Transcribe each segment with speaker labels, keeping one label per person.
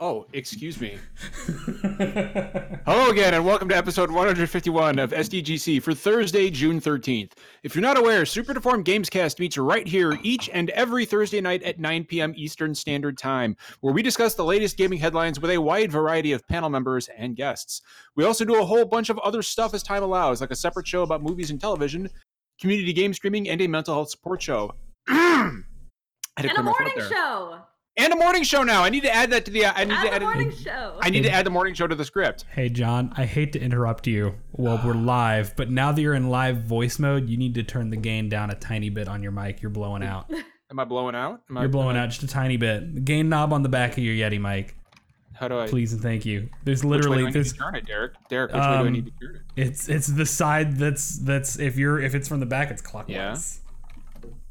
Speaker 1: Oh, excuse me. Hello again, and welcome to episode 151 of SDGC for Thursday, June 13th. If you're not aware, Super Deform Gamescast meets right here each and every Thursday night at 9 p.m. Eastern Standard Time, where we discuss the latest gaming headlines with a wide variety of panel members and guests. We also do a whole bunch of other stuff as time allows, like a separate show about movies and television, community game streaming, and a mental health support show. and
Speaker 2: and a morning show.
Speaker 1: And a morning show now. I need to add that to the. I need
Speaker 2: And
Speaker 1: to
Speaker 2: a
Speaker 1: add. it-
Speaker 2: morning show.
Speaker 1: I need to add the morning show to the script.
Speaker 3: Hey, John, I hate to interrupt you while
Speaker 1: Ah.
Speaker 3: we're live, but now that you're in live voice mode, you need to turn the gain down a tiny bit on your mic. You're blowing out.
Speaker 1: Am I blowing out? Am I,
Speaker 3: You're blowing out just a tiny bit. The gain knob on the back of your Yeti mic.
Speaker 1: How do I?
Speaker 3: Please and thank you. There's
Speaker 1: which way do
Speaker 3: literally
Speaker 1: I need
Speaker 3: this.
Speaker 1: to turn it, Derek? Derek, which way do I
Speaker 3: Um,
Speaker 1: need to turn it?
Speaker 3: It's it's the side that's that's if you're if it's from the back, it's clockwise.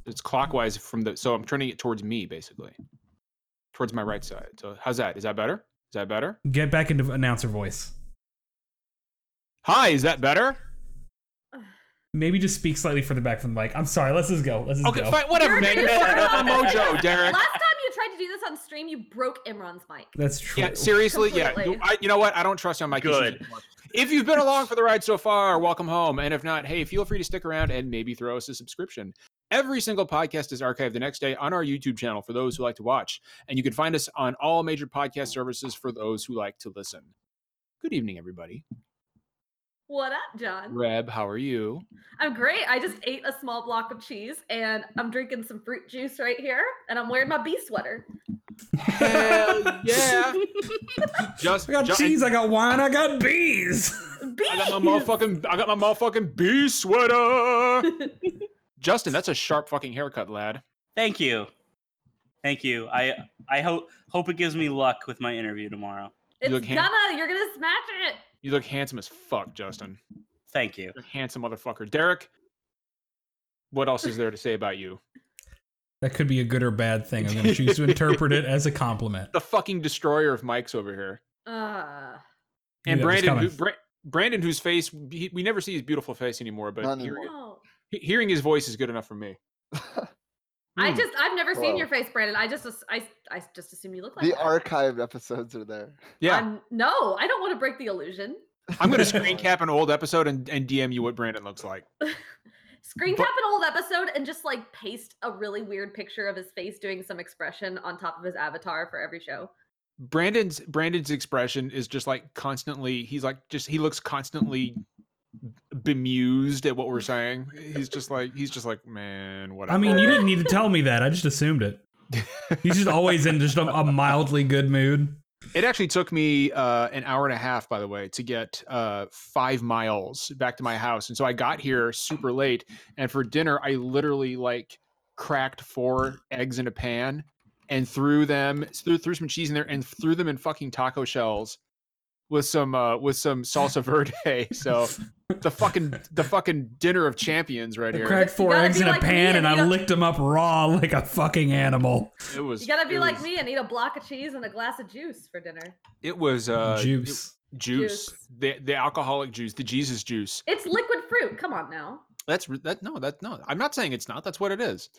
Speaker 1: It's clockwise from the. So I'm turning it towards me, basically, towards my right side. So how's that? Is that better? Is that better?
Speaker 3: Get back into announcer voice.
Speaker 1: Hi, is that better?
Speaker 3: Maybe just speak slightly further back from the mic. I'm sorry. Let's just go. Let's just
Speaker 1: Okay,
Speaker 3: go.
Speaker 1: fine, whatever,
Speaker 2: You're
Speaker 1: man.
Speaker 2: doing
Speaker 1: Man,
Speaker 2: so
Speaker 1: I'm
Speaker 2: well.
Speaker 1: mojo, Derek.
Speaker 2: Last time you tried to do this on stream, you broke Imran's mic.
Speaker 3: That's true.
Speaker 1: Yeah, seriously, yeah.
Speaker 2: Completely.
Speaker 1: You, I, you know what? I don't trust you on my issues
Speaker 4: Good.
Speaker 1: anymore. If you've been along for the ride so far, welcome home. And if not, hey, feel free to stick around and maybe throw us a subscription. Every single podcast is archived the next day on our YouTube channel for those who like to watch. And you can find us on all major podcast services for those who like to listen. Good evening, everybody.
Speaker 2: What up, John?
Speaker 1: Reb, how are you?
Speaker 2: I'm great. I just ate a small block of cheese and I'm drinking some fruit juice right here and I'm wearing my bee sweater.
Speaker 1: Hell yeah. Just
Speaker 3: I got
Speaker 1: just,
Speaker 3: cheese. I got wine. I got bees.
Speaker 2: Bees!
Speaker 1: I got my motherfucking I got my motherfucking bee sweater. Justin, that's a sharp fucking haircut, lad.
Speaker 4: Thank you. Thank you. I I hope hope it gives me luck with my interview tomorrow.
Speaker 2: It's
Speaker 1: look hand-
Speaker 2: gonna, you're gonna smash it.
Speaker 1: You look handsome as fuck, Justin.
Speaker 4: Thank you.
Speaker 1: You're a handsome motherfucker. Derek, what else is there to say about you?
Speaker 3: That could be a good or bad thing. I'm going to choose to interpret it as a compliment.
Speaker 1: The fucking destroyer of mics over here.
Speaker 2: Uh,
Speaker 1: And
Speaker 3: Yeah, it's
Speaker 1: Brandon,
Speaker 3: coming.
Speaker 1: who, Bra- Brandon, whose face he, we never see his beautiful face anymore, but
Speaker 5: Not
Speaker 1: hearing,
Speaker 2: oh.
Speaker 1: he- hearing his voice is good enough for me.
Speaker 2: I
Speaker 1: Hmm.
Speaker 2: just, I've never seen
Speaker 5: Whoa.
Speaker 2: your face, Brandon. I just, as- I, I just assume you look like
Speaker 5: the
Speaker 2: that.
Speaker 5: archived episodes are there.
Speaker 1: yeah.
Speaker 2: I'm- no, I don't want to break the illusion.
Speaker 1: I'm gonna screen cap an old episode and, and DM you what Brandon looks like.
Speaker 2: Screen
Speaker 1: But-
Speaker 2: cap an old episode and just like paste a really weird picture of his face doing some expression on top of his avatar for every show.
Speaker 1: Brandon's Brandon's expression is just like constantly. He's like just he looks constantly bemused at what we're saying. He's just like he's just like man, whatever.
Speaker 3: I mean, you didn't need to tell me that. I just assumed it. He's just always in just a, a mildly good mood.
Speaker 1: It actually took me uh, an hour and a half, by the way, to get uh, five miles back to my house, and so I got here super late. And for dinner, I literally like cracked four eggs in a pan and threw them threw, threw some cheese in there and threw them in fucking taco shells with some uh, with some salsa verde. So the fucking the fucking dinner of champions right
Speaker 3: I
Speaker 1: here.
Speaker 3: cracked four
Speaker 2: gotta
Speaker 3: eggs
Speaker 2: be
Speaker 3: in a
Speaker 2: like me
Speaker 3: pan
Speaker 2: and
Speaker 3: and
Speaker 2: eat
Speaker 3: I
Speaker 2: a-
Speaker 3: licked them up raw like a fucking animal.
Speaker 1: It was
Speaker 2: You gotta be
Speaker 1: it
Speaker 2: like
Speaker 1: was-
Speaker 2: me and eat a block of cheese and a glass of juice for dinner.
Speaker 1: It was uh, it-
Speaker 3: Juice.
Speaker 1: juice,
Speaker 2: Juice.
Speaker 1: the the alcoholic juice, the Jesus juice.
Speaker 2: It's liquid fruit. Come on now.
Speaker 1: That's re- that. No, that no. I'm not saying it's not. That's what it is.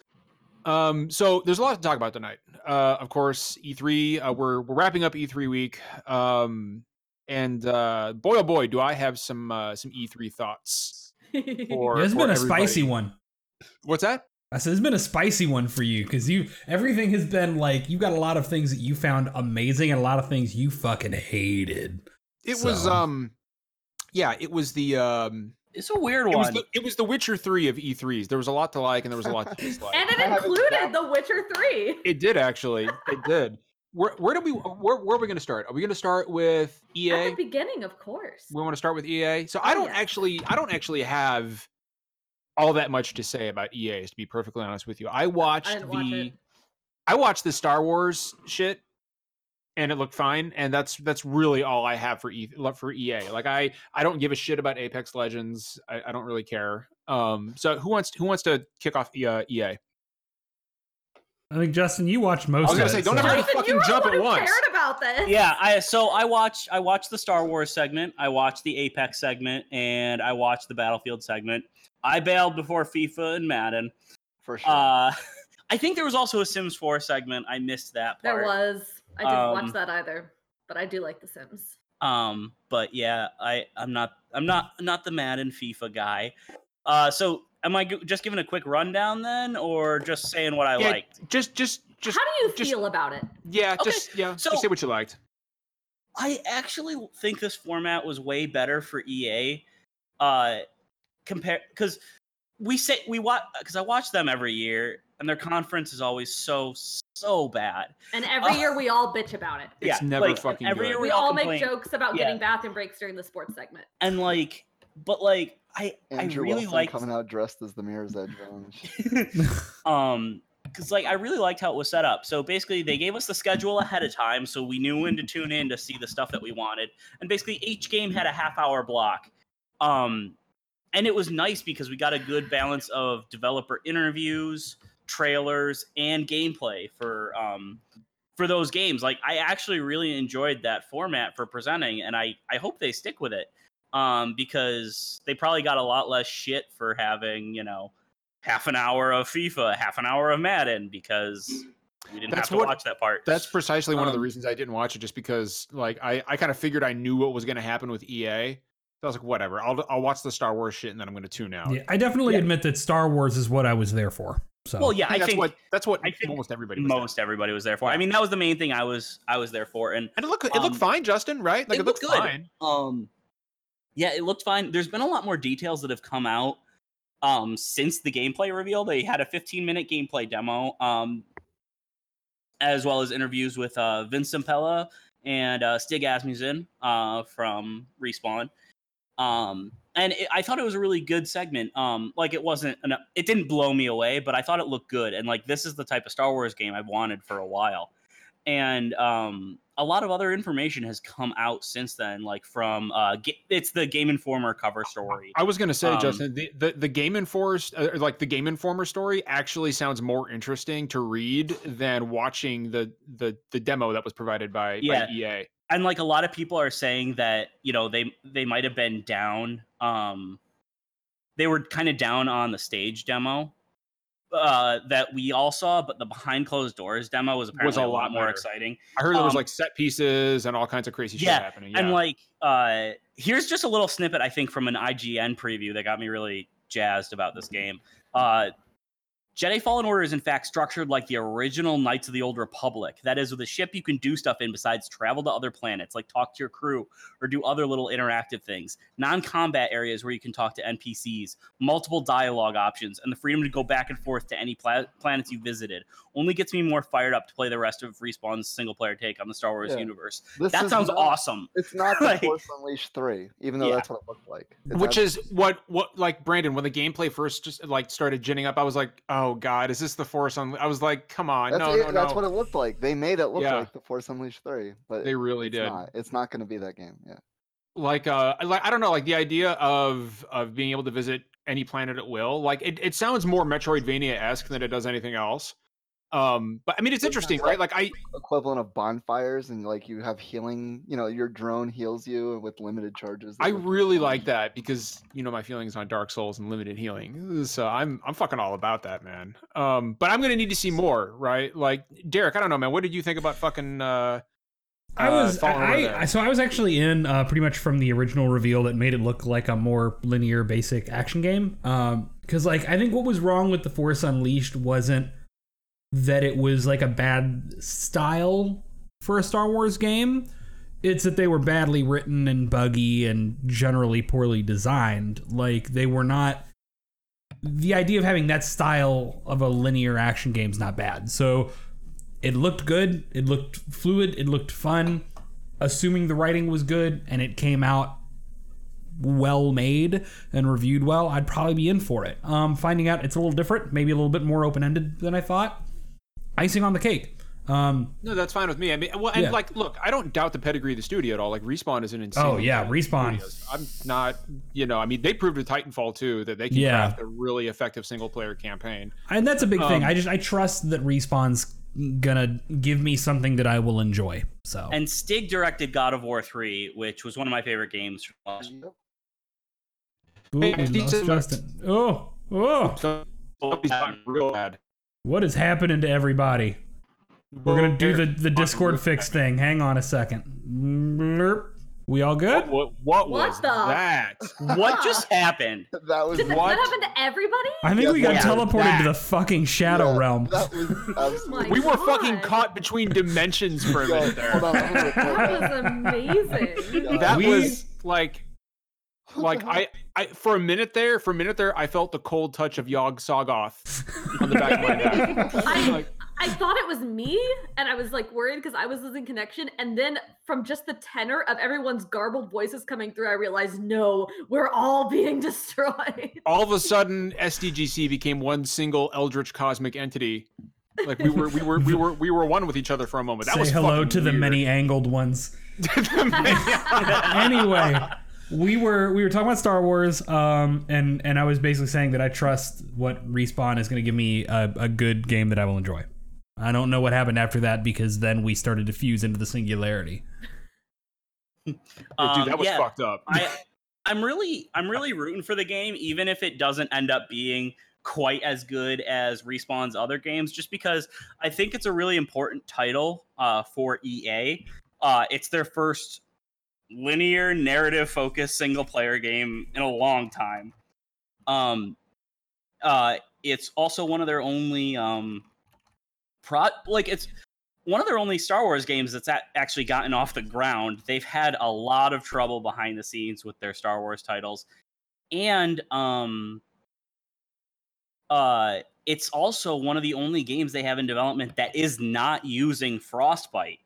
Speaker 1: Um, so there's a lot to talk about tonight. Uh, of course, E3. Uh, we're we're wrapping up E3 week. Um, and uh, boy, oh boy, do I have some uh, some E3 thoughts. For,
Speaker 3: There's
Speaker 1: for
Speaker 3: been a
Speaker 1: everybody.
Speaker 3: spicy one.
Speaker 1: What's that?
Speaker 3: I said, there's been a spicy one for you because you everything has been like you've got a lot of things that you found amazing and a lot of things you fucking hated.
Speaker 1: It was
Speaker 3: So-
Speaker 1: um, yeah, it was the um,
Speaker 4: It's a weird
Speaker 1: it was
Speaker 4: one.
Speaker 1: the, it was the Witcher three of E3s. There was a lot to like, and there was a lot to dislike.
Speaker 2: and it
Speaker 5: I haven't
Speaker 2: included
Speaker 5: stopped.
Speaker 2: The Witcher 3.
Speaker 1: It did actually. It did. Where where do we where where are we going to start? Are we going to start with E EA?
Speaker 2: At the beginning, of course.
Speaker 1: we want to start with EA. So
Speaker 2: Oh,
Speaker 1: I don't
Speaker 2: yeah.
Speaker 1: actually I don't actually have all that much to say about EAs to be perfectly honest with you. I watched
Speaker 2: didn't
Speaker 1: the
Speaker 2: watch it.
Speaker 1: I watched the Star Wars shit and it looked fine and that's that's really all I have for e, love for EA. Like I I don't give a shit about Apex Legends. I, I don't really care. Um so who wants who wants to kick off E- uh, EA?
Speaker 3: I think Justin, you watched most.
Speaker 1: I was
Speaker 3: of
Speaker 1: gonna say,
Speaker 3: it,
Speaker 1: don't
Speaker 3: so-
Speaker 1: ever-
Speaker 2: Jonathan,
Speaker 1: fucking
Speaker 2: you were
Speaker 1: jump
Speaker 2: the
Speaker 1: at
Speaker 2: one who
Speaker 1: once.
Speaker 2: cared about this.
Speaker 4: yeah, I so I watched I watched the Star Wars segment, I watched the Apex segment, and I watched the Battlefield segment. I bailed before FIFA and Madden.
Speaker 5: For sure.
Speaker 4: Uh I think there was also a Sims 4 segment. I missed that part.
Speaker 2: There was. I didn't watch
Speaker 4: Um,
Speaker 2: that either. but I do like The Sims.
Speaker 4: Um, but yeah, I I'm not I'm not not the Madden FIFA guy. Uh, so am I g- just giving a quick rundown then, or just saying what I
Speaker 1: Yeah,
Speaker 4: liked?
Speaker 1: Just, just, just,
Speaker 2: How do you
Speaker 1: just-
Speaker 2: feel about it?
Speaker 1: yeah,
Speaker 4: Okay,
Speaker 1: just, yeah.
Speaker 4: so-
Speaker 1: just say what you liked.
Speaker 4: I actually think this format was way better for EA. Uh, compare because we say we watch because I watch them every year, and their conference is always so so bad.
Speaker 2: And every
Speaker 4: Uh,
Speaker 2: year we all bitch about it.
Speaker 1: It's never
Speaker 4: like,
Speaker 1: fucking
Speaker 4: every
Speaker 1: good.
Speaker 4: year
Speaker 2: We
Speaker 4: we
Speaker 2: all make
Speaker 4: complain.
Speaker 2: jokes about
Speaker 4: Yeah.
Speaker 2: getting bathroom breaks during the sports segment.
Speaker 4: and like, but like I I
Speaker 5: Andrew
Speaker 4: really
Speaker 5: Wilson
Speaker 4: like
Speaker 5: coming out dressed as the Mirror's Edge Lounge.
Speaker 4: um because like i really liked how it was set up so basically they gave us the schedule ahead of time so we knew when to tune in to see the stuff that we wanted and basically each game had a half hour block um and it was nice because we got a good balance of developer interviews trailers and gameplay for um for those games like i actually really enjoyed that format for presenting and i i hope they stick with it um because they probably got a lot less shit for having you know half an hour of FIFA, half an hour of Madden because we didn't
Speaker 1: That's
Speaker 4: have to
Speaker 1: what-
Speaker 4: watch that part.
Speaker 1: That's precisely one of the
Speaker 4: Um,
Speaker 1: reasons I didn't watch it, just because like I, I kind of figured I knew what was going to happen with EA. So I was like, whatever. I'll, I'll watch the Star Wars shit and then I'm going to tune out.
Speaker 3: Yeah, I definitely
Speaker 4: Yeah.
Speaker 3: admit that Star Wars is what I was there for. So
Speaker 4: well, yeah, I
Speaker 1: that's
Speaker 4: think
Speaker 1: what that's what
Speaker 4: I think
Speaker 1: almost everybody was
Speaker 4: most everybody was there for. I mean, that was the main thing I was I was there for, and
Speaker 1: And it looked it looked
Speaker 4: Um,
Speaker 1: fine, Justin. Right? Like it,
Speaker 4: it
Speaker 1: looked
Speaker 4: looked good.
Speaker 1: fine.
Speaker 4: um, yeah, it looked fine. There's been a lot more details that have come out um since the gameplay reveal. They had a 15 minute gameplay demo, um, as well as interviews with uh Vincent Pella and uh, Stig Asmussen uh, from Respawn. Um, and it, I thought it was a really good segment. Um, like it wasn't, an, it didn't blow me away, but I thought it looked good. And like this is the type of Star Wars game I've wanted for a while. And um, a lot of other information has come out since then, like from uh, Ga- it's the Game Informer cover story.
Speaker 1: I was going to say,
Speaker 4: Um,
Speaker 1: Justin, the, the, the Game Informer, uh, or, like the Game Informer story, actually sounds more interesting to read than watching the the the demo that was provided by, E
Speaker 4: Yeah.
Speaker 1: by EA.
Speaker 4: and like a lot of people are saying that you know they they might have been down um they were kind of down on the stage demo uh that we all saw but the behind closed doors demo was apparently
Speaker 1: a
Speaker 4: a lot,
Speaker 1: lot
Speaker 4: more
Speaker 1: better.
Speaker 4: exciting
Speaker 1: I heard there was
Speaker 4: Um,
Speaker 1: like set pieces and all kinds of crazy
Speaker 4: yeah,
Speaker 1: shit happening.
Speaker 4: and
Speaker 1: yeah.
Speaker 4: like uh here's just a little snippet i think from an ign preview that got me really jazzed about this game uh Jedi Fallen Order is in fact structured like the original Knights of the Old Republic. That is, with a ship you can do stuff in besides travel to other planets, like talk to your crew or do other little interactive things. Non combat areas where you can talk to NPCs, multiple dialogue options, and the freedom to go back and forth to any pla- planets you visited only gets me more fired up to play the rest of Respawn's single player take on the Star Wars
Speaker 5: Yeah.
Speaker 4: universe.
Speaker 5: This
Speaker 4: That
Speaker 5: is
Speaker 4: sounds
Speaker 5: not-
Speaker 4: awesome.
Speaker 5: It's not the
Speaker 4: Like-
Speaker 5: Force Unleashed three, even though
Speaker 4: Yeah.
Speaker 5: that's what it looked like. It's
Speaker 1: which
Speaker 5: not-
Speaker 1: is what what like Brandon when the gameplay first just like started ginning up, I was like, oh god, is this the Force on? I was like, come on,
Speaker 5: that's,
Speaker 1: no,
Speaker 5: it-
Speaker 1: no,
Speaker 5: that's
Speaker 1: no.
Speaker 5: what it looked like. They made it look
Speaker 1: Yeah.
Speaker 5: like the Force Unleashed three, but
Speaker 1: they really
Speaker 5: it's
Speaker 1: did.
Speaker 5: not. It's not going to be that game. Yeah.
Speaker 1: Like, uh, I like I don't know, like the idea of of being able to visit any planet at will. Like, it, it sounds more Metroidvania esque than it does anything else. Um, but I mean, it's
Speaker 5: It's not
Speaker 1: interesting,
Speaker 5: like-
Speaker 1: right? Like, I
Speaker 5: equivalent of bonfires and like you have healing you know your drone heals you with limited charges that
Speaker 1: I
Speaker 5: look
Speaker 1: really
Speaker 5: fun.
Speaker 1: like that because you know my feelings on Dark Souls and limited healing. So I'm I'm fucking all about that, man. Um, but I'm gonna need to see more, right? Like Derek, I don't know, man. What did you think about fucking? Uh,
Speaker 3: I
Speaker 1: uh,
Speaker 3: was
Speaker 1: Fallen Order
Speaker 3: I,
Speaker 1: there?
Speaker 3: I so I was actually in uh, pretty much from the original reveal that made it look like a more linear, basic action game. Because like I think what was wrong with the Force Unleashed wasn't that it was like a bad style for a Star Wars game. It's that they were badly written and buggy and generally poorly designed. Like they were not. The idea of having that style of a linear action game is not bad. So it looked good. It looked fluid. It looked fun. Assuming the writing was good and it came out well made and reviewed well, I'd probably be in for it. Um, finding out it's a little different, maybe a little bit more open ended than I thought. Icing on the cake. Um,
Speaker 1: No, that's fine with me. I mean, well, and
Speaker 3: Yeah.
Speaker 1: like, look, I don't doubt the pedigree of the studio at all. Like, Respawn is an insane.
Speaker 3: oh yeah, respawn.
Speaker 1: I'm not, you know, I mean, they proved with Titanfall too that they can
Speaker 3: Yeah.
Speaker 1: craft a really effective single player campaign.
Speaker 3: and that's a big thing.
Speaker 1: Um,
Speaker 3: I just I trust that respawn's gonna give me something that I will enjoy. So
Speaker 4: And Stig directed God of War 3, which was one of my favorite games. from last year.
Speaker 5: Yep.
Speaker 3: Ooh,
Speaker 1: Hey,
Speaker 3: we lost
Speaker 1: decent-
Speaker 3: Justin. Oh, oh,
Speaker 1: So, somebody's gotten real bad.
Speaker 3: what is happening to everybody?
Speaker 6: We're gonna do the, the Discord fix thing. Hang on a second. Blurp. We all good?
Speaker 1: Oh,
Speaker 4: What, what, what
Speaker 2: What
Speaker 4: was
Speaker 2: the-
Speaker 4: that? Um, What just happened?
Speaker 5: That was
Speaker 2: Did that,
Speaker 1: What?
Speaker 2: that happen to everybody?
Speaker 6: I think we got
Speaker 4: Yeah,
Speaker 6: teleported to
Speaker 4: that.
Speaker 6: the fucking Shadow
Speaker 5: yeah,
Speaker 6: Realm.
Speaker 5: That was absolutely.
Speaker 1: We were
Speaker 2: God.
Speaker 1: fucking caught between dimensions for a
Speaker 5: Yeah,
Speaker 1: minute there.
Speaker 5: hold on, I'm gonna
Speaker 2: That
Speaker 5: record
Speaker 2: was amazing.
Speaker 5: Yeah.
Speaker 1: That
Speaker 6: We-
Speaker 1: was like,
Speaker 5: What
Speaker 1: like
Speaker 5: the
Speaker 1: I, I for a minute there, for a minute there, I felt the cold touch of Yog Sagoth on the back of my neck.
Speaker 2: I-
Speaker 1: Like,
Speaker 2: I thought it was me, and I was like worried because I was losing connection. And then from just the tenor of everyone's garbled voices coming through, I realized, no, we're all being destroyed.
Speaker 1: all of a sudden, SDGC became one single eldritch cosmic entity. Like we were, we were, we were, we were one with each other for a moment. That
Speaker 6: Say
Speaker 1: was
Speaker 6: hello
Speaker 1: fucking
Speaker 6: to the
Speaker 1: weird.
Speaker 6: many angled ones.
Speaker 1: The many-
Speaker 6: anyway, we were we were talking about Star Wars, um, and and I was basically saying that I trust what respawn is going to give me a, a good game that I will enjoy. I don't know what happened after that because then we started to fuse into the singularity.
Speaker 1: Dude, that
Speaker 4: Um,
Speaker 1: was
Speaker 4: yeah,
Speaker 1: fucked up.
Speaker 4: I, I'm really, I'm really rooting for the game, even if it doesn't end up being quite as good as Respawn's other games, just because I think it's a really important title uh, for EA. Uh, it's their first linear narrative focused single player game in a long time. Um, uh, it's also one of their only um, pro like it's one of their only Star Wars games that's a- actually gotten off the ground. They've had a lot of trouble behind the scenes with their Star Wars titles, and um, uh, it's also one of the only games they have in development that is not using Frostbite.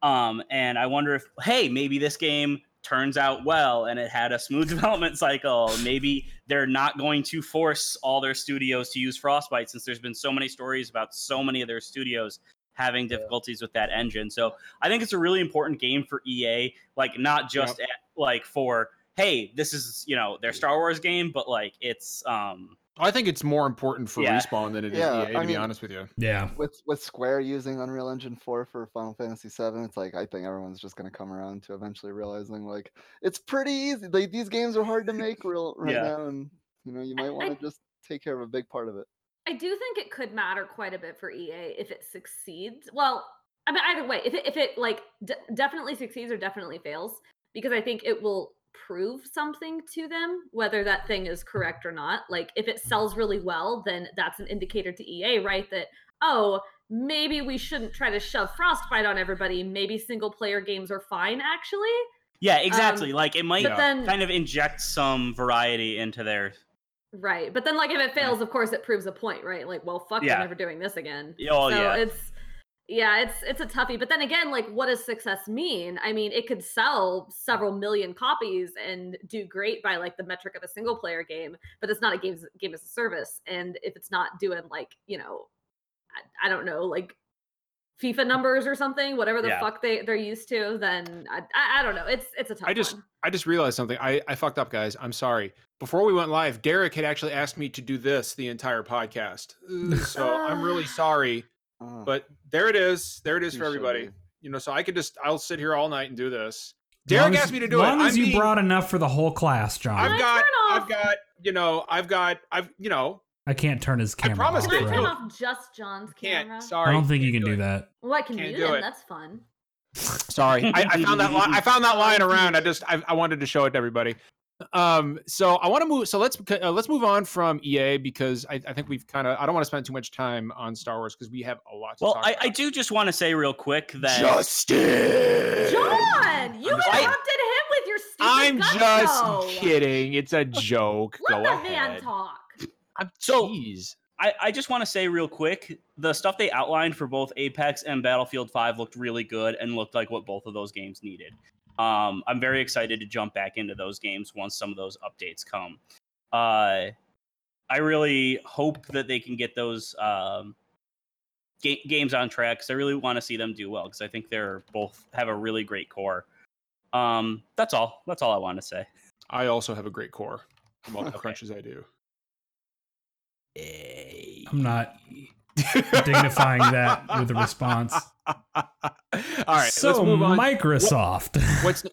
Speaker 4: Um, and I wonder if hey, maybe this game turns out well and it had a smooth development cycle. Maybe they're not going to force all their studios to use Frostbite since there's been so many stories about so many of their studios having difficulties with that engine. So I think it's a really important game for EA, like not just at, like for hey, this is you know their Star Wars game, but like it's um
Speaker 1: I think it's more important for
Speaker 4: Yeah.
Speaker 1: respawn than it is
Speaker 5: Yeah,
Speaker 1: EA. To
Speaker 5: I
Speaker 1: be
Speaker 5: mean-
Speaker 1: honest with you,
Speaker 6: Yeah,
Speaker 5: with with Square using Unreal Engine 4 for Final Fantasy 7, it's like I think everyone's just gonna come around to eventually realizing like it's pretty easy. Like these games are hard to make real right
Speaker 4: Yeah.
Speaker 5: now, and you know you might want
Speaker 2: I-
Speaker 5: to just take care of a big part of it.
Speaker 2: I do think it could matter quite a bit for EA if it succeeds. Well, I mean, either way, if it, if it like d- definitely succeeds or definitely fails, because I think it will prove something to them, whether that thing is correct or not. Like, if it sells really well, then that's an indicator to EA, right? That, oh, maybe we shouldn't try to shove Frostbite on everybody. Maybe single player games are fine, actually.
Speaker 4: yeah, exactly. like it might
Speaker 2: Um, But then,
Speaker 4: kind of inject some variety into their
Speaker 2: right. But then, like, if it fails, of course, it proves a point, right? Like, well, fuck,
Speaker 4: Yeah.
Speaker 2: we're never doing this again.
Speaker 4: oh
Speaker 2: so
Speaker 4: yeah.
Speaker 2: it's yeah, it's it's a toughie. But then again, like what does success mean? I mean, it could sell several million copies and do great by like the metric of a single player game, but it's not a game game as a service. And if it's not doing like, you know, I, I don't know, like FIFA numbers or something, whatever the
Speaker 4: Yeah.
Speaker 2: fuck they they're used to, then I I, I don't know. It's it's a tough
Speaker 1: I just
Speaker 2: one.
Speaker 1: I just realized something. I, I fucked up, guys. I'm sorry. Before we went live, Derek had actually asked me to do this the entire podcast. Uh, So I'm really sorry.
Speaker 5: Oh,
Speaker 1: But there it is. There it is
Speaker 5: you
Speaker 1: for
Speaker 5: showed
Speaker 1: everybody.
Speaker 5: me.
Speaker 1: You know, so I could just I'll sit here all night and do this.
Speaker 6: Long
Speaker 1: Derek
Speaker 6: as-
Speaker 1: asked me to do it.
Speaker 6: long as
Speaker 1: I'm
Speaker 6: you
Speaker 1: being-
Speaker 6: brought enough for the whole class, John.
Speaker 1: I've
Speaker 2: My
Speaker 1: got
Speaker 2: turn
Speaker 1: I've
Speaker 2: off.
Speaker 1: got you know, I've got I've you know,
Speaker 6: I can't turn his camera.
Speaker 1: promise
Speaker 6: off,
Speaker 2: Can I
Speaker 1: Sorry.
Speaker 2: turn
Speaker 6: right?
Speaker 2: off just John's
Speaker 1: can't
Speaker 2: camera?
Speaker 1: sorry.
Speaker 6: I don't think you
Speaker 1: can't
Speaker 6: can do that.
Speaker 2: Oh, I can
Speaker 1: Can't
Speaker 2: mute
Speaker 1: do
Speaker 2: him.
Speaker 1: it.
Speaker 2: That's fun.
Speaker 1: Sorry, I, I found that. Li- I found that lying around. I just I, I wanted to show it to everybody. Um, so I want to move. So let's uh, let's move on from EA because I, I think we've kind of. I don't want to spend too much time on Star Wars because we have a lot. To
Speaker 4: well,
Speaker 1: talk
Speaker 4: I,
Speaker 1: about.
Speaker 4: I do just want to say real quick that
Speaker 1: Justin.
Speaker 2: John, you
Speaker 1: I'm just
Speaker 2: interrupted
Speaker 1: kidding.
Speaker 2: him with your stupid
Speaker 1: I'm just
Speaker 2: gusto.
Speaker 1: kidding. It's a joke.
Speaker 2: Let
Speaker 1: Go
Speaker 2: the
Speaker 1: ahead.
Speaker 2: man talk.
Speaker 1: I'm,
Speaker 4: So-
Speaker 1: jeez.
Speaker 4: I, I just want to say real quick the stuff they outlined for both Apex and Battlefield 5 looked really good and looked like what both of those games needed. Um, I'm very excited to jump back into those games once some of those updates come. Uh, I really hope that they can get those um, ga- games on track because I really want to see them do well because I think they're both have a really great core. Um, that's all. That's all I want to say.
Speaker 1: I also have a great core. From all the
Speaker 4: Okay.
Speaker 1: crunches I do.
Speaker 6: I'm not dignifying that with a response.
Speaker 1: all right.
Speaker 6: so
Speaker 1: let's move on.
Speaker 6: Microsoft.
Speaker 1: What's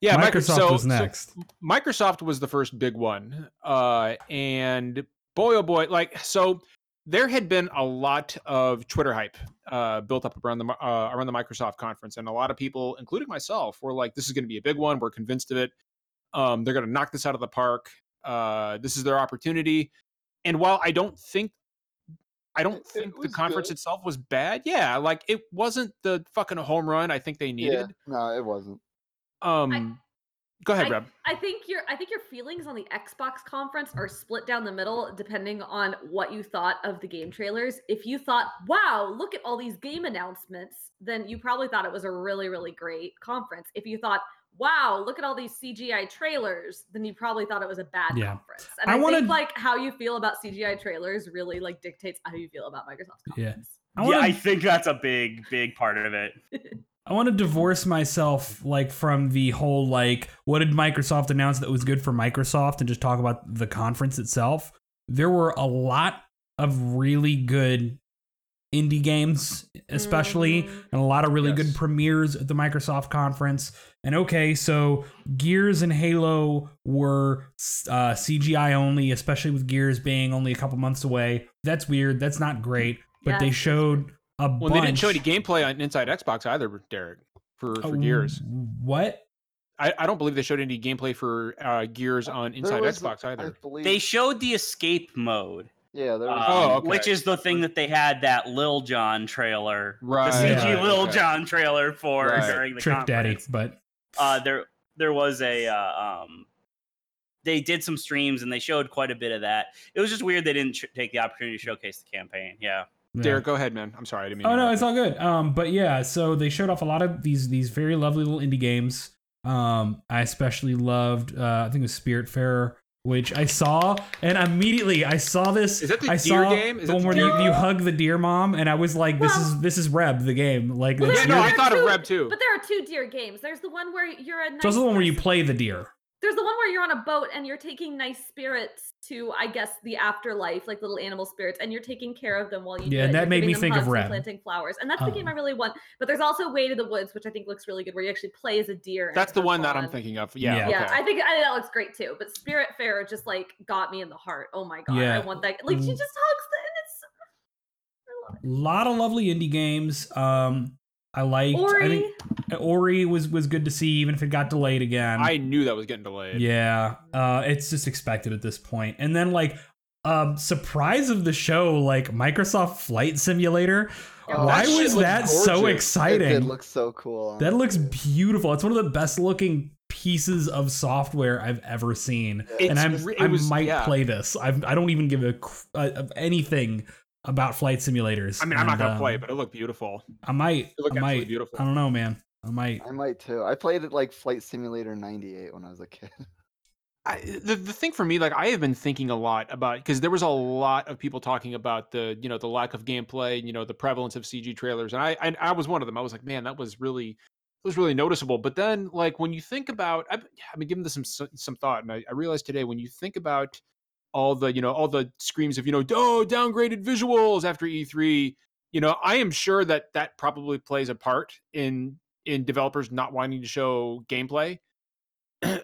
Speaker 1: yeah? Microsoft,
Speaker 6: Microsoft
Speaker 1: so-
Speaker 6: was
Speaker 1: so-
Speaker 6: next.
Speaker 1: Microsoft was the first big one, uh, and boy oh boy, like so there had been a lot of Twitter hype uh, built up around the mi- uh, around the Microsoft conference, and a lot of people, including myself, were like, "This is going to be a big one. We're convinced of it. Um, they're going to knock this out of the park. Uh, this is their opportunity." And while I don't think I don't
Speaker 5: It- it
Speaker 1: think the
Speaker 5: was
Speaker 1: conference
Speaker 5: good.
Speaker 1: itself was bad. Yeah, like it wasn't the fucking home run I think they needed.
Speaker 5: No, it wasn't.
Speaker 1: Um, go ahead, Rob.
Speaker 2: I think your I think your feelings on the Xbox conference are split down the middle depending on what you thought of the game trailers. If you thought, "Wow, look at all these game announcements," then you probably thought it was a really really great conference. If you thought, "Wow, look at all these CGI trailers," then you probably thought it was a bad
Speaker 3: Yeah.
Speaker 2: conference. And
Speaker 3: I
Speaker 2: I,
Speaker 3: wanna-
Speaker 2: think like how you feel about CGI trailers really like dictates how you feel about Microsoft's
Speaker 3: Yeah.
Speaker 2: conference.
Speaker 3: I
Speaker 4: yeah,
Speaker 3: wanna-
Speaker 4: I think that's a big, big part of it.
Speaker 3: I want to divorce myself like from the whole like what did Microsoft announce that was good for Microsoft and just talk about the conference itself. There were a lot of really good indie games especially
Speaker 2: Mhm.
Speaker 3: and a lot of really
Speaker 1: Yes.
Speaker 3: good premieres at the Microsoft conference. And okay, so Gears and Halo were uh, CGI only, especially with Gears being only a couple months away. That's weird. That's not great. But
Speaker 2: Yes,
Speaker 3: they
Speaker 2: that's
Speaker 3: showed a
Speaker 1: Well,
Speaker 3: bunch.
Speaker 1: they didn't show any gameplay on Inside Xbox either, Derek. For for
Speaker 3: Uh,
Speaker 1: Gears,
Speaker 3: What?
Speaker 1: I, I don't believe they showed any gameplay for uh, Gears on
Speaker 5: There
Speaker 1: Inside
Speaker 5: was-
Speaker 1: Xbox
Speaker 5: I
Speaker 1: either.
Speaker 5: believe,
Speaker 4: They showed the escape mode,
Speaker 5: yeah, there was.
Speaker 1: Oh,
Speaker 4: um,
Speaker 1: okay.
Speaker 4: which is the thing that they had that Lil John trailer,
Speaker 1: Right,
Speaker 4: the CG
Speaker 3: right,
Speaker 4: Lil
Speaker 1: okay.
Speaker 4: John trailer for
Speaker 1: Right.
Speaker 4: during the
Speaker 3: Trick Daddy,
Speaker 4: conference.
Speaker 3: but
Speaker 4: Uh, there, there was a. Uh, um, they did some streams and they showed quite a bit of that. It was just weird they didn't tr- take the opportunity to showcase the campaign. Yeah.
Speaker 3: yeah.
Speaker 1: Derek, go ahead, man. I'm sorry, I didn't mean. to
Speaker 3: Oh no,
Speaker 1: interrupt
Speaker 3: it's
Speaker 1: you.
Speaker 3: all good. Um, but yeah, so they showed off a lot of these these very lovely little indie games. Um, I especially loved uh, I think it was Spiritfarer, which I saw and immediately I saw this.
Speaker 1: Is that the
Speaker 3: I
Speaker 1: deer
Speaker 3: saw
Speaker 1: game? Is
Speaker 3: the
Speaker 1: that
Speaker 3: one
Speaker 1: the
Speaker 3: where
Speaker 2: deer
Speaker 3: you, you
Speaker 2: game?
Speaker 3: hug the deer mom, and I was like, this
Speaker 2: Well-
Speaker 3: is this is Reb the game. Like
Speaker 2: Well,
Speaker 3: that's
Speaker 1: Yeah, no,
Speaker 3: your-
Speaker 1: I
Speaker 2: There's
Speaker 1: thought of
Speaker 2: two-
Speaker 1: Reb too.
Speaker 2: But there are two deer games. There's the one where you're a nice
Speaker 3: it's also the one where you
Speaker 2: person-
Speaker 3: play the deer.
Speaker 2: There's the one where you're on a boat and you're taking nice spirits to, I guess, the afterlife, like little animal spirits, and you're taking care of them while you. do
Speaker 3: Yeah,
Speaker 2: it,
Speaker 3: and that
Speaker 2: you're
Speaker 3: made
Speaker 2: giving
Speaker 3: me
Speaker 2: them
Speaker 3: think of
Speaker 2: hugs and
Speaker 3: Rem.
Speaker 2: Planting flowers, and that's the game I
Speaker 3: Um,
Speaker 2: really want. But there's also Way to the Woods, which I think looks really good, where you actually play as a deer. and
Speaker 1: That's
Speaker 2: it
Speaker 1: the
Speaker 2: has
Speaker 1: one that
Speaker 2: on-
Speaker 1: I'm thinking of. Yeah,
Speaker 3: Yeah.
Speaker 2: Yeah,
Speaker 1: okay.
Speaker 2: I think I think that looks great too. But Spirit Fair just like got me in the heart. Oh my god,
Speaker 3: Yeah.
Speaker 2: I want that. Like she
Speaker 3: Mm.
Speaker 2: just hugs the, and it's. I love it.
Speaker 3: lot of lovely indie games. Um, I liked. I
Speaker 2: Ori,
Speaker 3: think Ori was was good to see, even if it got delayed again.
Speaker 1: I knew that was getting delayed.
Speaker 3: Yeah, uh, it's just expected at this point. And then like, um, surprise of the show, like Microsoft Flight Simulator.
Speaker 2: Yeah,
Speaker 1: Oh,
Speaker 3: Why
Speaker 2: that
Speaker 3: was,
Speaker 2: shit
Speaker 5: looked
Speaker 3: that so
Speaker 5: gorgeous. It did
Speaker 3: exciting?
Speaker 5: look so cool.
Speaker 3: that looks
Speaker 5: honestly.
Speaker 3: beautiful. It's one of the best looking pieces of software I've ever seen.
Speaker 1: It's
Speaker 3: and I'm
Speaker 1: re- it
Speaker 3: I
Speaker 1: was-
Speaker 3: might
Speaker 1: yeah.
Speaker 3: play this. I've, I don't even give a cr- uh, of anything about flight simulators.
Speaker 1: I mean, I'm not
Speaker 3: And,
Speaker 1: gonna
Speaker 3: um,
Speaker 1: play it, but it looked beautiful.
Speaker 3: I might.
Speaker 1: It looked
Speaker 3: I
Speaker 1: absolutely
Speaker 3: might.
Speaker 1: beautiful.
Speaker 3: I don't know, man. I might.
Speaker 5: I might too. I played it like Flight Simulator 98 when I was a kid.
Speaker 1: I, the the thing for me, like I have been thinking a lot about because there was a lot of people talking about the you know the lack of gameplay, you know the prevalence of CG trailers, and I I, I was one of them. I was like, man, that was really it was really noticeable. But then like when you think about, I've, I've been giving this some s- some thought, and I, I realized today when you think about all the you know all the screams of you know oh downgraded visuals after E3, you know I am sure that that probably plays a part in in developers not wanting to show gameplay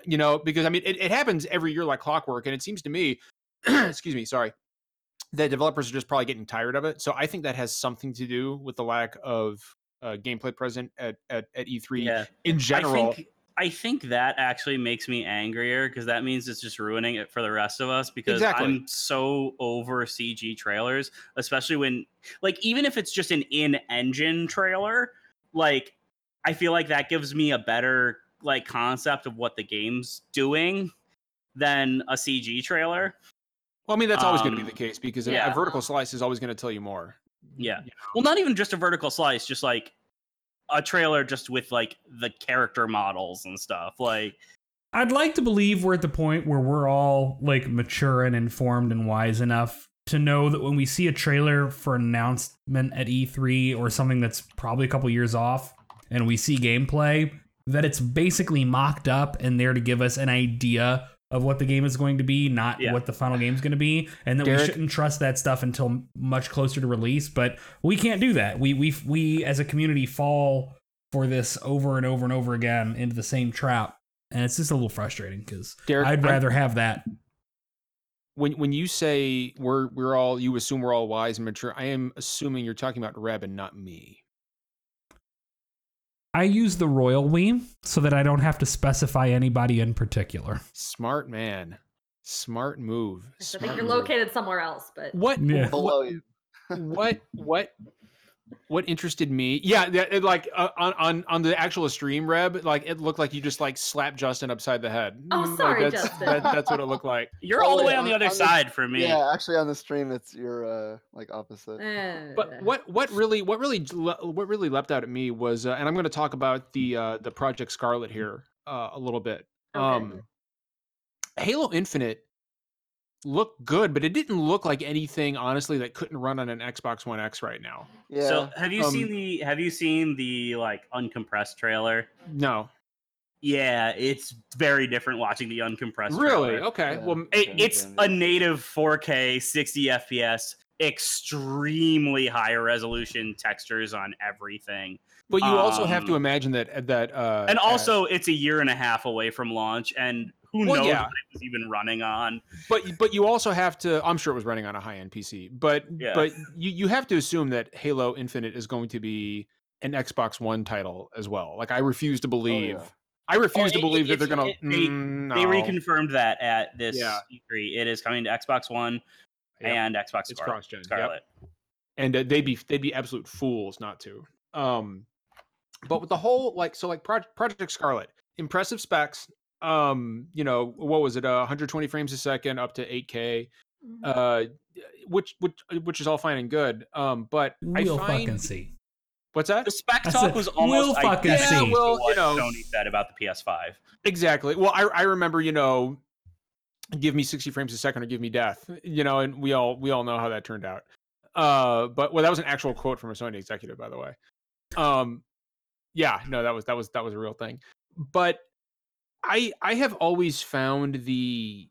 Speaker 1: you know, because I mean, it, it happens every year like clockwork. And it seems to me, excuse me, sorry, that developers are just probably getting tired of it. So I think that has something to do with the lack of uh, gameplay present at, at, at E3
Speaker 4: Yeah.
Speaker 1: in general.
Speaker 4: I think, I think that actually makes me angrier because that means it's just ruining it for the rest of us because
Speaker 1: Exactly.
Speaker 4: I'm so over CG trailers, especially when, like, even if it's just an in engine trailer, like, I feel like that gives me a better, like, concept of what the game's doing than a CG trailer.
Speaker 1: well, I mean, that's always going to be
Speaker 4: um,
Speaker 1: the case because a- a
Speaker 4: yeah.
Speaker 1: vertical slice is always going to tell you more.
Speaker 4: Yeah.
Speaker 1: You know?
Speaker 4: Well, not even just a vertical slice, just like a trailer just with, like, the character models and stuff. Like,
Speaker 3: I'd like to believe we're at the point where we're all like mature and informed and wise enough to know that when we see a trailer for an announcement at E3 or something that's probably a couple years off and we see gameplay, that it's basically mocked up and there to give us an idea of what the game is going to be, not
Speaker 4: Yeah.
Speaker 3: what the final game's going to be, and that we
Speaker 1: Derek-
Speaker 3: shouldn't trust that stuff until much closer to release, but we can't do that. We we we as a community fall for this over and over and over again into the same trap and it's just a little frustrating because
Speaker 1: Derek,
Speaker 3: I'd
Speaker 1: I'm-
Speaker 3: rather have that.
Speaker 1: when when you say we're we're all you assume we're all wise and mature, I am assuming you're talking about Reb and not me.
Speaker 6: I use the royal we so that I don't have to specify anybody in particular.
Speaker 1: Smart man. Smart move.
Speaker 2: So I
Speaker 1: smart
Speaker 2: think you're
Speaker 1: move.
Speaker 2: located somewhere else, but
Speaker 1: What,
Speaker 6: Yeah.
Speaker 5: Below you.
Speaker 1: what what what interested me yeah that- it, like uh, on on on the actual stream reb like it looked like you just like slapped justin upside the head
Speaker 2: Oh,
Speaker 1: Mm, like,
Speaker 2: sorry,
Speaker 1: that's,
Speaker 2: Justin.
Speaker 1: that- that's what it looked like
Speaker 4: You're all the
Speaker 5: Totally,
Speaker 4: way on the
Speaker 5: I'm-
Speaker 4: other
Speaker 5: I'm the-
Speaker 4: side for me.
Speaker 5: Yeah, actually on the stream it's your uh like opposite.
Speaker 2: Eh.
Speaker 1: but what what really what really j- le- what really leapt out at me was uh, and i'm going to talk about the uh the project scarlet here uh, a little bit
Speaker 2: Okay.
Speaker 1: um halo infinite looked good but it didn't look like anything honestly that couldn't run on an xbox one x right now
Speaker 5: Yeah.
Speaker 4: So have you
Speaker 1: Um,
Speaker 4: seen the have you seen the like uncompressed trailer?
Speaker 1: no
Speaker 4: Yeah, it's very different watching the uncompressed.
Speaker 1: really Oh,
Speaker 4: trailer.
Speaker 1: okay
Speaker 5: Yeah.
Speaker 1: well
Speaker 4: It-
Speaker 5: Okay,
Speaker 4: it's
Speaker 5: okay.
Speaker 4: a native 4K 60 FPS, extremely high resolution textures on everything.
Speaker 1: But you also have to
Speaker 4: Um,
Speaker 1: imagine that that uh,
Speaker 4: And
Speaker 1: uh,
Speaker 4: also it's a year and a half away from launch and who
Speaker 1: Well,
Speaker 4: knows
Speaker 1: yeah.
Speaker 4: what it was even running on.
Speaker 1: but but you also have to. I'm sure it was running on a high end PC, but
Speaker 4: Yeah.
Speaker 1: but you you have to assume that Halo Infinite is going to be an Xbox One title as well. Like I refuse to believe. I refuse to
Speaker 4: Oh, it-
Speaker 1: believe that
Speaker 4: it's-
Speaker 1: they're gonna.
Speaker 4: it- they-
Speaker 1: Mm,
Speaker 4: They
Speaker 1: no.
Speaker 4: reconfirmed that at this
Speaker 1: Yeah.
Speaker 4: E3. It is coming to Xbox One
Speaker 1: Yep.
Speaker 4: and Xbox
Speaker 1: It's
Speaker 4: Scar-
Speaker 1: cross-gen, yep.
Speaker 4: Scarlet.
Speaker 1: and uh, they'd be they'd be absolute fools not to. Um, but with the whole like so like Proj- Project Scarlet, impressive specs. Um, you know what was it? Uh, 120 frames a second, up to 8K.
Speaker 2: Mhm.
Speaker 1: uh, which which which is all fine and good. Um, but
Speaker 6: We'll
Speaker 1: I find
Speaker 6: fucking see.
Speaker 1: what's that
Speaker 4: The spec
Speaker 6: I
Speaker 4: talk
Speaker 6: said,
Speaker 4: was almost
Speaker 6: we'll fucking
Speaker 4: identical
Speaker 6: see.
Speaker 4: to
Speaker 1: Yeah, well, you
Speaker 4: what
Speaker 1: know.
Speaker 4: Sony said about the PS5.
Speaker 1: exactly. Well, I I remember you know, give me sixty frames a second or give me death. You know, and we all we all know how that turned out. Uh, but well, that was an actual quote from a Sony executive, by the way. Um, yeah, no, that was that was that was a real thing. But I I have always found the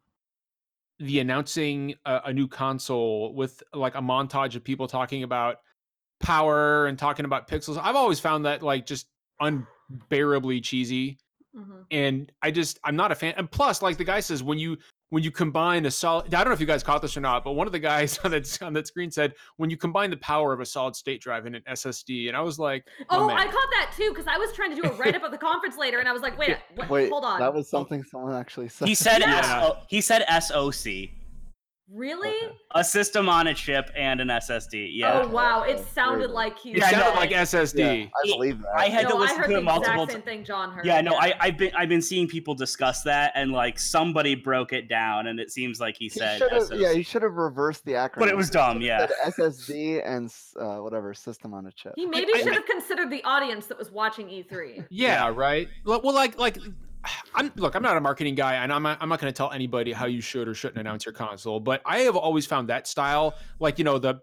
Speaker 1: the announcing a, a new console with like a montage of people talking about power and talking about pixels. I've always found that like just unbearably cheesy
Speaker 2: Mhm.
Speaker 1: and I just I'm not a fan. And plus, like the guy says, when you when you combine a solid, I don't know if you guys caught this or not, but one of the guys on that on that screen said, when you combine the power of a solid state drive and an SSD, and I was like,
Speaker 2: Oh,
Speaker 1: man.
Speaker 2: I caught that too because I was trying to do a write up of the conference later, and I was like, "Wait, what,
Speaker 5: Wait,
Speaker 2: hold on, Oh.
Speaker 5: that was something someone actually said.
Speaker 4: He said
Speaker 1: Yeah.
Speaker 4: SO, he said SOC,
Speaker 2: really?
Speaker 4: a system on a chip and an SSD. Yeah.
Speaker 2: Oh wow, it
Speaker 5: Okay,
Speaker 2: sounded
Speaker 5: weird.
Speaker 2: like
Speaker 1: it
Speaker 2: he.
Speaker 4: Yeah, I
Speaker 1: sounded
Speaker 4: know,
Speaker 1: like
Speaker 5: Yeah,
Speaker 1: SSD.
Speaker 5: I believe that.
Speaker 4: I had
Speaker 2: no,
Speaker 4: to listen
Speaker 2: I heard
Speaker 4: to
Speaker 2: the
Speaker 4: it multiple
Speaker 2: exact same
Speaker 4: times.
Speaker 2: thing John heard.
Speaker 4: Yeah, no, I, I've been I've been seeing people discuss that, and like somebody broke it down, and it seems like he
Speaker 5: he
Speaker 4: said,
Speaker 5: should've-
Speaker 4: SOC.
Speaker 5: yeah, he should have reversed the acronym.
Speaker 4: but it was dumb. Yeah,
Speaker 5: Said SSD and s- uh, whatever system on a chip.
Speaker 2: He maybe
Speaker 1: I-
Speaker 2: should have considered the audience that was watching E E3.
Speaker 1: Yeah, right. Well, well, like like I'm look, I'm not a marketing guy, and I'm not, I'm not going to tell anybody how you should or shouldn't announce your console. But I have always found that style, like you know the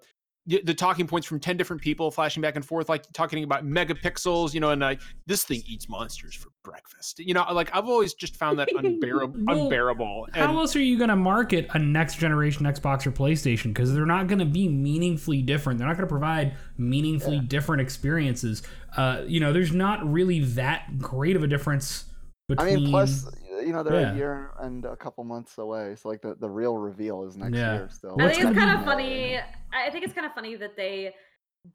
Speaker 1: y- the talking points from 10 different people flashing back and forth like talking about megapixels you know and like this thing eats monsters for breakfast you know like i've always just found that unbearable
Speaker 6: Well,
Speaker 1: unbearable
Speaker 6: How
Speaker 1: and
Speaker 6: else are you going to market a next generation Xbox or PlayStation? Because they're not going to be meaningfully different. They're not going to provide meaningfully different experiences. Uh, you know, there's not really that great of a difference
Speaker 5: I
Speaker 6: between.
Speaker 5: mean, plus, you know, they're
Speaker 6: Yeah.
Speaker 5: a year and a couple months away, so like the, the real reveal is next
Speaker 6: Yeah.
Speaker 5: year still.
Speaker 6: Well,
Speaker 2: I
Speaker 6: What's
Speaker 2: think it's
Speaker 6: gonna
Speaker 2: kind
Speaker 6: be-
Speaker 2: of funny. I I think it's kind of funny that they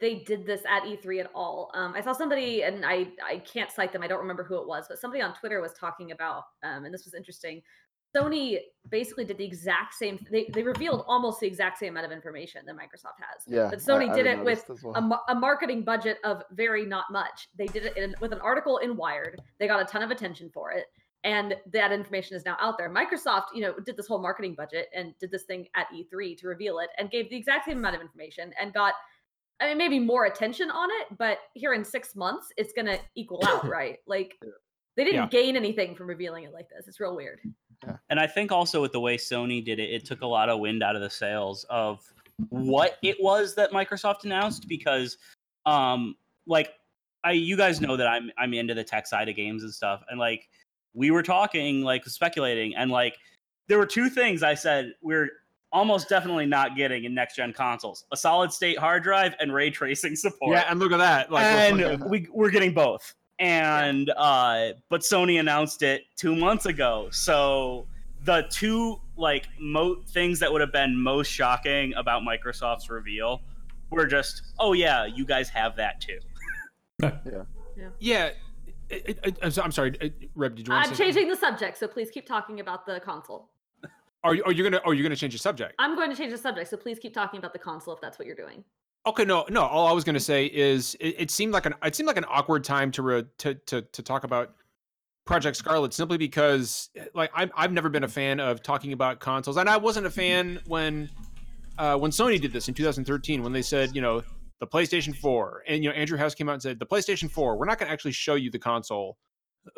Speaker 2: they did this at E3 at all. Um, I saw somebody, and I I can't cite them. I don't remember who it was, but somebody on Twitter was talking about, um, and this was interesting. Sony basically did the exact same. They they revealed almost the exact same amount of information that Microsoft has.
Speaker 5: Yeah,
Speaker 2: But Sony did it
Speaker 5: noticed as well.
Speaker 2: a, ma- a marketing budget of very not much. They did it in, with an article in Wired. They got a ton of attention for it, and that information is now out there. Microsoft, you know, did this whole marketing budget and did this thing at E3 to reveal it, and gave the exact same amount of information and got, I mean, maybe more attention on it. But here in six months, it's going to equal out, right? Like. They didn't
Speaker 1: Yeah.
Speaker 2: gain anything from revealing it like this. It's real weird.
Speaker 4: and I think also with the way Sony did it, it took a lot of wind out of the sails of what it was that Microsoft announced because, um, like I, you guys know that I'm I'm into the tech side of games and stuff, and like we were talking, like speculating, and like there were two things I said we're almost definitely not getting in next gen consoles: a solid state hard drive and ray tracing support
Speaker 1: yeah and look at that like
Speaker 5: we'll
Speaker 4: and
Speaker 5: fucking-
Speaker 4: we we're getting both. And uh, but Sony announced it two months ago, so the two like mo- things that would have been most shocking about Microsoft's reveal were just, oh yeah, you guys have that too.
Speaker 1: Yeah. it- it- I'm so- I'm sorry, uh, Reb. Did you want
Speaker 2: I'm
Speaker 1: to say? something?
Speaker 2: changing the subject, so please keep talking about the console.
Speaker 1: Are you, are you gonna are you gonna change the subject?
Speaker 2: I'm going to change the subject, so please keep talking about the console if that's what you're doing.
Speaker 1: Okay, no, no. All I was gonna say is it, it seemed like an it seemed like an awkward time to re, to, to to talk about Project Scarlet simply because like I'm I've never been a fan of talking about consoles, and I wasn't a fan when uh, when Sony did this in 2013 when they said you know the PlayStation 4 and you know Andrew House came out and said the PlayStation 4 we're not gonna actually show you the console,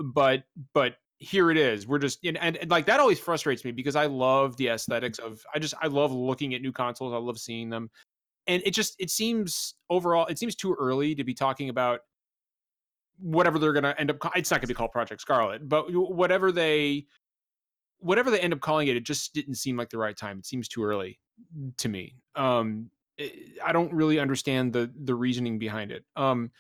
Speaker 1: but but here it is we're just and, and, and like that always frustrates me because i love the aesthetics of i just i love looking at new consoles i love seeing them and it just it seems overall it seems too early to be talking about whatever they're going to end up ca- it's not going to be called project scarlet but w- whatever they whatever they end up calling it it just didn't seem like the right time it seems too early to me um i- i don't really understand the the reasoning behind it um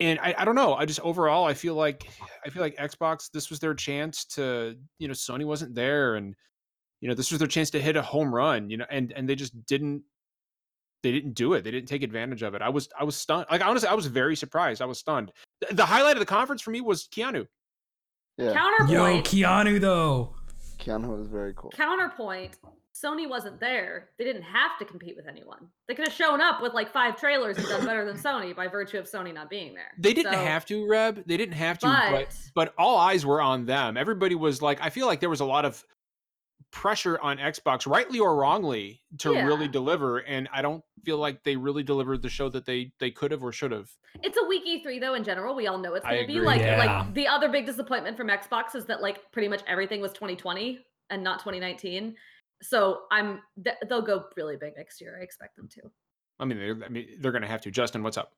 Speaker 1: and I, I don't know i just overall i feel like i feel like xbox this was their chance to you know sony wasn't there and you know this was their chance to hit a home run you know and and they just didn't they didn't do it. They didn't take advantage of it. I was I was stunned. Like honestly, I was very surprised. I was stunned. Th- The highlight of the conference for me was Keanu.
Speaker 5: Yeah,
Speaker 6: Yo,
Speaker 2: Counterpoint.
Speaker 6: Keanu though.
Speaker 5: Keanu was very cool.
Speaker 2: counterpoint. Sony wasn't there. They didn't have to compete with anyone. They could have shown up with like five trailers and done better than Sony by virtue of Sony not being there.
Speaker 1: They didn't
Speaker 2: So-
Speaker 1: have to, Reb. They didn't have to, but
Speaker 2: but
Speaker 1: but all eyes were on them. Everybody was like, I feel like there was a lot of pressure on Xbox, rightly or wrongly, to really
Speaker 2: Yeah.
Speaker 1: deliver. And I don't feel like they really delivered the show that they they could have or should have.
Speaker 2: It's a weak E3 though. In general, we all know it's
Speaker 1: I
Speaker 2: going to be
Speaker 1: agree.
Speaker 2: like
Speaker 6: Yeah.
Speaker 2: like the other big disappointment from Xbox is that like pretty much everything was 2020 and not 2019. So I'm th- they'll go really big next year. I expect them to.
Speaker 1: I mean, they're, I mean, they're going to have to. Justin, what's up?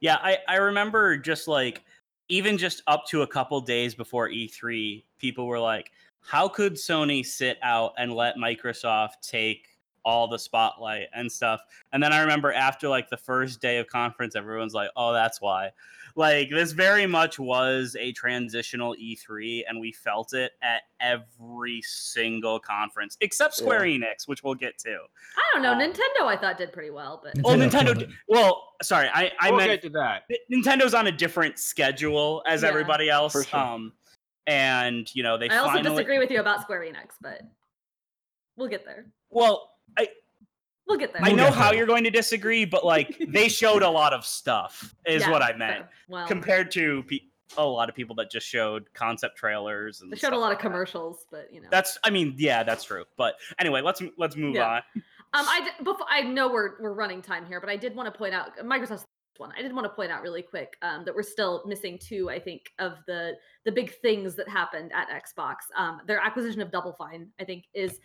Speaker 4: Yeah, I, I remember just like even just up to a couple days before E3, people were like, how could Sony sit out and let Microsoft take all the spotlight and stuff? And then I remember after like the first day of conference, everyone's like, oh, that's why. Like this very much was a transitional E3, and we felt it at every single conference except
Speaker 5: Yeah.
Speaker 4: Square Enix, which we'll get to.
Speaker 2: I don't
Speaker 1: Oh.
Speaker 2: know.
Speaker 4: Um,
Speaker 2: Nintendo, I thought did pretty well, but
Speaker 4: Well,
Speaker 6: Nintendo
Speaker 4: Nintendo.
Speaker 6: killed it.
Speaker 4: d- Well, sorry, I, I
Speaker 1: we'll
Speaker 4: meant
Speaker 1: get to that.
Speaker 4: N- Nintendo's on a different schedule as
Speaker 2: Yeah.
Speaker 4: everybody else.
Speaker 5: For sure.
Speaker 4: Um, and you know they
Speaker 2: I also
Speaker 4: finally
Speaker 2: disagree with you about Square Enix. But we'll get there.
Speaker 4: well. I,
Speaker 2: We'll get there.
Speaker 4: I
Speaker 6: We'll
Speaker 4: know
Speaker 6: get
Speaker 4: how
Speaker 6: there.
Speaker 4: you're going to disagree, but like they showed a lot of stuff, is
Speaker 2: Yeah,
Speaker 4: what I meant.
Speaker 2: fair. Um, Well,
Speaker 4: Compared to pe- a lot of people that just showed concept trailers and
Speaker 2: they showed a
Speaker 4: stuff
Speaker 2: lot
Speaker 4: like
Speaker 2: of
Speaker 4: that.
Speaker 2: commercials, but you know.
Speaker 4: That's, I mean, yeah, that's true. But anyway, let's let's move
Speaker 2: Yeah.
Speaker 4: on.
Speaker 2: Um, I did, before I know we're we're running time here, but I did want to point out Microsoft's one. I did want to point out really quick um, that we're still missing two. I think of the the big things that happened at Xbox. Um, their acquisition of Double Fine, I think, is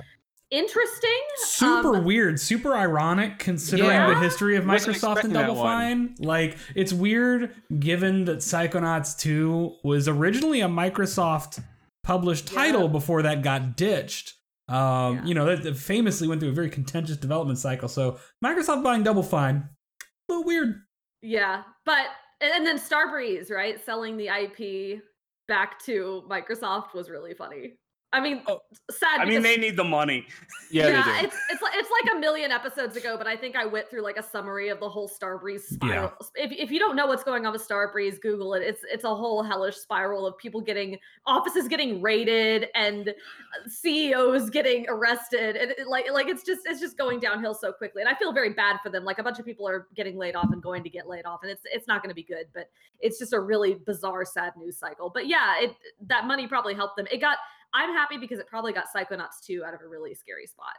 Speaker 2: interesting.
Speaker 6: Super
Speaker 2: Um,
Speaker 6: weird, super ironic considering
Speaker 1: Yeah.
Speaker 6: the history of
Speaker 1: Wasn't
Speaker 6: Microsoft
Speaker 1: expecting
Speaker 6: and
Speaker 1: that
Speaker 6: Double
Speaker 1: one.
Speaker 6: Fine. Like, it's weird given that Psychonauts 2 was originally a Microsoft published
Speaker 2: Yeah.
Speaker 6: title before that got ditched. Um,
Speaker 2: Yeah.
Speaker 6: You know, that that famously went through a very contentious development cycle. So, Microsoft buying Double Fine, a little weird.
Speaker 2: Yeah, but and, and then Starbreeze, right, selling the IP back to Microsoft was really funny. I mean,
Speaker 4: Oh,
Speaker 2: sad.
Speaker 4: I mean,
Speaker 2: because-
Speaker 4: they need the money.
Speaker 1: Yeah, they do.
Speaker 2: it's it's like, it's like a million episodes ago, but I think I went through like a summary of the whole Starbreeze
Speaker 6: Yeah.
Speaker 2: spiral. If, if you don't know what's going on with Starbreeze, Google it. It's it's a whole hellish spiral of people getting offices getting raided and uh, CEOs getting arrested, and it, like like it's just it's just going downhill so quickly. And I feel very bad for them. Like a bunch of people are getting laid off and going to get laid off, and it's it's not going to be good. But it's just a really bizarre, sad news cycle. But yeah, it that money probably helped them. It got. I'm happy because it probably got Psychonauts 2 out of a really scary spot.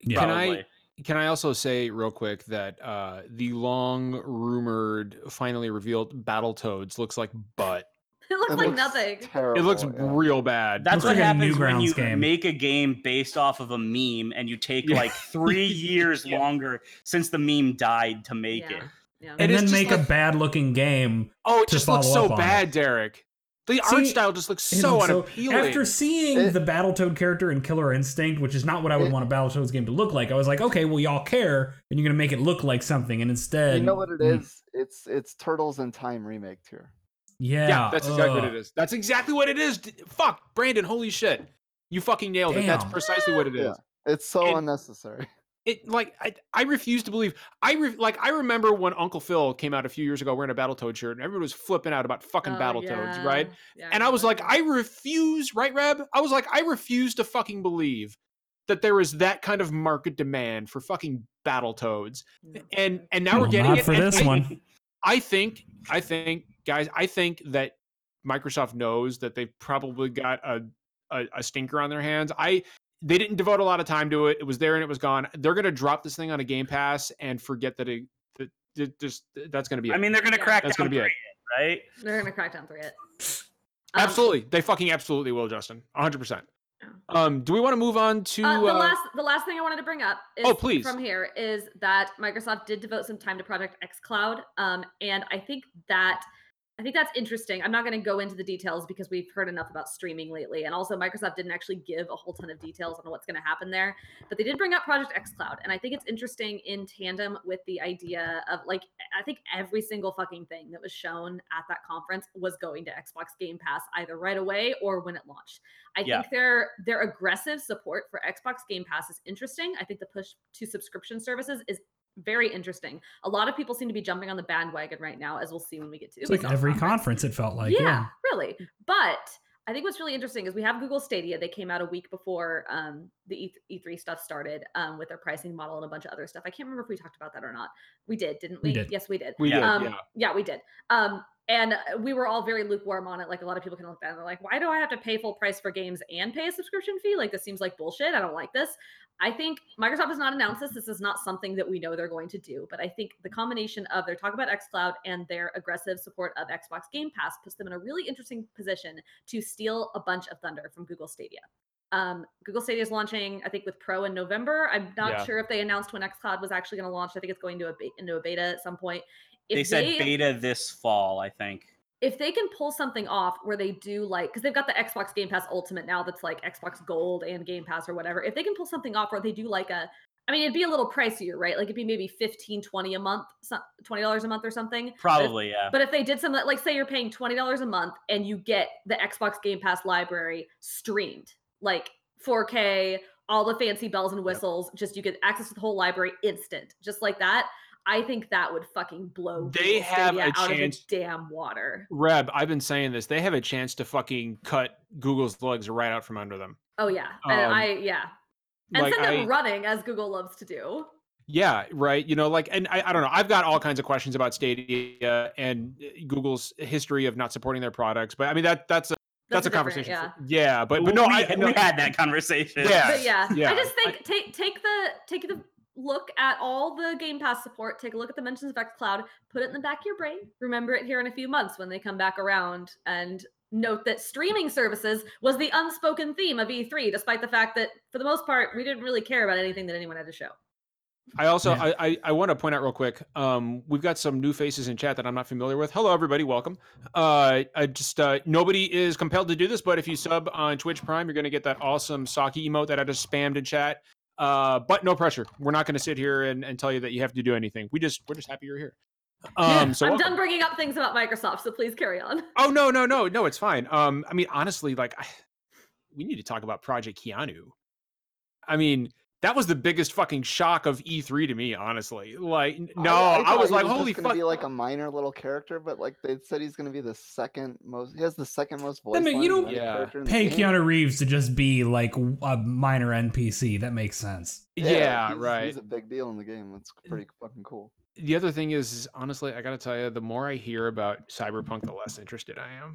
Speaker 6: Yeah.
Speaker 1: Can I-
Speaker 4: probably.
Speaker 1: Can I also say real quick that uh, the long rumored, finally revealed Battletoads looks like butt.
Speaker 2: It looks
Speaker 5: It
Speaker 2: like
Speaker 5: looks
Speaker 2: nothing.
Speaker 1: It
Speaker 5: Terrible,
Speaker 1: looks
Speaker 5: Oh, yeah.
Speaker 1: real bad.
Speaker 4: That's
Speaker 6: Looks
Speaker 4: what
Speaker 6: like a
Speaker 4: happens when
Speaker 6: Newgrounds
Speaker 4: you
Speaker 6: game.
Speaker 4: make a game based off of a meme and you take
Speaker 1: Yeah.
Speaker 4: like three years
Speaker 1: Yeah.
Speaker 4: longer since the meme died to make
Speaker 2: yeah.
Speaker 4: it.
Speaker 2: Yeah.
Speaker 1: It
Speaker 6: And
Speaker 1: is
Speaker 6: then
Speaker 1: just
Speaker 6: make a
Speaker 1: like-
Speaker 6: bad looking game.
Speaker 1: oh, it
Speaker 6: to
Speaker 1: just looks
Speaker 6: follow
Speaker 1: so
Speaker 6: up on it.
Speaker 1: bad, Derek. The art
Speaker 6: See,
Speaker 1: style just looks
Speaker 6: It
Speaker 1: so
Speaker 6: looks
Speaker 1: unappealing.
Speaker 6: After seeing
Speaker 5: It-
Speaker 6: the Battletoad character in Killer Instinct, which is not what I would
Speaker 5: It-
Speaker 6: want a Battletoads game to look like, I was like, okay, well, y'all care, and you're going to make it look like something. And instead.
Speaker 5: You know what it
Speaker 6: Mm.
Speaker 5: is? It's it's Turtles in Time remake here.
Speaker 6: Yeah.
Speaker 1: yeah, that's exactly what
Speaker 6: ugh.
Speaker 1: it is. That's exactly what it is. D- Fuck, Brandon, holy shit. You fucking nailed it. That's
Speaker 6: Damn.
Speaker 1: precisely what it is.
Speaker 5: Yeah. It's so
Speaker 1: And-
Speaker 5: unnecessary.
Speaker 1: It like I, I refuse to believe. I re, like I remember when Uncle Phil came out a few years ago wearing a Battletoad shirt, and everyone was flipping out about fucking
Speaker 2: Oh,
Speaker 1: Battletoads,
Speaker 2: yeah,
Speaker 1: right?
Speaker 2: yeah,
Speaker 1: And I was like,
Speaker 2: remember.
Speaker 1: I refuse, right, Reb? I was like, I refuse to fucking believe that there is that kind of market demand for fucking Battletoads.
Speaker 2: No.
Speaker 1: And and now we're
Speaker 6: Well,
Speaker 1: getting
Speaker 6: not
Speaker 1: it.
Speaker 6: for
Speaker 1: and
Speaker 6: this
Speaker 1: I-
Speaker 6: one.
Speaker 1: I think, I think, guys, I think that Microsoft knows that they've probably got a a, a stinker on their hands. I they didn't devote a lot of time to it. It was there and it was gone. They're gonna drop this thing on a Game Pass and forget that it. That, that just that's gonna be it.
Speaker 4: I mean, they're gonna
Speaker 2: Yeah.
Speaker 4: crack
Speaker 1: That's
Speaker 4: down
Speaker 1: gonna be it.
Speaker 4: three, right?
Speaker 2: They're gonna crack down through it. Um,
Speaker 1: absolutely, they fucking absolutely will, Justin. One hundred percent.
Speaker 2: Yeah.
Speaker 1: Um, do we want to move on to?
Speaker 2: Uh, the
Speaker 1: uh,
Speaker 2: last, the last thing I wanted to bring up is
Speaker 1: Oh, please.
Speaker 2: from here is that Microsoft did devote some time to Project XCloud, um, and I think that I think that's interesting. I'm not going to go into the details because we've heard enough about streaming lately, and also Microsoft didn't actually give a whole ton of details on what's going to happen there. But they did bring up Project XCloud, and I think it's interesting in tandem with the idea of like I think every single fucking thing that was shown at that conference was going to Xbox Game Pass either right away or when it launched. I
Speaker 4: Yeah.
Speaker 2: think their their aggressive support for Xbox Game Pass is interesting. I think the push to subscription services is very interesting. A lot of people seem to be jumping on the bandwagon right now, as we'll see when we get to
Speaker 6: It's like
Speaker 2: Ubisoft
Speaker 6: every conference, it felt like.
Speaker 2: yeah,
Speaker 6: Yeah.
Speaker 2: really. But I think what's really interesting is we have Google Stadia. They came out a week before um, the E- E3 stuff started um, with their pricing model and a bunch of other stuff. I can't remember if we talked about that or not. We did, didn't we?
Speaker 6: We did.
Speaker 2: Yes, we did.
Speaker 1: we
Speaker 4: Yeah.
Speaker 1: did,
Speaker 2: Um,
Speaker 1: yeah.
Speaker 2: yeah. we did. Um, and uh, we were all very lukewarm on it. Like a lot of people can look at that and they're like, why do I have to pay full price for games and pay a subscription fee? Like this seems like bullshit. I don't like this. I think Microsoft has not announced this. This is not something that we know they're going to do. But I think the combination of their talk about xCloud and their aggressive support of Xbox Game Pass puts them in a really interesting position to steal a bunch of thunder from Google Stadia. Um, Google Stadia is launching, I think, with Pro in November. I'm not
Speaker 1: Yeah.
Speaker 2: sure if they announced when xCloud was actually going to launch. I think it's going to a be- into a beta at some point. If
Speaker 4: they said beta this fall, I think.
Speaker 2: if they can pull something off where they do like because they've got the Xbox Game Pass Ultimate now that's like Xbox Gold and Game Pass or whatever. If they can pull something off where they do like a I mean it'd be a little pricier, right? Like it'd be maybe 15 20 a month, some- $20 a month or something.
Speaker 4: Probably, yeah.
Speaker 2: But if they did something like say you're paying $20 a month and you get the Xbox Game Pass library streamed, like 4K, all the fancy bells and whistles, just you get access to the whole library instant, just like that. I think that would fucking blow.
Speaker 1: They
Speaker 2: Google
Speaker 1: have
Speaker 2: Stadia
Speaker 1: a
Speaker 2: out
Speaker 1: chance-
Speaker 2: of the damn water.
Speaker 1: Reb, I've been saying this. They have a chance to fucking cut Google's legs right out from under them.
Speaker 2: Oh yeah, and
Speaker 1: Um,
Speaker 2: I yeah, and
Speaker 1: like
Speaker 2: send them
Speaker 1: I,
Speaker 2: running as Google loves to do.
Speaker 1: yeah, right. You know, like, and I, I don't know. I've got all kinds of questions about Stadia and uh, Google's history of not supporting their products. But I mean, that that's a that's, a
Speaker 2: different-
Speaker 1: conversation.
Speaker 2: Yeah.
Speaker 1: for- yeah but but no,
Speaker 4: we,
Speaker 1: I, no,
Speaker 4: we had that conversation.
Speaker 1: Yeah.
Speaker 2: But yeah,
Speaker 1: yeah,
Speaker 2: I just
Speaker 1: I-
Speaker 2: think take take the take the look at all the Game Pass support. Take a look at the mentions of XCloud. Put it in the back of your brain. Remember it here in a few months when they come back around. And note that streaming services was the unspoken theme of E3, despite the fact that for the most part we didn't really care about anything that anyone had to show.
Speaker 1: I also
Speaker 6: Yeah.
Speaker 1: I, I, I want to point out real quick. Um, we've got some new faces in chat that I'm not familiar with. Hello, everybody, welcome. Uh, I just uh, nobody is compelled to do this, but if you sub on Twitch Prime, you're gonna get that awesome Saki emote that I just spammed in chat. Uh, but no pressure. We're not gonna sit here and, and tell you that you have to do anything. We just we're just happy you're here. Um, so
Speaker 2: I'm
Speaker 1: welcome.
Speaker 2: done bringing up things about Microsoft, so please carry on.
Speaker 1: Oh no, no, no, no. It's fine. Um, I mean, honestly, like, I, we need to talk about Project Keanu. I mean, that was the biggest fucking shock of E3 to me, honestly. Like, n- no, I,
Speaker 5: thought
Speaker 1: was
Speaker 5: he
Speaker 1: like,
Speaker 5: just
Speaker 1: holy
Speaker 5: gonna
Speaker 1: fuck.
Speaker 5: Be like a minor little character, but like they said, he's gonna be the second most. He has the second most voice.
Speaker 6: I mean, you
Speaker 5: lines
Speaker 6: don't
Speaker 5: of any
Speaker 1: Yeah.
Speaker 5: character in the
Speaker 6: Pay
Speaker 5: game.
Speaker 6: Keanu Reeves to just be like a minor NPC. That makes sense.
Speaker 1: yeah,
Speaker 5: he's-
Speaker 1: right.
Speaker 5: He's a big deal in the game. That's pretty fucking cool.
Speaker 1: the other thing is, is honestly, I gotta tell you, the more I hear about Cyberpunk, the less interested I am.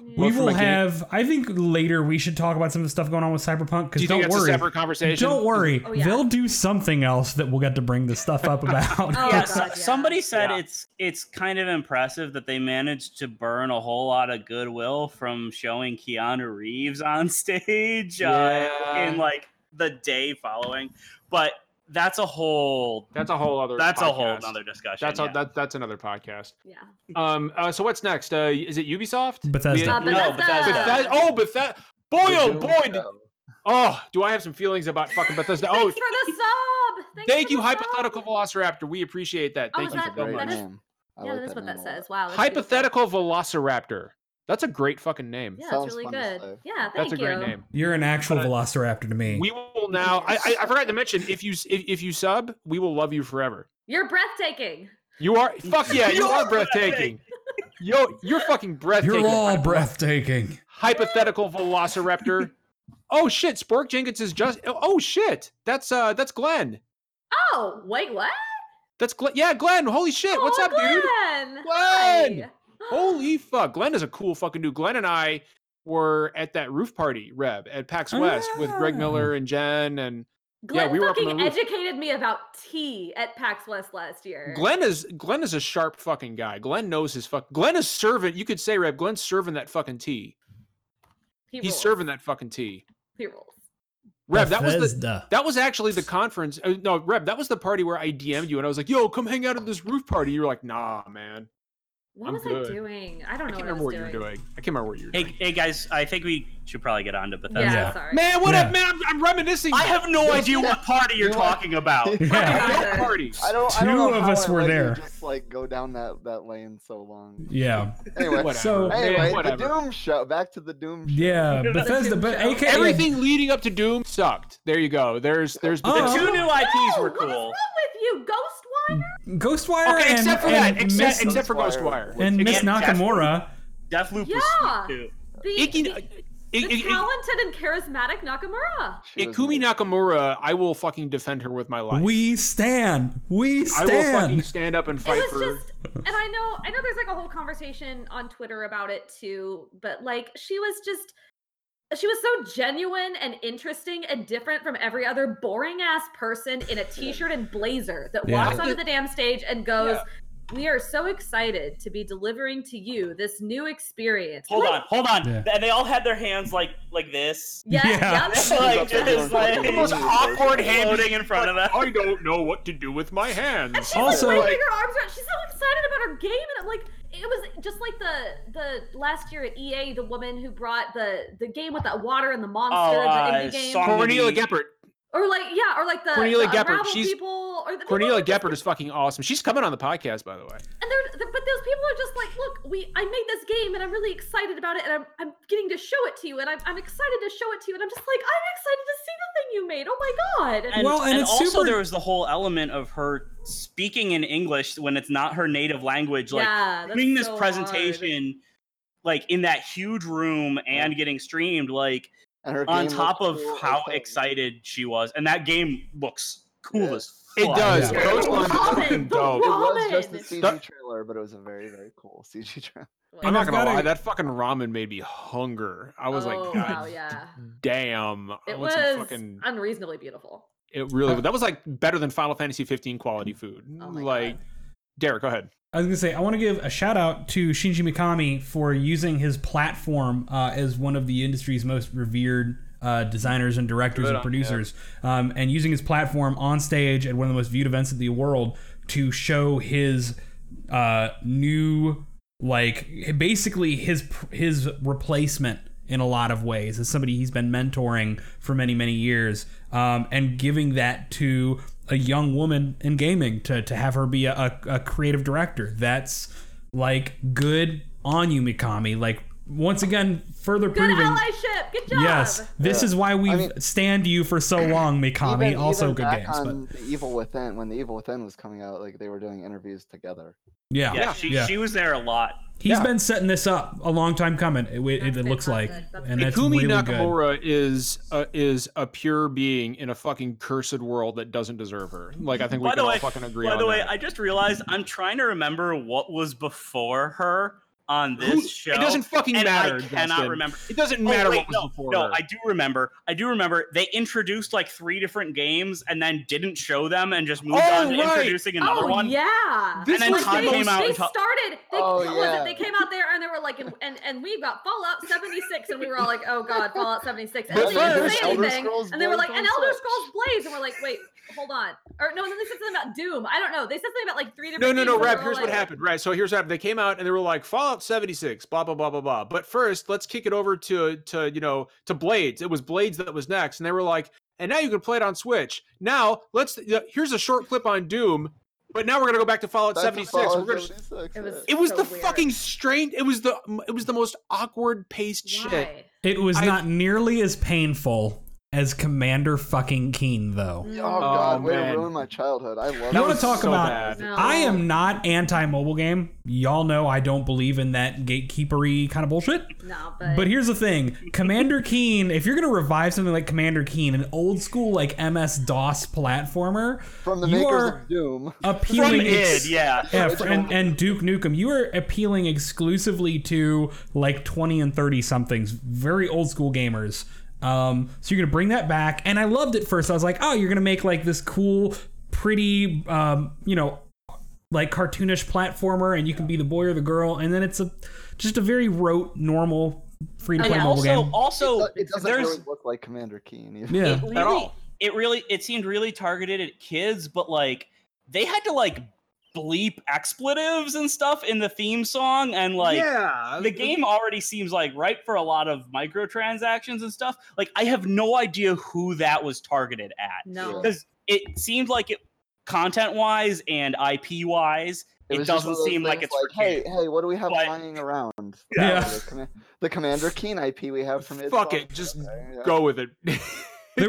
Speaker 6: We
Speaker 1: Well, from
Speaker 6: will
Speaker 1: a game-
Speaker 6: have. I think later we should talk about some of the stuff going on with Cyberpunk.
Speaker 1: Do
Speaker 6: Because
Speaker 1: you
Speaker 6: don't
Speaker 1: think that's
Speaker 6: worry,
Speaker 1: a separate conversation?
Speaker 6: don't worry,
Speaker 2: Oh, yeah.
Speaker 6: they'll do something else that we'll get to bring the stuff up about.
Speaker 2: Oh,
Speaker 4: yeah,
Speaker 2: God,
Speaker 4: so-
Speaker 2: yeah.
Speaker 4: somebody said
Speaker 1: Yeah.
Speaker 4: it's it's kind of impressive that they managed to burn a whole lot of goodwill from showing Keanu Reeves on stage uh,
Speaker 1: Yeah.
Speaker 4: in like the day following, but that's a whole
Speaker 1: That's a whole other.
Speaker 4: that's a whole
Speaker 1: podcast.
Speaker 4: other discussion.
Speaker 1: That's a,
Speaker 4: yeah.
Speaker 1: that, that's another podcast.
Speaker 2: Yeah.
Speaker 1: Um. Uh, so what's next? Uh, is it Ubisoft?
Speaker 6: Bethesda.
Speaker 1: Yeah.
Speaker 2: Uh,
Speaker 4: No,
Speaker 2: Bethesda.
Speaker 4: Bethesda.
Speaker 1: Bethesda. Oh, Bethesda. Boy,
Speaker 5: The
Speaker 1: oh
Speaker 5: Doom
Speaker 1: boy, did-
Speaker 5: show.
Speaker 1: Oh, do I have some feelings about fucking Bethesda?
Speaker 2: Thanks
Speaker 1: Oh,
Speaker 2: for the sub. Thanks
Speaker 1: thank
Speaker 2: for
Speaker 1: you,
Speaker 2: the sub.
Speaker 1: hypothetical Velociraptor. We appreciate that.
Speaker 2: Oh,
Speaker 1: Thank
Speaker 2: is
Speaker 1: you
Speaker 5: That's a
Speaker 2: that-
Speaker 1: so
Speaker 5: great
Speaker 1: much.
Speaker 2: that is-
Speaker 5: name. I
Speaker 2: yeah,
Speaker 5: like
Speaker 2: that is what
Speaker 5: name
Speaker 2: that
Speaker 5: a lot.
Speaker 2: says. Wow. that's beautiful.
Speaker 1: Hypothetical Velociraptor. That's a great fucking name.
Speaker 2: Yeah,
Speaker 5: Sounds
Speaker 2: it's really
Speaker 5: fun to
Speaker 2: good.
Speaker 5: say.
Speaker 2: Yeah, thank
Speaker 1: That's a
Speaker 2: you.
Speaker 1: great name.
Speaker 3: You're an actual
Speaker 1: Uh,
Speaker 3: velociraptor to me.
Speaker 1: We will now. I, I, I forgot to mention if you s- if, if you sub, we will love you forever.
Speaker 2: You're breathtaking.
Speaker 1: You are fuck yeah, you
Speaker 4: You're
Speaker 1: are breathtaking. Yo, you're fucking breathtaking.
Speaker 3: You're all breathtaking.
Speaker 1: hypothetical velociraptor. Oh shit, Spork Jenkins is just oh shit. That's uh that's Glenn.
Speaker 2: Oh, wait, what?
Speaker 1: That's Glenn. Yeah, Glenn. Holy shit. What's
Speaker 2: Oh,
Speaker 1: up, dude?
Speaker 2: Glenn?
Speaker 1: Glenn!
Speaker 2: Hi.
Speaker 1: Holy fuck. Glenn is a cool fucking dude. Glenn and I were at that roof party, Reb, at PAX
Speaker 3: Oh,
Speaker 1: West with Greg
Speaker 2: Ah.
Speaker 3: yeah.
Speaker 1: Miller and Jen and
Speaker 2: Glenn
Speaker 1: we were up on
Speaker 2: fucking
Speaker 1: the roof.
Speaker 2: educated me about tea at PAX West last year.
Speaker 1: Glenn is Glenn is a sharp fucking guy. Glenn knows his fuck Glenn is serving you could say Reb, Glenn's serving that fucking tea.
Speaker 2: He
Speaker 1: He's
Speaker 2: rules.
Speaker 1: serving that fucking tea.
Speaker 2: He rules.
Speaker 1: Reb, that was the
Speaker 3: Bethesda.
Speaker 1: That was actually the conference. uh, No, Reb, that was the party where I DM'd you and I was like, yo, come hang out at this roof party. You were like, nah, man.
Speaker 2: What
Speaker 1: I'm
Speaker 2: was
Speaker 1: good.
Speaker 2: I doing? I don't
Speaker 1: I can't
Speaker 2: know what I
Speaker 1: remember what
Speaker 2: was
Speaker 1: you were
Speaker 2: doing.
Speaker 1: doing. I can't remember what you were
Speaker 4: Hey,
Speaker 1: doing.
Speaker 4: hey guys, I think we should probably get on to Bethesda.
Speaker 2: Yeah,
Speaker 3: Yeah.
Speaker 2: sorry.
Speaker 1: Man, what
Speaker 3: Yeah.
Speaker 1: up, man? I'm, I'm reminiscing.
Speaker 4: I have no
Speaker 5: Yeah.
Speaker 4: idea what party you're
Speaker 5: You know what?
Speaker 4: talking about.
Speaker 3: Yeah.
Speaker 1: Fucking
Speaker 2: Yeah.
Speaker 1: roof parties.
Speaker 5: I don't. I don't know
Speaker 3: Two of
Speaker 5: how
Speaker 3: us
Speaker 5: I
Speaker 3: were
Speaker 5: let you
Speaker 3: there.
Speaker 5: Just like go down that that lane so long.
Speaker 3: Yeah.
Speaker 5: Anyway,
Speaker 1: Whatever.
Speaker 3: So-
Speaker 1: man,
Speaker 5: anyway, the
Speaker 1: whatever.
Speaker 5: Doom show. Back to the Doom. Show.
Speaker 3: Yeah.
Speaker 4: The
Speaker 3: Bethesda.
Speaker 2: Doom
Speaker 3: But
Speaker 2: show.
Speaker 3: AKA.
Speaker 1: Everything leading up to Doom sucked. There you go. There's there's
Speaker 3: Oh.
Speaker 4: The
Speaker 1: Bethesda.
Speaker 4: two new IPs
Speaker 2: No,
Speaker 4: were
Speaker 2: What is wrong
Speaker 4: cool.
Speaker 2: with you, Ghostwire?
Speaker 3: Ghostwire
Speaker 1: Okay,
Speaker 3: and,
Speaker 1: except for
Speaker 3: and
Speaker 1: that. Except,
Speaker 3: Miss,
Speaker 1: except for Ghostwire.
Speaker 5: Ghostwire.
Speaker 3: and Miss
Speaker 4: Again, Jeff.
Speaker 3: Nakamura.
Speaker 4: Deathloop was
Speaker 2: Yeah.
Speaker 4: sweet too.
Speaker 2: The,
Speaker 1: Icky,
Speaker 2: the-
Speaker 1: I-
Speaker 2: the
Speaker 1: I- I-
Speaker 2: talented and charismatic Nakamura.
Speaker 5: She was
Speaker 1: Ikumi
Speaker 5: amazing.
Speaker 1: Nakamura, I will fucking defend her with my life.
Speaker 3: We stand. We
Speaker 1: I will fucking
Speaker 3: stand.
Speaker 1: stand up and
Speaker 2: It
Speaker 1: fight
Speaker 2: was
Speaker 1: for.
Speaker 2: just, and I know, I know. There's like a whole conversation on Twitter about it too, but like she was just, she was so genuine and interesting and different from every other boring ass person in a t-shirt and blazer that
Speaker 3: Yeah.
Speaker 2: walks onto the damn stage and goes. We are so excited to be delivering to you this new experience.
Speaker 4: Hold
Speaker 2: Like,
Speaker 4: on, hold on.
Speaker 3: Yeah.
Speaker 4: And they all had their hands like like this.
Speaker 2: Yeah,
Speaker 3: Yeah.
Speaker 2: yep.
Speaker 4: It's
Speaker 5: Hands
Speaker 4: like
Speaker 5: up there
Speaker 4: just
Speaker 5: doing
Speaker 4: like
Speaker 5: fucking
Speaker 4: the most
Speaker 5: moves.
Speaker 4: awkward hand floating in front of them.
Speaker 1: I don't know what to do with my hands.
Speaker 2: She's
Speaker 3: Also-
Speaker 2: also, like, waving her arms around. She's so excited about her game, and I'm like, it was just like the the last year at EA, the woman who brought the the game with that water and the monster
Speaker 4: Oh,
Speaker 2: the, in
Speaker 4: uh,
Speaker 2: the game,
Speaker 4: Song-
Speaker 1: Cornelia
Speaker 4: Maybe-
Speaker 1: Geppert.
Speaker 2: or like yeah, or like the
Speaker 1: Cornelia
Speaker 2: the
Speaker 1: Geppert,
Speaker 2: Unravel
Speaker 1: she's-
Speaker 2: people, or the people
Speaker 1: Cornelia
Speaker 2: who just-
Speaker 1: Geppert is fucking awesome. She's coming on the podcast, by the way.
Speaker 2: and they're, th- but those people are just like, look, we I made this game, and I'm really excited about it, and I'm I'm getting to show it to you, and I'm I'm excited to show it to you, and I'm just like, I'm excited to see the thing you made. Oh my god!
Speaker 4: And,
Speaker 3: Well, and
Speaker 4: and
Speaker 3: it's
Speaker 4: also
Speaker 3: super-
Speaker 4: there was the whole element of her speaking in English when it's not her native language, like
Speaker 2: yeah, that's
Speaker 4: doing this
Speaker 2: so hard.
Speaker 4: presentation like in that huge room and getting streamed, like
Speaker 5: And her
Speaker 4: on
Speaker 5: game
Speaker 4: top of
Speaker 5: looked cool as
Speaker 4: how
Speaker 5: hell.
Speaker 4: excited she was. and that game looks cool
Speaker 5: Yeah.
Speaker 4: as
Speaker 1: It
Speaker 4: fuck.
Speaker 1: does.
Speaker 3: Yeah.
Speaker 1: Ghost Lawn is
Speaker 2: Robin,
Speaker 1: fucking
Speaker 2: the
Speaker 1: dope.
Speaker 5: It was just a
Speaker 2: Ramen.
Speaker 5: CG
Speaker 1: That-
Speaker 5: trailer, but it was a very very cool CG trailer.
Speaker 3: And
Speaker 1: I'm
Speaker 3: I've
Speaker 1: not gonna
Speaker 3: gotta-
Speaker 1: lie, that fucking ramen made me hunger. I was like,
Speaker 2: oh,
Speaker 1: God
Speaker 2: wow, yeah.
Speaker 1: Mm. damn. I
Speaker 2: It
Speaker 1: want
Speaker 2: was
Speaker 1: some fucking
Speaker 2: unreasonably beautiful.
Speaker 1: it really that was like better than Final Fantasy 15 quality food.
Speaker 2: Oh my
Speaker 1: like
Speaker 2: God.
Speaker 1: Derek, go ahead.
Speaker 3: I was gonna say I want to give a shout out to Shinji Mikami for using his platform uh, as one of the industry's most revered uh, designers and directors
Speaker 1: Good
Speaker 3: and
Speaker 1: on
Speaker 3: producers, um, and using his platform on stage at one of the most viewed events in the world to show his uh, new, like basically his his replacement in a lot of ways as somebody he's been mentoring for many many years, um, and giving that to a young woman in gaming to, to have her be a, a, a creative director. That's like good on you, Mikami. Like once again, further
Speaker 2: Good
Speaker 3: proving.
Speaker 2: allyship. Good job.
Speaker 3: Yes, this
Speaker 5: Yeah.
Speaker 3: is why we've
Speaker 5: I mean-
Speaker 3: stand you for so long, Mikami.
Speaker 5: Even-
Speaker 3: also
Speaker 5: even
Speaker 3: good
Speaker 5: back
Speaker 3: games,
Speaker 5: on
Speaker 3: but
Speaker 5: the Evil Within when the Evil Within was coming out, like they were doing interviews together.
Speaker 3: yeah,
Speaker 4: Yeah, she,
Speaker 3: yeah.
Speaker 4: she was there a lot.
Speaker 3: He's
Speaker 1: Yeah.
Speaker 3: been setting this up a long time coming. It, it,
Speaker 2: That's
Speaker 3: it looks like,
Speaker 2: fantastic. That's
Speaker 3: and that's
Speaker 1: Ikumi
Speaker 3: really good.
Speaker 1: Nakamura is a, is a pure being in a fucking cursed world that doesn't deserve her. Like I think we
Speaker 4: By the
Speaker 1: can all
Speaker 4: way-
Speaker 1: fucking agree
Speaker 4: By
Speaker 1: on
Speaker 4: the way,
Speaker 1: that.
Speaker 4: I just realized I'm trying to remember what was before her on this
Speaker 1: Who-
Speaker 4: show.
Speaker 1: it doesn't fucking
Speaker 4: and
Speaker 1: matter.
Speaker 4: I cannot
Speaker 1: Justin.
Speaker 4: remember.
Speaker 1: It doesn't
Speaker 4: Oh,
Speaker 1: matter
Speaker 4: wait,
Speaker 1: what was
Speaker 4: no,
Speaker 1: before.
Speaker 4: no,
Speaker 1: her.
Speaker 4: I do remember. I do remember. They introduced like three different games and then didn't show them and just moved
Speaker 1: Oh,
Speaker 4: on to
Speaker 1: right.
Speaker 4: introducing another
Speaker 2: Oh
Speaker 4: one.
Speaker 2: yeah.
Speaker 1: This
Speaker 4: And then
Speaker 1: was
Speaker 4: Todd
Speaker 1: the
Speaker 2: they,
Speaker 4: came out
Speaker 2: they
Speaker 4: and talked.
Speaker 2: started. They,
Speaker 5: Oh,
Speaker 2: what was
Speaker 5: yeah.
Speaker 2: it? They came out there and they were like, and and, and we got Fallout 76, and we were all like, oh god, Fallout 76. And
Speaker 1: But
Speaker 2: they didn't
Speaker 1: first,
Speaker 2: say
Speaker 5: Elder
Speaker 2: anything,
Speaker 5: Scrolls
Speaker 2: and they were
Speaker 5: Blaze
Speaker 2: like, and
Speaker 5: on
Speaker 2: Elder
Speaker 5: Switch.
Speaker 2: Scrolls Blaze, and we're like, wait, hold on. Or no, and then they said something about Doom. I don't know. They said something about like three different.
Speaker 1: No, no, no,
Speaker 2: things, and
Speaker 1: Reb.
Speaker 2: we're
Speaker 1: Here's
Speaker 2: all
Speaker 1: what
Speaker 2: like-
Speaker 1: happened. Right. So here's what happened. They came out and they were like Fallout 76, blah blah blah blah blah. But first, let's kick it over to to you know to Blades. It was Blades that was next, and they were like, and now you can play it on Switch. Now let's. yeah, Here's a short clip on Doom. But now we're gonna go back to Fallout
Speaker 5: That's a
Speaker 1: 76.
Speaker 5: Fallout
Speaker 1: We're gonna.
Speaker 5: 76,
Speaker 2: It was-
Speaker 5: yeah.
Speaker 1: It was
Speaker 2: So
Speaker 1: the
Speaker 2: weird.
Speaker 1: fucking strange. It was the it was the most awkward paced shit.
Speaker 2: Why?
Speaker 3: It was
Speaker 1: I-
Speaker 3: not nearly as painful as Commander fucking Keen, though.
Speaker 5: Oh,
Speaker 2: Mm.
Speaker 5: god, way
Speaker 1: man.
Speaker 5: to ruin my childhood. I love
Speaker 3: You
Speaker 1: That
Speaker 3: wanna
Speaker 1: was
Speaker 3: talk
Speaker 1: so
Speaker 3: about-
Speaker 1: bad.
Speaker 2: No.
Speaker 3: I am not anti mobile game. Y'all know I don't believe in that gatekeepery kind of bullshit.
Speaker 2: No, but,
Speaker 3: But here's the thing Commander Keen, if you're going to revive something like Commander Keen, an old school like MS DOS platformer,
Speaker 5: from the
Speaker 3: you
Speaker 5: makers
Speaker 3: are-
Speaker 5: of Doom.
Speaker 3: appealing.
Speaker 4: From
Speaker 3: ex-
Speaker 4: id, yeah.
Speaker 3: Yeah, fr- and, and Duke Nukem, you are appealing exclusively to like 20 and 30 somethings, very old school gamers. Um, so you're going to bring that back. And I loved it first. I was like, oh, you're going to make like this cool, pretty, um, you know, like cartoonish platformer and you can be the boy or the girl. And then it's a just a very rote, normal, free to
Speaker 2: Oh,
Speaker 3: play
Speaker 2: yeah.
Speaker 3: mobile
Speaker 4: Also,
Speaker 3: game.
Speaker 4: also,
Speaker 5: it doesn't
Speaker 4: there's
Speaker 5: really look like Commander Keen. either.
Speaker 3: Yeah.
Speaker 4: it really,
Speaker 1: all.
Speaker 4: It really it seemed really targeted at kids, but like they had to like bleep expletives and stuff in the theme song and like
Speaker 1: yeah,
Speaker 4: the game already seems like ripe for a lot of microtransactions and stuff. Like I have no idea who that was targeted at
Speaker 2: no.
Speaker 4: because it seemed like it content wise and IP wise, it,
Speaker 5: was just one
Speaker 4: doesn't
Speaker 5: of those
Speaker 4: seem like
Speaker 5: things
Speaker 4: it's for
Speaker 5: hey,
Speaker 4: kids.
Speaker 5: hey, what do we have
Speaker 4: But-
Speaker 5: lying around?
Speaker 3: Yeah.
Speaker 5: Oh, The, Comma- the Commander Keen IP we have from id
Speaker 1: Fuck it,
Speaker 5: Software.
Speaker 1: just
Speaker 5: Okay, yeah.
Speaker 1: Go with it.
Speaker 3: They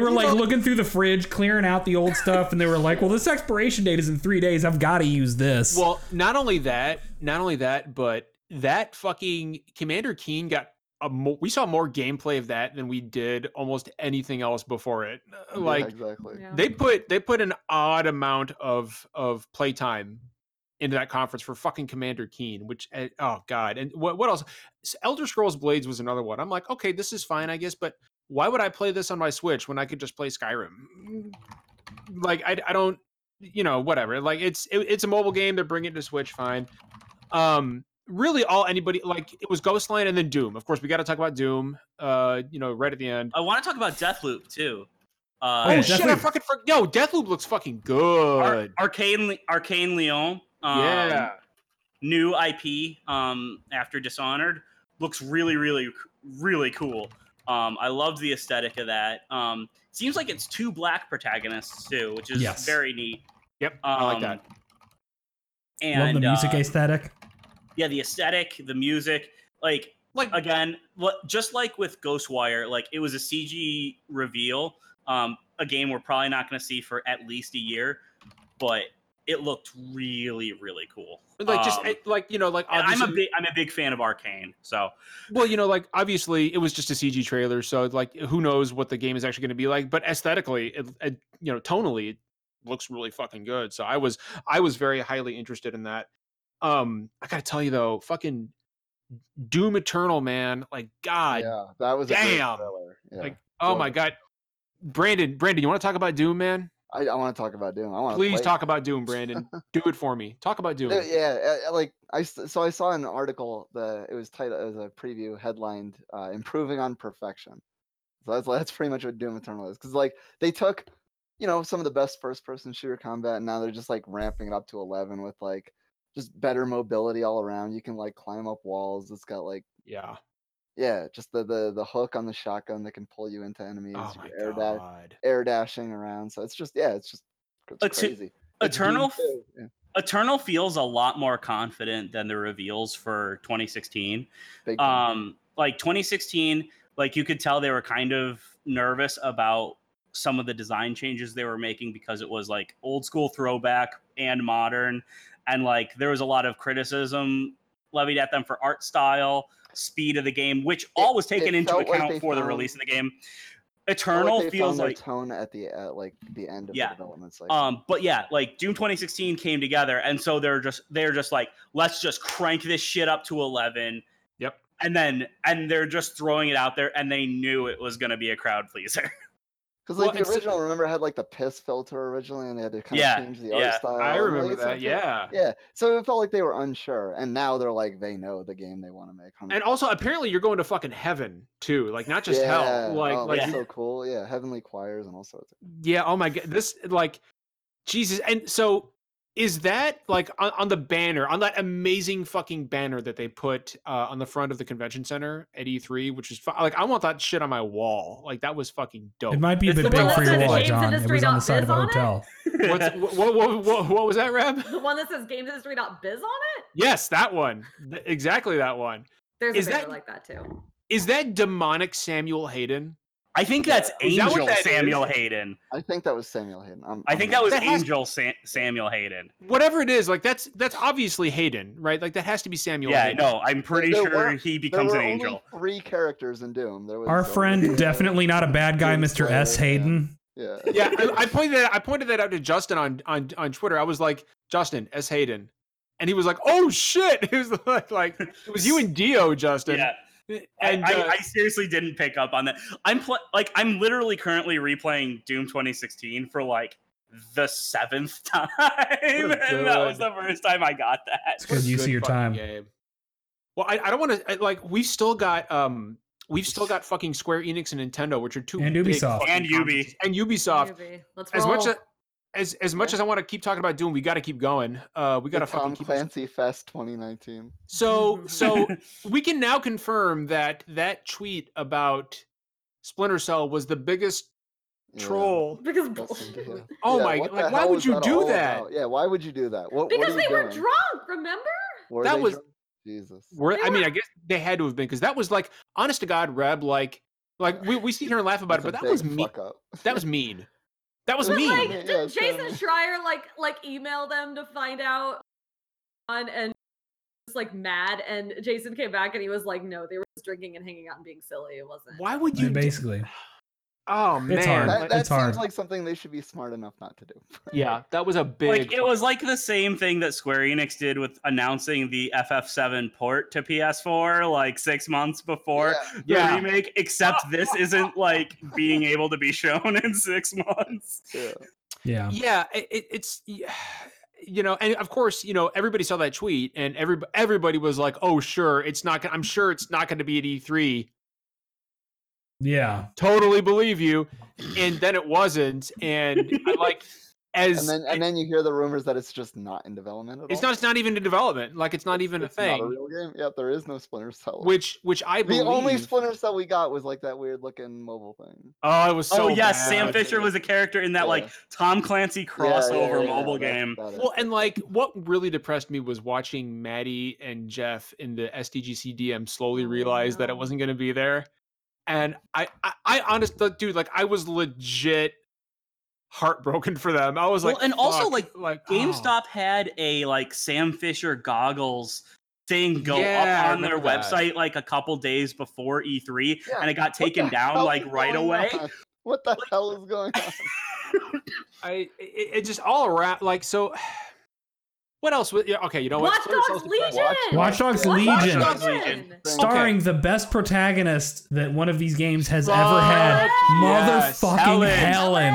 Speaker 3: were like looking through the fridge, clearing out the old stuff. And they were like, well, this expiration date is in three days. I've got to use this.
Speaker 1: Well, not only that, not only that, but that fucking Commander Keen got a mo- we saw more gameplay of that than we did almost anything else before it. Uh,
Speaker 5: Yeah,
Speaker 1: Like
Speaker 5: exactly.
Speaker 2: Yeah.
Speaker 1: they put they put an odd amount of of playtime into that conference for fucking Commander Keen, which uh, oh god, and what what else? S- Elder Scrolls Blades was another one. I'm like, okay, this is fine, I guess, but why would I play this on my Switch when I could just play Skyrim? Like I I don't you know whatever. Like it's it, it's a mobile game. They're bringing it to Switch, fine. Um, really, all anybody like it was Ghostland and then Doom. Of course, we got to talk about Doom. Uh, you know, right at the end.
Speaker 4: I want to talk about Deathloop too.
Speaker 3: Oh,
Speaker 4: Uh,
Speaker 1: Oh
Speaker 3: yeah,
Speaker 1: shit! I
Speaker 3: Deathloop.
Speaker 1: fucking for- yo. Deathloop looks fucking good.
Speaker 4: Ar- Arcane Le- Arcane Leon. Um,
Speaker 1: Oh, yeah.
Speaker 4: new IP um, after Dishonored looks really, really, really cool. Um, I loved the aesthetic of that. Um, seems like it's two black protagonists too, which is
Speaker 3: Yes.
Speaker 4: very neat.
Speaker 1: Yep. I like
Speaker 4: Um,
Speaker 1: that.
Speaker 4: And
Speaker 3: Love the music
Speaker 4: uh,
Speaker 3: aesthetic.
Speaker 4: yeah, the aesthetic, the music, like
Speaker 1: Like
Speaker 4: again, what just like with Ghostwire, like it was a CG reveal, um, a game we're probably not going to see for at least a year, but it looked really, really cool.
Speaker 1: like just
Speaker 4: Um,
Speaker 1: eh, like you know like
Speaker 4: and I'm a
Speaker 1: obviously
Speaker 4: big, I'm a big fan of Arcane, so
Speaker 1: well you know like obviously it was just a CG trailer so like who knows what the game is actually going to be like but aesthetically it, it you know tonally it looks really fucking good so I was I was very highly interested in that um I got to tell you though fucking Doom Eternal man like god
Speaker 5: yeah, that was a great
Speaker 1: Damn.
Speaker 5: trailer, yeah.
Speaker 1: Like, oh my
Speaker 5: totally.
Speaker 1: god Brandon Brandon you want to talk about Doom man
Speaker 5: I, I want to talk about Doom. I want
Speaker 1: please talk about Doom Brandon do it for me talk about Doom
Speaker 5: Uh, yeah, uh, uh, like I s- so I saw an article that it was titled as a preview headlined uh, "Improving on Perfection." So that's that's pretty much what Doom Eternal is, because like they took, you know, some of the best first-person shooter combat, and now they're just like ramping it up to eleven with like just better mobility all around. You can like climb up walls. It's got like
Speaker 1: yeah
Speaker 5: yeah, just the the the hook on the shotgun that can pull you into enemies.
Speaker 1: oh
Speaker 5: you
Speaker 1: my
Speaker 5: can air, da-
Speaker 1: god
Speaker 5: air dashing around. So it's just yeah, it's just it's
Speaker 4: But to-
Speaker 5: crazy. It's Doom
Speaker 4: Eternal
Speaker 5: 2, yeah,
Speaker 4: Eternal feels a lot more confident than the reveals for 2016.
Speaker 5: big time.
Speaker 4: Um, like 2016, like you could tell they were kind of nervous about some of the design changes they were making because it was like old school throwback and modern, and like there was a lot of criticism levied at them for art style, speed of the game, which all was taken
Speaker 5: it
Speaker 4: into
Speaker 5: felt like
Speaker 4: account
Speaker 5: they
Speaker 4: for the
Speaker 5: found-
Speaker 4: release of the game.
Speaker 5: felt like
Speaker 4: Eternal
Speaker 5: they
Speaker 4: feels
Speaker 5: found their
Speaker 4: like
Speaker 5: tone at the at like the end of
Speaker 4: Yeah.
Speaker 5: the development cycle.
Speaker 4: Um, but yeah, like Doom 2016 came together, and so they're just they're just like, let's just crank this shit up to 11.
Speaker 1: Yep.
Speaker 4: And then and they're just throwing it out there, and they knew it was gonna be a crowd pleaser.
Speaker 5: because
Speaker 1: well,
Speaker 5: like
Speaker 1: it's-
Speaker 5: the original, remember had like the piss filter originally, and they had to kind of
Speaker 4: Yeah,
Speaker 5: change the
Speaker 4: yeah,
Speaker 5: art style.
Speaker 1: I
Speaker 5: and, like,
Speaker 1: remember
Speaker 5: it's
Speaker 1: that
Speaker 5: like,
Speaker 1: yeah
Speaker 5: Yeah, so it felt like they were unsure, and now they're like they know the game they want to make.
Speaker 1: And
Speaker 5: 100%.
Speaker 1: also, apparently, you're going to fucking heaven too, like not just
Speaker 5: Yeah,
Speaker 1: hell. Like,
Speaker 5: oh,
Speaker 1: like,
Speaker 5: that's
Speaker 1: yeah.
Speaker 5: so cool. Yeah, heavenly choirs and all sorts. Of,
Speaker 1: Oh my god, this like, Jesus. And so, is that like on, on the banner on that amazing fucking banner that they put uh, on the front of the convention center at E3, which is fu- like I want that shit on my wall. Like that was fucking dope.
Speaker 6: It might be a
Speaker 4: It's
Speaker 6: bit
Speaker 4: the
Speaker 6: big
Speaker 4: one
Speaker 6: for
Speaker 4: that
Speaker 6: your
Speaker 4: says
Speaker 6: wall,
Speaker 4: Games
Speaker 6: John. It
Speaker 2: Industry
Speaker 6: was on the
Speaker 2: dot
Speaker 6: side of a
Speaker 2: biz on it?
Speaker 6: hotel.
Speaker 1: What's, what, what, what, what was that, Reb?
Speaker 2: The one that says gamesindustry.biz on it?
Speaker 1: Yes, that one. Th- Exactly that one.
Speaker 2: There's
Speaker 1: Is
Speaker 2: a banner
Speaker 1: that-
Speaker 2: like that too.
Speaker 1: Is that demonic Samuel Hayden?
Speaker 4: I think that's
Speaker 1: Is that what
Speaker 4: Angel
Speaker 1: that is?
Speaker 4: Samuel Hayden.
Speaker 5: I think that was Samuel Hayden. I'm,
Speaker 4: I
Speaker 5: I'm
Speaker 4: think
Speaker 5: wrong.
Speaker 4: that was
Speaker 1: That has-
Speaker 4: Angel Sa- Samuel Hayden.
Speaker 1: Whatever it is, like that's that's obviously Hayden, right? Like that has to be Samuel.
Speaker 4: yeah,
Speaker 1: Hayden.
Speaker 4: no, I'm pretty
Speaker 5: there
Speaker 4: sure
Speaker 5: were-
Speaker 4: he
Speaker 5: There
Speaker 4: becomes
Speaker 5: were
Speaker 4: an
Speaker 5: only
Speaker 4: angel.
Speaker 5: Three characters in Doom. There was
Speaker 6: Our
Speaker 5: Zoe,
Speaker 6: friend,
Speaker 5: uh,
Speaker 6: definitely not a bad guy,
Speaker 5: James
Speaker 6: Mr. S.
Speaker 5: Blair, yeah.
Speaker 6: Hayden.
Speaker 5: Yeah.
Speaker 1: Yeah, I, I pointed that I pointed that out to Justin on on on Twitter. I was like, Justin S Hayden, and he was like, Oh shit! It was like, like it was you and Dio, Justin.
Speaker 4: Yeah, I,
Speaker 1: And
Speaker 4: I,
Speaker 1: uh,
Speaker 4: I seriously didn't pick up on that. I'm pl- like I'm literally currently replaying Doom 2016 for like the seventh time, and that was
Speaker 1: good.
Speaker 4: the first time I got that.
Speaker 1: what a
Speaker 6: Good use of
Speaker 1: good
Speaker 6: your
Speaker 1: fucking
Speaker 6: time.
Speaker 1: game. Well, I, I don't want to like. We've still got um, we've still got fucking Square Enix and Nintendo, which are two
Speaker 6: And
Speaker 1: big
Speaker 6: Ubisoft.
Speaker 1: fucking
Speaker 4: And Ubi.
Speaker 1: conferences. and Ubisoft.
Speaker 2: Maybe. Let's
Speaker 1: As
Speaker 2: roll.
Speaker 1: much as as, as much as I want to keep talking about Doom, we got to keep going. Uh, we got to
Speaker 5: The Tom
Speaker 1: fucking keep. this-
Speaker 5: Clancy Fest 2019.
Speaker 1: So so we can now confirm that that tweet about Splinter Cell was the biggest
Speaker 5: Yeah.
Speaker 1: troll.
Speaker 2: because
Speaker 5: Listen to
Speaker 2: bull-
Speaker 5: him.
Speaker 1: Oh
Speaker 5: Yeah,
Speaker 1: my!
Speaker 5: what
Speaker 1: Like,
Speaker 5: the
Speaker 1: why
Speaker 5: hell
Speaker 1: would
Speaker 5: was
Speaker 1: you do
Speaker 5: all
Speaker 1: that?
Speaker 5: about? Yeah, why would you do that? What,
Speaker 2: because they were
Speaker 5: drunk.
Speaker 2: drunk, remember?
Speaker 1: That
Speaker 5: they
Speaker 1: was-
Speaker 5: drunk? Jesus.
Speaker 1: Were,
Speaker 2: They
Speaker 1: I mean,
Speaker 2: were-
Speaker 1: I guess they had to have been because that was like, honest to God, Reb, like, like we, we sit here and laugh about it,
Speaker 5: That's
Speaker 1: but
Speaker 5: a
Speaker 1: that was
Speaker 5: big
Speaker 1: mean.
Speaker 5: fuck up.
Speaker 1: That was mean. That was
Speaker 5: But,
Speaker 1: mean.
Speaker 2: Like,
Speaker 5: Yeah,
Speaker 2: did
Speaker 5: yeah,
Speaker 2: not Jason
Speaker 5: so-
Speaker 2: Schreier like like email them to find out on and was like mad and Jason came back and he was like, no, they were just drinking and hanging out and being silly. It wasn't.
Speaker 1: why would you?
Speaker 6: Like,
Speaker 1: do-
Speaker 6: Basically,
Speaker 1: oh man,
Speaker 6: It's hard.
Speaker 5: That,
Speaker 1: like-
Speaker 5: that
Speaker 6: It's
Speaker 5: seems
Speaker 6: hard.
Speaker 5: like something they should be smart enough not to do.
Speaker 1: yeah, that was a big.
Speaker 4: like it was like the same thing that Square Enix did with announcing the FF7 port to PS4 like six months before
Speaker 5: Yeah.
Speaker 4: the
Speaker 1: Yeah.
Speaker 4: remake. Except this isn't like being able to be shown in six months.
Speaker 6: yeah.
Speaker 5: Yeah. Um,
Speaker 1: yeah, it, it- it's yeah, you know, and of course, you know, everybody saw that tweet, and every everybody was like, "Oh, sure, it's not. Gonna, I'm sure it's not going to be at E E3."
Speaker 6: Yeah.
Speaker 1: Totally believe you, and then it wasn't, and I like as
Speaker 5: And then and then you hear the rumors that it's just not in development at
Speaker 1: It's
Speaker 5: all.
Speaker 1: not. It's not even in development. Like it's not even a
Speaker 5: It's not a
Speaker 1: thing.
Speaker 5: real game. Yeah, there is no Splinter Cell.
Speaker 1: Which, which I
Speaker 5: the
Speaker 1: believe.
Speaker 5: only Splinter Cell we got was like that weird looking mobile thing.
Speaker 1: Oh, it was so.
Speaker 4: oh yes, Sam
Speaker 1: bad.
Speaker 5: Fish-
Speaker 4: Fisher was a character in that like
Speaker 5: Yeah.
Speaker 4: Tom Clancy
Speaker 5: Yeah, yeah,
Speaker 4: crossover
Speaker 5: yeah, yeah,
Speaker 4: mobile
Speaker 5: that's
Speaker 4: game.
Speaker 5: about it.
Speaker 1: Well, and like what really depressed me was watching Maddie and Jeff in the SDGC DM slowly
Speaker 2: Oh,
Speaker 1: realize that it
Speaker 2: no.
Speaker 1: wasn't going to be there, and I, I, I honest, like, dude, like I was legit heartbroken for them. I was
Speaker 4: Well,
Speaker 1: like,
Speaker 4: and also,
Speaker 1: "Fuck,"
Speaker 4: like,
Speaker 1: like oh.
Speaker 4: GameStop had a like Sam Fisher goggles thing go
Speaker 1: Yeah, I
Speaker 4: up on their
Speaker 1: remember that.
Speaker 4: website like a couple days before E3
Speaker 5: Yeah,
Speaker 4: and it got
Speaker 5: What
Speaker 4: taken
Speaker 5: the
Speaker 4: down
Speaker 5: hell
Speaker 4: like
Speaker 5: is
Speaker 4: right
Speaker 5: going
Speaker 4: away.
Speaker 5: on? What the hell is going on?
Speaker 1: oh, I, it, it just all around, like so. What else? Was, yeah, okay, you know what?
Speaker 2: Watch
Speaker 1: Splinter Cell's
Speaker 2: Dogs
Speaker 1: depressing.
Speaker 2: Legion.
Speaker 6: Watch Dogs
Speaker 2: Watch
Speaker 6: Legion.
Speaker 4: Dogs
Speaker 2: Legion.
Speaker 5: Legion.
Speaker 6: Starring the best protagonist that one of these games has ever had.
Speaker 1: Fuck yes,
Speaker 6: Motherfucking
Speaker 1: Helen.
Speaker 6: Helen.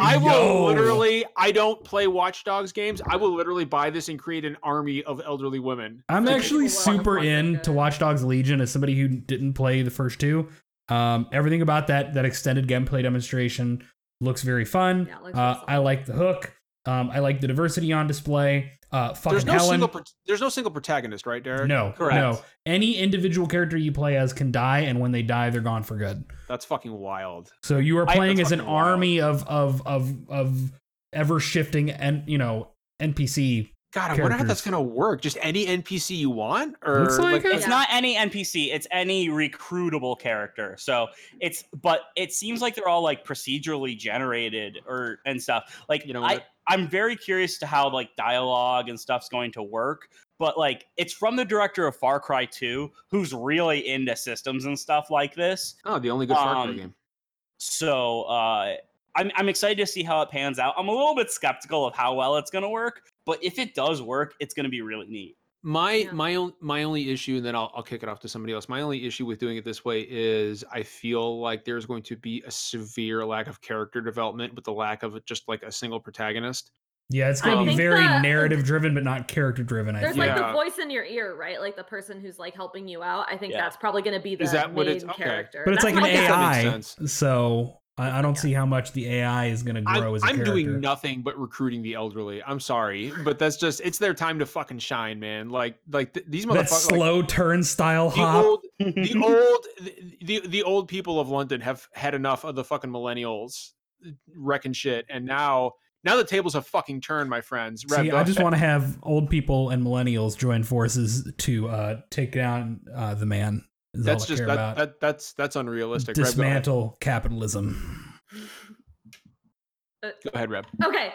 Speaker 1: I will
Speaker 6: Yo.
Speaker 1: literally. I don't play Watch Dogs games. I will literally buy this and create an army of elderly women.
Speaker 6: I'm
Speaker 1: Like,
Speaker 6: actually
Speaker 2: people wanna
Speaker 6: super
Speaker 2: fucking
Speaker 6: in
Speaker 2: go.
Speaker 6: to Watch Dogs Legion as somebody who didn't play the first two. Um, everything about that that extended gameplay demonstration looks very fun.
Speaker 2: Yeah, it looks
Speaker 6: uh,
Speaker 2: awesome.
Speaker 6: I like the hook. Um, I like the diversity on display. Uh, fucking
Speaker 1: There's no
Speaker 6: Helen.
Speaker 1: single. pro- There's no single protagonist, right, Derek?
Speaker 6: no,
Speaker 4: Correct.
Speaker 6: no. Any individual character you play as can die, and when they die, they're gone for good.
Speaker 1: That's fucking wild.
Speaker 6: So you are
Speaker 1: I-
Speaker 6: playing
Speaker 1: that's
Speaker 6: as an
Speaker 1: fucking wild.
Speaker 6: army of of of of ever shifting and you know NPC.
Speaker 1: God, I wonder how that's
Speaker 6: Characters.
Speaker 1: gonna work. Just any NPC you want, or
Speaker 6: Looks like it.
Speaker 1: uh,
Speaker 4: It's
Speaker 2: Yeah.
Speaker 4: not any NPC, it's any recruitable character. So it's but it seems like they're all like procedurally generated or and stuff. Like
Speaker 1: You know
Speaker 4: I,
Speaker 1: what?
Speaker 4: I'm very curious to how like dialogue and stuff's going to work. But like it's from the director of Far Cry 2, who's really into systems and stuff like this.
Speaker 1: oh, the only good Far Cry
Speaker 4: um,
Speaker 1: game.
Speaker 4: So uh, I'm I'm excited to see how it pans out. I'm a little bit skeptical of how well it's gonna work, but if it does work, it's gonna be really neat.
Speaker 1: My
Speaker 2: Yeah.
Speaker 1: my own my only issue, and then I'll I'll kick it off to somebody else. My only issue with doing it this way is I feel like there's going to be a severe lack of character development with the lack of just like a single protagonist.
Speaker 6: Yeah, it's
Speaker 1: I
Speaker 6: going to be
Speaker 1: think
Speaker 6: very
Speaker 2: the-
Speaker 6: narrative driven, but not character driven. I
Speaker 2: There's
Speaker 6: think.
Speaker 2: like
Speaker 1: Yeah.
Speaker 2: the voice in your ear, right? Like the person who's like helping you out. I think
Speaker 4: Yeah.
Speaker 2: that's probably going to be the
Speaker 1: Is that
Speaker 2: main
Speaker 1: what it's- okay.
Speaker 2: character.
Speaker 6: but it's like
Speaker 2: That's
Speaker 6: an
Speaker 2: my guess.
Speaker 1: that makes
Speaker 6: AI.
Speaker 1: sense.
Speaker 6: So I, I don't see how much the AI is going to grow
Speaker 1: I'm,
Speaker 6: as a
Speaker 1: I'm
Speaker 6: character.
Speaker 1: doing nothing but recruiting the elderly. I'm sorry, but that's just it's their time to fucking shine, man. Like like th- these
Speaker 6: that
Speaker 1: motherfuckers. like,
Speaker 6: slow turnstile
Speaker 1: the
Speaker 6: hop.
Speaker 1: old, the
Speaker 6: Mm-hmm.
Speaker 1: old, the, the the old people of London have had enough of the fucking millennials uh, wrecking shit, and now now the tables have fucking turned, my friends.
Speaker 6: See,
Speaker 1: Rev,
Speaker 6: I just want to have old people and millennials join forces to uh, take down uh, the man. Is all
Speaker 1: that's
Speaker 6: I
Speaker 1: just
Speaker 6: care
Speaker 1: that,
Speaker 6: about.
Speaker 1: that that's that's unrealistic. Rev, go ahead.
Speaker 6: dismantle capitalism.
Speaker 1: Go ahead, Reb.
Speaker 2: Okay.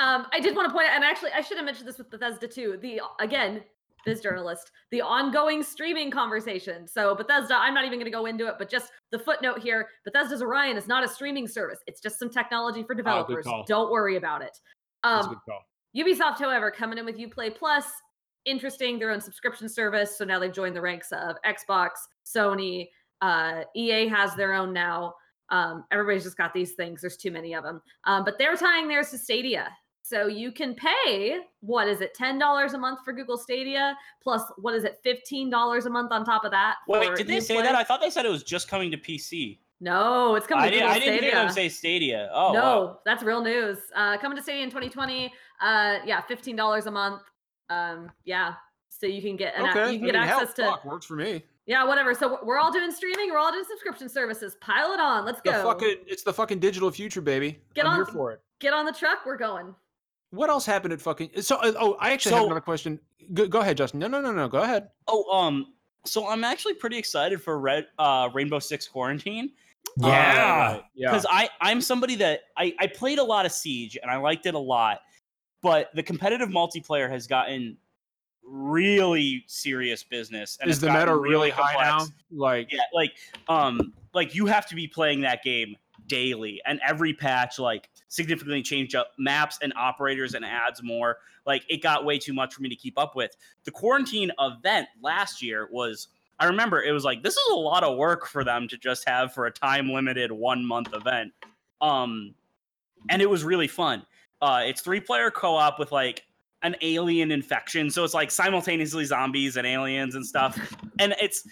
Speaker 2: Um, I did want to point out, and actually, I should have mentioned this with Bethesda too. The again, this journalist, the ongoing streaming conversation. So Bethesda, I'm not even going to go into it, but just the footnote here: Bethesda's Orion is not a streaming service. It's just some technology for developers.
Speaker 1: Oh, call.
Speaker 2: Don't worry about it.
Speaker 1: That's a good
Speaker 2: Um,
Speaker 1: call.
Speaker 2: Ubisoft, however, coming in with UPlay Plus, interesting. Their own subscription service. So now they've joined the ranks of Xbox, Sony, uh, EA has their own now. Um, everybody's just got these things. There's too many of them. Um, but they're tying theirs to Stadia. So you can pay, what is it, $10 a month for Google Stadia, plus what is it, $15 a month on top of that?
Speaker 4: Wait,
Speaker 2: for
Speaker 4: did they say
Speaker 2: Uplay?
Speaker 4: that? I thought they said it was just coming to PC.
Speaker 2: no, it's coming
Speaker 4: I
Speaker 2: to
Speaker 4: didn't,
Speaker 2: Google
Speaker 4: I didn't hear
Speaker 2: Stadia.
Speaker 4: them say Stadia. Oh,
Speaker 2: no,
Speaker 4: wow.
Speaker 2: that's real news. Uh, coming to Stadia in 2020. Uh, yeah, $15 a month. Um, yeah. So you can get an
Speaker 1: Okay,
Speaker 2: you can
Speaker 1: I
Speaker 2: get
Speaker 1: mean, hell,
Speaker 2: access to
Speaker 1: fuck, works for me.
Speaker 2: yeah whatever. So we're all doing streaming. We're all doing subscription services. Pile it on. Let's
Speaker 1: The
Speaker 2: go.
Speaker 1: fucking it's the fucking digital future, baby.
Speaker 2: Get
Speaker 1: I'm here
Speaker 2: on-
Speaker 1: for it.
Speaker 2: Get on the truck. We're going.
Speaker 1: What else happened at fucking? So uh, oh, I actually have
Speaker 4: So-
Speaker 1: another question. Go, go ahead, Justin. No, no, no, no. Go ahead.
Speaker 4: Oh, um, so I'm actually pretty excited for Red uh, Rainbow Six Quarantine
Speaker 1: Uh,
Speaker 6: Yeah.
Speaker 1: right, yeah.
Speaker 4: because I I'm somebody that I I played a lot of Siege and I liked it a lot, but the competitive multiplayer has gotten really serious business. And
Speaker 1: Is
Speaker 4: it's
Speaker 1: the
Speaker 4: gotten
Speaker 1: meta really high now?
Speaker 4: complex.
Speaker 1: Like
Speaker 4: Yeah, like um like you have to be playing that game daily and every patch like significantly changed up maps and operators and adds more. Like it got way too much for me to keep up with. The quarantine event last year was I remember it was like this is a lot of work for them to just have for a time limited one month event. Um and it was really fun. Uh it's three player co-op with like an alien infection. So it's like simultaneously zombies and aliens and stuff. And it's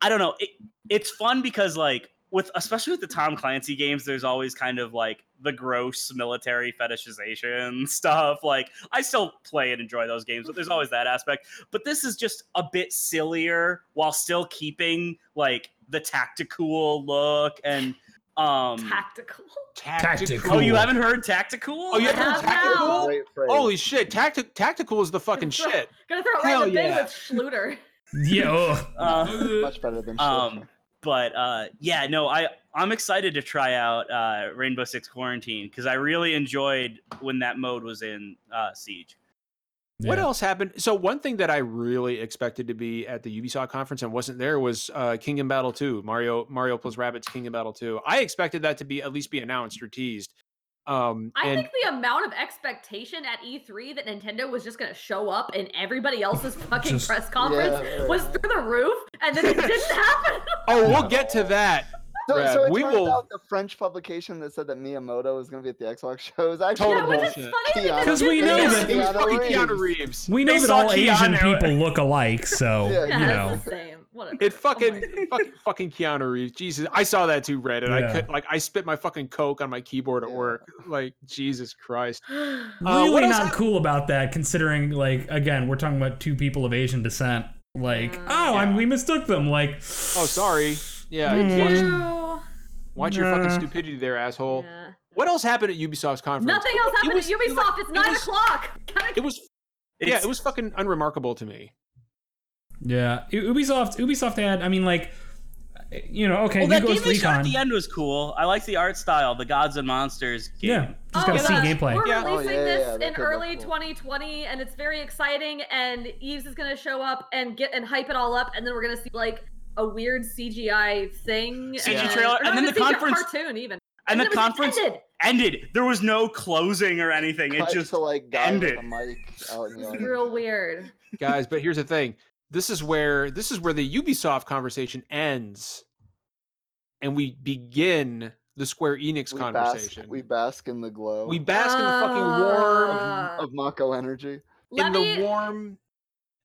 Speaker 4: I don't know. It, it's fun because like with especially with the Tom Clancy games, there's always kind of like the gross military fetishization stuff. Like I still play and enjoy those games, but there's always that aspect. But this is just a bit sillier while still keeping like the tactical look and um
Speaker 2: Tactical.
Speaker 6: Tactical.
Speaker 4: Oh, you haven't heard tactical?
Speaker 1: Oh, you have
Speaker 2: haven't heard Wow.
Speaker 5: That's a
Speaker 1: tactical?
Speaker 5: Great phrase.
Speaker 1: Holy shit! Tacti- tactical is the fucking shit.
Speaker 2: Gonna throw it right
Speaker 1: Hell
Speaker 2: in the bin
Speaker 1: yeah.
Speaker 2: with Schluter.
Speaker 6: Yeah. oh. ugh.
Speaker 4: Uh,
Speaker 5: Much better than.
Speaker 4: Um,
Speaker 5: shit.
Speaker 4: but uh, yeah, no, I I'm excited to try out uh, Rainbow Six Quarantine because I really enjoyed when that mode was in uh, Siege.
Speaker 1: What
Speaker 6: Yeah.
Speaker 1: else happened? So one thing that I really expected to be at the Ubisoft conference and wasn't there was uh, Kingdom Battle Two, Mario Mario plus Rabbits Kingdom Battle Two. I expected that to be at least be announced or teased. Um,
Speaker 2: I
Speaker 1: and
Speaker 2: think the amount of expectation at E3 that Nintendo was just gonna show up in everybody else's fucking
Speaker 6: Just-
Speaker 2: press conference
Speaker 5: Yeah, right.
Speaker 2: was through the roof, and then it didn't happen.
Speaker 1: oh, we'll get to that.
Speaker 5: So,
Speaker 1: Brad,
Speaker 5: so it
Speaker 1: we
Speaker 5: turns
Speaker 1: will-
Speaker 5: out the French publication that said that Miyamoto was going to be at the Xbox show is actually
Speaker 1: Total
Speaker 2: yeah, which is
Speaker 1: bullshit.
Speaker 2: funny
Speaker 5: Yeah.
Speaker 2: because
Speaker 6: 'Cause we
Speaker 2: Disney
Speaker 6: know
Speaker 1: It
Speaker 2: is-
Speaker 1: was,
Speaker 6: that-
Speaker 1: it was
Speaker 5: Keanu
Speaker 1: fucking Keanu
Speaker 5: Reeves.
Speaker 1: Reeves.
Speaker 6: We
Speaker 4: They
Speaker 6: know that
Speaker 4: saw
Speaker 6: all Asian
Speaker 4: Keanu.
Speaker 6: people look alike, so
Speaker 5: Yeah,
Speaker 2: Yeah,
Speaker 6: you
Speaker 2: that's
Speaker 6: know.
Speaker 2: the same. Whatever.
Speaker 1: It
Speaker 2: Oh my
Speaker 1: fucking,
Speaker 2: God.
Speaker 1: fucking fucking Keanu Reeves. Jesus, I saw that too, Reddit. I
Speaker 6: Yeah.
Speaker 1: could like I spit my fucking coke on my keyboard at
Speaker 5: Yeah.
Speaker 1: work. Like Jesus Christ. Uh, what
Speaker 6: Really
Speaker 1: else
Speaker 6: not
Speaker 1: hap-
Speaker 6: cool about that, considering like again, we're talking about two people of Asian descent. Like,
Speaker 2: Mm.
Speaker 6: oh, I'm,
Speaker 1: Yeah.
Speaker 6: we mistook them. Like,
Speaker 1: Oh, sorry. Yeah,
Speaker 6: Mm.
Speaker 1: watch,
Speaker 2: Ew.
Speaker 1: watch your fucking
Speaker 6: Nah.
Speaker 1: stupidity there, asshole.
Speaker 2: Yeah.
Speaker 1: What else happened at Ubisoft's conference?
Speaker 2: Nothing else
Speaker 1: It
Speaker 2: happened
Speaker 1: was-
Speaker 2: to Ubisoft. It's
Speaker 1: it
Speaker 2: nine
Speaker 1: was-
Speaker 2: o'clock.
Speaker 1: It was yeah, it was fucking unremarkable to me.
Speaker 6: Yeah, U- Ubisoft. Ubisoft had. I mean, like, you know, okay,
Speaker 4: Well, that
Speaker 6: you go
Speaker 4: game
Speaker 6: to
Speaker 4: they showed at
Speaker 6: Recon.
Speaker 4: the end was cool. I liked the art style, the Gods and Monsters game.
Speaker 6: Yeah, just
Speaker 2: Oh
Speaker 6: gotta see
Speaker 2: gosh,
Speaker 6: gameplay.
Speaker 2: We're
Speaker 1: Yeah.
Speaker 5: Oh,
Speaker 2: releasing
Speaker 5: yeah, yeah,
Speaker 2: this
Speaker 5: yeah, that
Speaker 2: in
Speaker 5: could look
Speaker 2: early
Speaker 5: cool.
Speaker 2: 2020, and it's very exciting. And Eves is gonna show up and get and hype it all up, and then we're gonna see like a weird CGI thing.
Speaker 4: CG
Speaker 2: and,
Speaker 4: trailer,
Speaker 2: or not
Speaker 4: and then
Speaker 2: even
Speaker 4: the
Speaker 2: CGI,
Speaker 4: conference-
Speaker 2: cartoon even.
Speaker 4: And the
Speaker 2: then it was just
Speaker 4: conference
Speaker 2: ended.
Speaker 4: ended. There was no closing or anything. It
Speaker 5: Cut
Speaker 4: just
Speaker 5: to like guy with
Speaker 4: ended.
Speaker 5: a mic out in the
Speaker 2: It's
Speaker 5: audience.
Speaker 2: real weird.
Speaker 1: Guys, but here's the thing. This is where this is where the Ubisoft conversation ends and we begin the Square Enix
Speaker 5: we bask,
Speaker 1: conversation.
Speaker 5: we bask in the glow
Speaker 1: we bask in the fucking warm
Speaker 2: Uh,
Speaker 5: of Mako energy.
Speaker 2: Ah. Let
Speaker 1: in
Speaker 2: me
Speaker 1: the warm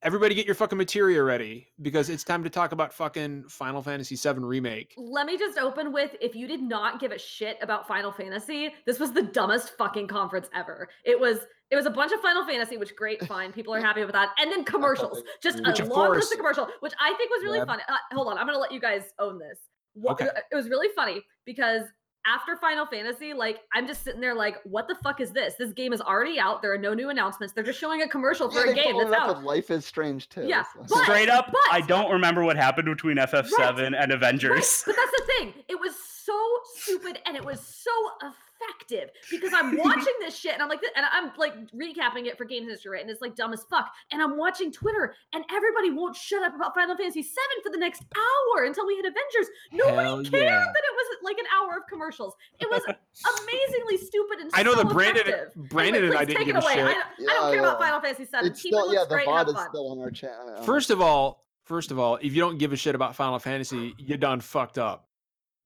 Speaker 1: everybody get your fucking materia ready because it's time to talk about fucking Final Fantasy VII remake.
Speaker 2: Let me just open with if you did not give a shit about Final Fantasy, this was the dumbest fucking conference ever. It was it was a bunch of Final Fantasy, which great, fine, people are happy with that, and then commercials, just
Speaker 1: Which,
Speaker 2: a
Speaker 1: of
Speaker 2: long list
Speaker 1: course-
Speaker 2: of commercial, which I think was really
Speaker 5: Yep.
Speaker 2: funny. Uh, hold on, I'm gonna let you guys own this. Wha-
Speaker 1: Okay.
Speaker 2: It was really funny because after Final Fantasy, like I'm just sitting there like, what the fuck is this? This game is already out. There are no new announcements. They're just showing a commercial for
Speaker 5: Yeah,
Speaker 2: a
Speaker 5: they
Speaker 2: game
Speaker 5: followed
Speaker 2: that's
Speaker 5: it up
Speaker 2: out.
Speaker 5: with Life is Strange too.
Speaker 2: Yeah,
Speaker 5: so-
Speaker 2: but-
Speaker 4: Straight up,
Speaker 2: but-
Speaker 4: I don't remember what happened between FF7 and Avengers.
Speaker 2: Right, but that's the thing. It was so stupid and it was so effective because I'm watching this shit and I'm like, th- and I'm like recapping it for Games Industry, right? And it's like dumb as fuck. And I'm watching Twitter and everybody won't shut up about Final Fantasy VII for the next hour until we hit Avengers. Nobody
Speaker 4: Hell
Speaker 2: cared
Speaker 4: yeah.
Speaker 2: that it was like an hour of commercials. It was amazingly stupid and
Speaker 1: I know
Speaker 2: so
Speaker 1: that Brandon,
Speaker 2: effective. Anyway,
Speaker 1: Brandon and I
Speaker 2: please
Speaker 1: didn't
Speaker 2: take
Speaker 1: give
Speaker 2: it
Speaker 1: a
Speaker 2: away. I
Speaker 1: shit.
Speaker 2: don't, I don't
Speaker 5: Yeah,
Speaker 2: care about
Speaker 5: yeah.
Speaker 2: Final Fantasy VII.
Speaker 5: it's
Speaker 2: Keep it
Speaker 5: still yeah,
Speaker 2: looks
Speaker 5: the
Speaker 2: great.
Speaker 5: bot
Speaker 2: Have
Speaker 5: is
Speaker 2: fun.
Speaker 5: still on our channel.
Speaker 1: First of all, first of all, if you don't give a shit about Final Fantasy, you done fucked up.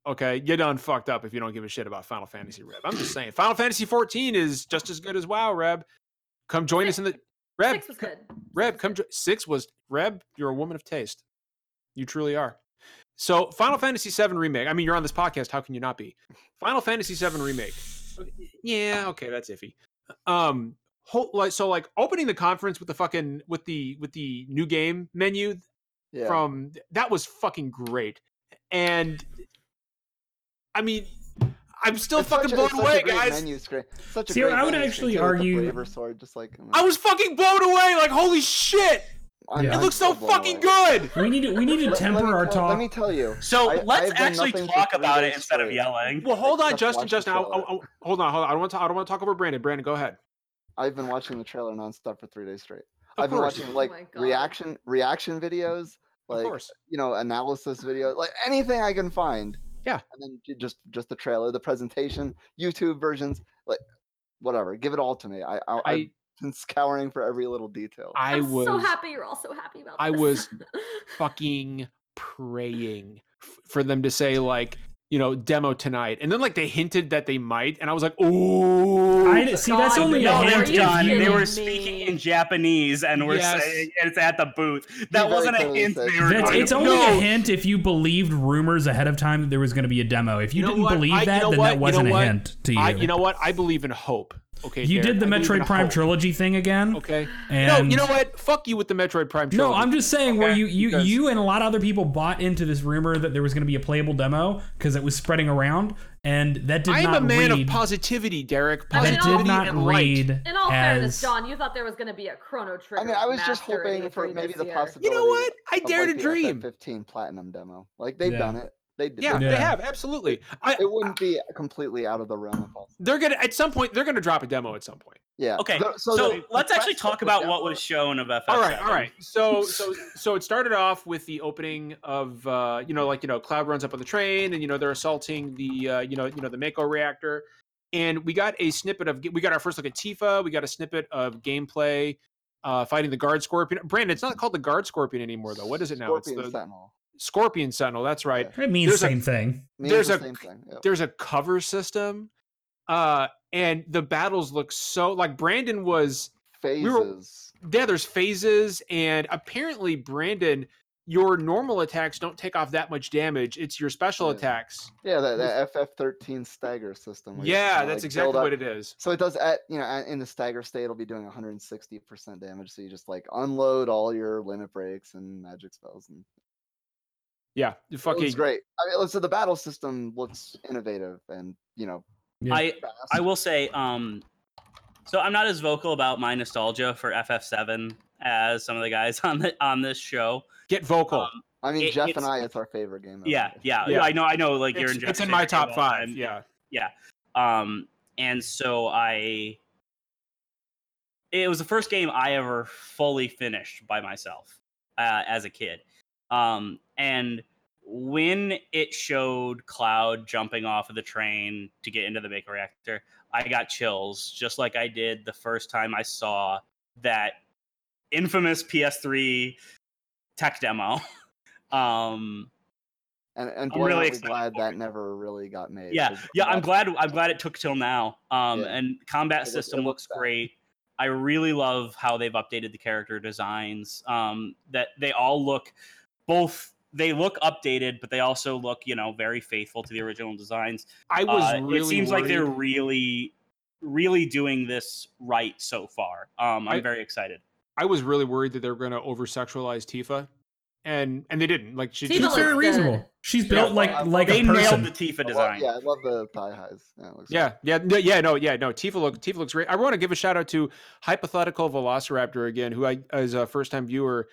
Speaker 1: Okay, you done fucked up if you don't give a shit about Final Fantasy, Reb. I'm just saying, Final Fantasy 14 is just as good as WoW, Reb. Come join us in the Reb.
Speaker 2: Six was
Speaker 1: co-
Speaker 2: good.
Speaker 1: Reb, come. Jo- six was Reb. You're a woman of taste. You truly are. So, Final Fantasy VII remake. I mean, you're on this podcast. How can you not be? Final Fantasy VII remake. Okay, Yeah, okay, that's iffy. Um, whole, like so, like opening the conference with the fucking with the with the new game menu
Speaker 5: yeah.
Speaker 1: from that was fucking great. And I mean, I'm still
Speaker 5: It's
Speaker 1: fucking
Speaker 5: such a-
Speaker 1: blown
Speaker 5: it's such a
Speaker 1: away,
Speaker 5: great
Speaker 1: guys.
Speaker 5: Menu screen. Such a
Speaker 6: See,
Speaker 5: great
Speaker 6: I would
Speaker 5: menu screen,
Speaker 6: actually
Speaker 5: too, with the
Speaker 6: argue-
Speaker 5: Braver sword, just like
Speaker 1: I was fucking blown away. Like, holy shit!
Speaker 5: I'm-
Speaker 6: Yeah.
Speaker 1: It
Speaker 5: I'm
Speaker 1: looks so
Speaker 5: blown
Speaker 1: fucking
Speaker 5: away.
Speaker 1: good.
Speaker 6: We need to we need to
Speaker 5: Let- let me
Speaker 6: temper our
Speaker 5: tell- Let me
Speaker 6: talk.
Speaker 5: tell you.
Speaker 1: So
Speaker 5: I-
Speaker 4: Let's
Speaker 5: I've done
Speaker 4: actually
Speaker 5: nothing for
Speaker 4: talk
Speaker 5: three
Speaker 4: about it
Speaker 5: days
Speaker 4: instead of
Speaker 5: straight.
Speaker 4: yelling.
Speaker 1: Well, hold
Speaker 5: Like,
Speaker 1: on,
Speaker 5: just
Speaker 1: Justin.
Speaker 5: watch the
Speaker 1: Justin, I, I,
Speaker 5: trailer.
Speaker 1: I- hold on, hold on. I don't want to. I don't want to talk over Brandon. Brandon, go ahead.
Speaker 5: I've been watching the trailer nonstop for three days straight.
Speaker 1: Of
Speaker 5: I've been
Speaker 1: course,
Speaker 5: watching
Speaker 2: Oh
Speaker 5: like
Speaker 2: my God.
Speaker 5: reaction reaction videos,
Speaker 1: of
Speaker 5: like
Speaker 1: course.
Speaker 5: you know analysis videos, like anything I can find.
Speaker 1: Yeah.
Speaker 5: And then ju- just just the trailer, the presentation, YouTube versions, like whatever. Give it all to me. I, I
Speaker 1: I
Speaker 5: I've been scouring for every little detail.
Speaker 1: I
Speaker 2: I'm
Speaker 1: was
Speaker 2: so happy you're all so happy about
Speaker 1: I
Speaker 2: this.
Speaker 1: was fucking praying f- for them to say like you know demo tonight, and then like they hinted that they might, and I was like, oh,
Speaker 6: I, see, that's
Speaker 2: God,
Speaker 6: only a
Speaker 4: No,
Speaker 2: Are
Speaker 4: they're
Speaker 6: hint.
Speaker 2: you
Speaker 4: done. Oh, They
Speaker 2: kidding
Speaker 4: were
Speaker 2: me?
Speaker 4: speaking in Japanese and were
Speaker 1: Yes.
Speaker 4: saying it's at the booth. That
Speaker 5: very
Speaker 4: wasn't a
Speaker 5: clearly
Speaker 4: hint
Speaker 5: said-
Speaker 4: they were
Speaker 6: That's,
Speaker 4: going
Speaker 6: it's
Speaker 4: to-
Speaker 6: only
Speaker 1: No.
Speaker 6: a hint if you believed rumors ahead of time that there was going to be a demo. If you,
Speaker 1: You know
Speaker 6: didn't
Speaker 1: what?
Speaker 6: believe
Speaker 1: I- you
Speaker 6: that,
Speaker 1: know
Speaker 6: then
Speaker 1: what? You
Speaker 6: that
Speaker 1: know
Speaker 6: wasn't a
Speaker 1: what?
Speaker 6: hint to you.
Speaker 1: I, you know what? I believe in hope. Okay,
Speaker 6: You
Speaker 1: Derek,
Speaker 6: did the
Speaker 1: I believe in
Speaker 6: Metroid Prime
Speaker 1: hope.
Speaker 6: trilogy thing again.
Speaker 1: Okay,
Speaker 6: And
Speaker 1: no, you know what? Fuck you with the Metroid Prime trilogy.
Speaker 6: No, I'm just saying where
Speaker 1: Okay,
Speaker 6: you you
Speaker 1: because-
Speaker 6: you and a lot of other people bought into this rumor that there was going to be a playable demo because it was spreading around, and that did
Speaker 1: I'm
Speaker 6: not
Speaker 1: a man
Speaker 6: read.
Speaker 1: of positivity, Derek.
Speaker 2: I mean,
Speaker 6: that
Speaker 1: Positivity
Speaker 6: did
Speaker 2: already
Speaker 6: not
Speaker 1: and light.
Speaker 6: read
Speaker 2: In all fairness,
Speaker 6: as-
Speaker 2: John, you thought there was going to be a Chrono Trigger.
Speaker 5: I mean, I was just
Speaker 2: master at
Speaker 5: hoping for
Speaker 2: E3
Speaker 5: maybe
Speaker 2: this
Speaker 5: the
Speaker 2: year.
Speaker 5: possibility.
Speaker 1: You know what? I
Speaker 5: of,
Speaker 1: dare
Speaker 5: like,
Speaker 1: to
Speaker 5: the FF
Speaker 1: dream.
Speaker 5: 15 platinum demo. Like they've
Speaker 6: Yeah.
Speaker 5: done it. They did.
Speaker 1: Yeah,
Speaker 5: it.
Speaker 1: they
Speaker 6: Yeah.
Speaker 1: have absolutely. I,
Speaker 5: It wouldn't be completely out of the realm of possibility.
Speaker 1: they're gonna at some point. They're gonna drop a demo at some point.
Speaker 5: Yeah.
Speaker 4: Okay,
Speaker 5: the-
Speaker 4: so,
Speaker 5: the- the
Speaker 4: let's actually
Speaker 5: press
Speaker 4: talk
Speaker 5: took
Speaker 4: about
Speaker 5: that
Speaker 4: what
Speaker 5: one.
Speaker 4: was shown of FF7.
Speaker 1: all right all right so so so it started off with the opening of uh you know like you know cloud runs up on the train and you know they're assaulting the uh you know you know the mako reactor and we got a snippet of we got our first look at tifa we got a snippet of gameplay uh fighting the guard scorpion brandon it's not called the guard scorpion anymore though what is it now
Speaker 5: Scorpion
Speaker 1: it's the
Speaker 5: Sentinel.
Speaker 1: scorpion sentinel that's right
Speaker 6: It means
Speaker 1: There's a-
Speaker 6: same thing.
Speaker 5: Means
Speaker 1: There's
Speaker 5: the
Speaker 1: a-
Speaker 5: same thing. Yep.
Speaker 1: there's a cover system uh and the battles look so like brandon was
Speaker 5: Phases.
Speaker 1: were- yeah, there's phases, and apparently, Brandon, your normal attacks don't take off that much damage. It's your special
Speaker 5: Yeah.
Speaker 1: attacks.
Speaker 5: Yeah, that, that FF13 stagger system. where you
Speaker 1: yeah,
Speaker 5: kinda,
Speaker 1: that's
Speaker 5: like, build
Speaker 1: exactly
Speaker 5: up-
Speaker 1: what it is.
Speaker 5: So it does at you know at- in the stagger state, it'll be doing 160 percent damage. So you just like unload all your limit breaks and magic spells, and
Speaker 1: Yeah, you fucking
Speaker 5: it's great. I mean, so the battle system looks innovative and you know
Speaker 6: Yeah.
Speaker 4: I
Speaker 5: fast.
Speaker 4: I will say, um, so I'm not as vocal about my nostalgia for FF7 as some of the guys on the on this show.
Speaker 1: get vocal.
Speaker 4: Um,
Speaker 5: I mean,
Speaker 4: it-
Speaker 5: Jeff
Speaker 4: it's-
Speaker 5: and I, it's our favorite game. ever.
Speaker 4: yeah, yeah,
Speaker 1: Yeah.
Speaker 4: I know, I know. Like you're
Speaker 1: it's,
Speaker 4: in.
Speaker 1: it's in
Speaker 4: Jeff's
Speaker 1: my
Speaker 4: favorite
Speaker 1: top
Speaker 4: all
Speaker 1: five.
Speaker 4: time.
Speaker 1: Yeah,
Speaker 4: Um, and so I, it was the first game I ever fully finished by myself uh, as a kid. Um, and when it showed Cloud jumping off of the train to get into the Baker reactor, I got chills, just like I did the first time I saw that infamous PS3 tech demo. um,
Speaker 5: And and
Speaker 4: I'm
Speaker 5: boy,
Speaker 4: really
Speaker 5: aren't we
Speaker 4: excited
Speaker 5: glad
Speaker 4: for
Speaker 5: that
Speaker 4: it.
Speaker 5: never really got made.
Speaker 4: Yeah,
Speaker 5: 'cause
Speaker 4: yeah i'm
Speaker 5: that's-
Speaker 4: glad i'm glad it took till now um
Speaker 5: Yeah.
Speaker 4: and combat
Speaker 5: It looks- it
Speaker 4: system
Speaker 5: looks
Speaker 4: looks
Speaker 5: bad.
Speaker 4: great I really love how they've updated the character designs. Um, that they all look both they look updated, but they also look you know very faithful to the original designs.
Speaker 1: I was
Speaker 4: Uh,
Speaker 1: really
Speaker 4: it seems like they're
Speaker 1: worried-
Speaker 4: really really doing this right so far. Um, I'm
Speaker 1: I-
Speaker 4: very excited.
Speaker 1: I was really worried that they were going to over sexualize Tifa, and and they didn't. Like she
Speaker 2: Tifa
Speaker 6: She's
Speaker 2: looks
Speaker 6: very
Speaker 2: good.
Speaker 6: reasonable. She's built
Speaker 5: Yeah,
Speaker 6: like
Speaker 5: well,
Speaker 6: like
Speaker 4: They
Speaker 6: a person.
Speaker 4: nailed the Tifa
Speaker 5: I love-
Speaker 4: design.
Speaker 5: yeah, I love the thigh highs. Yeah, it looks good.
Speaker 1: Yeah, yeah, no, yeah, no, yeah, no. Tifa look, Tifa looks great. I want to give a shout out to hypothetical Velociraptor again, who I is a first time viewer,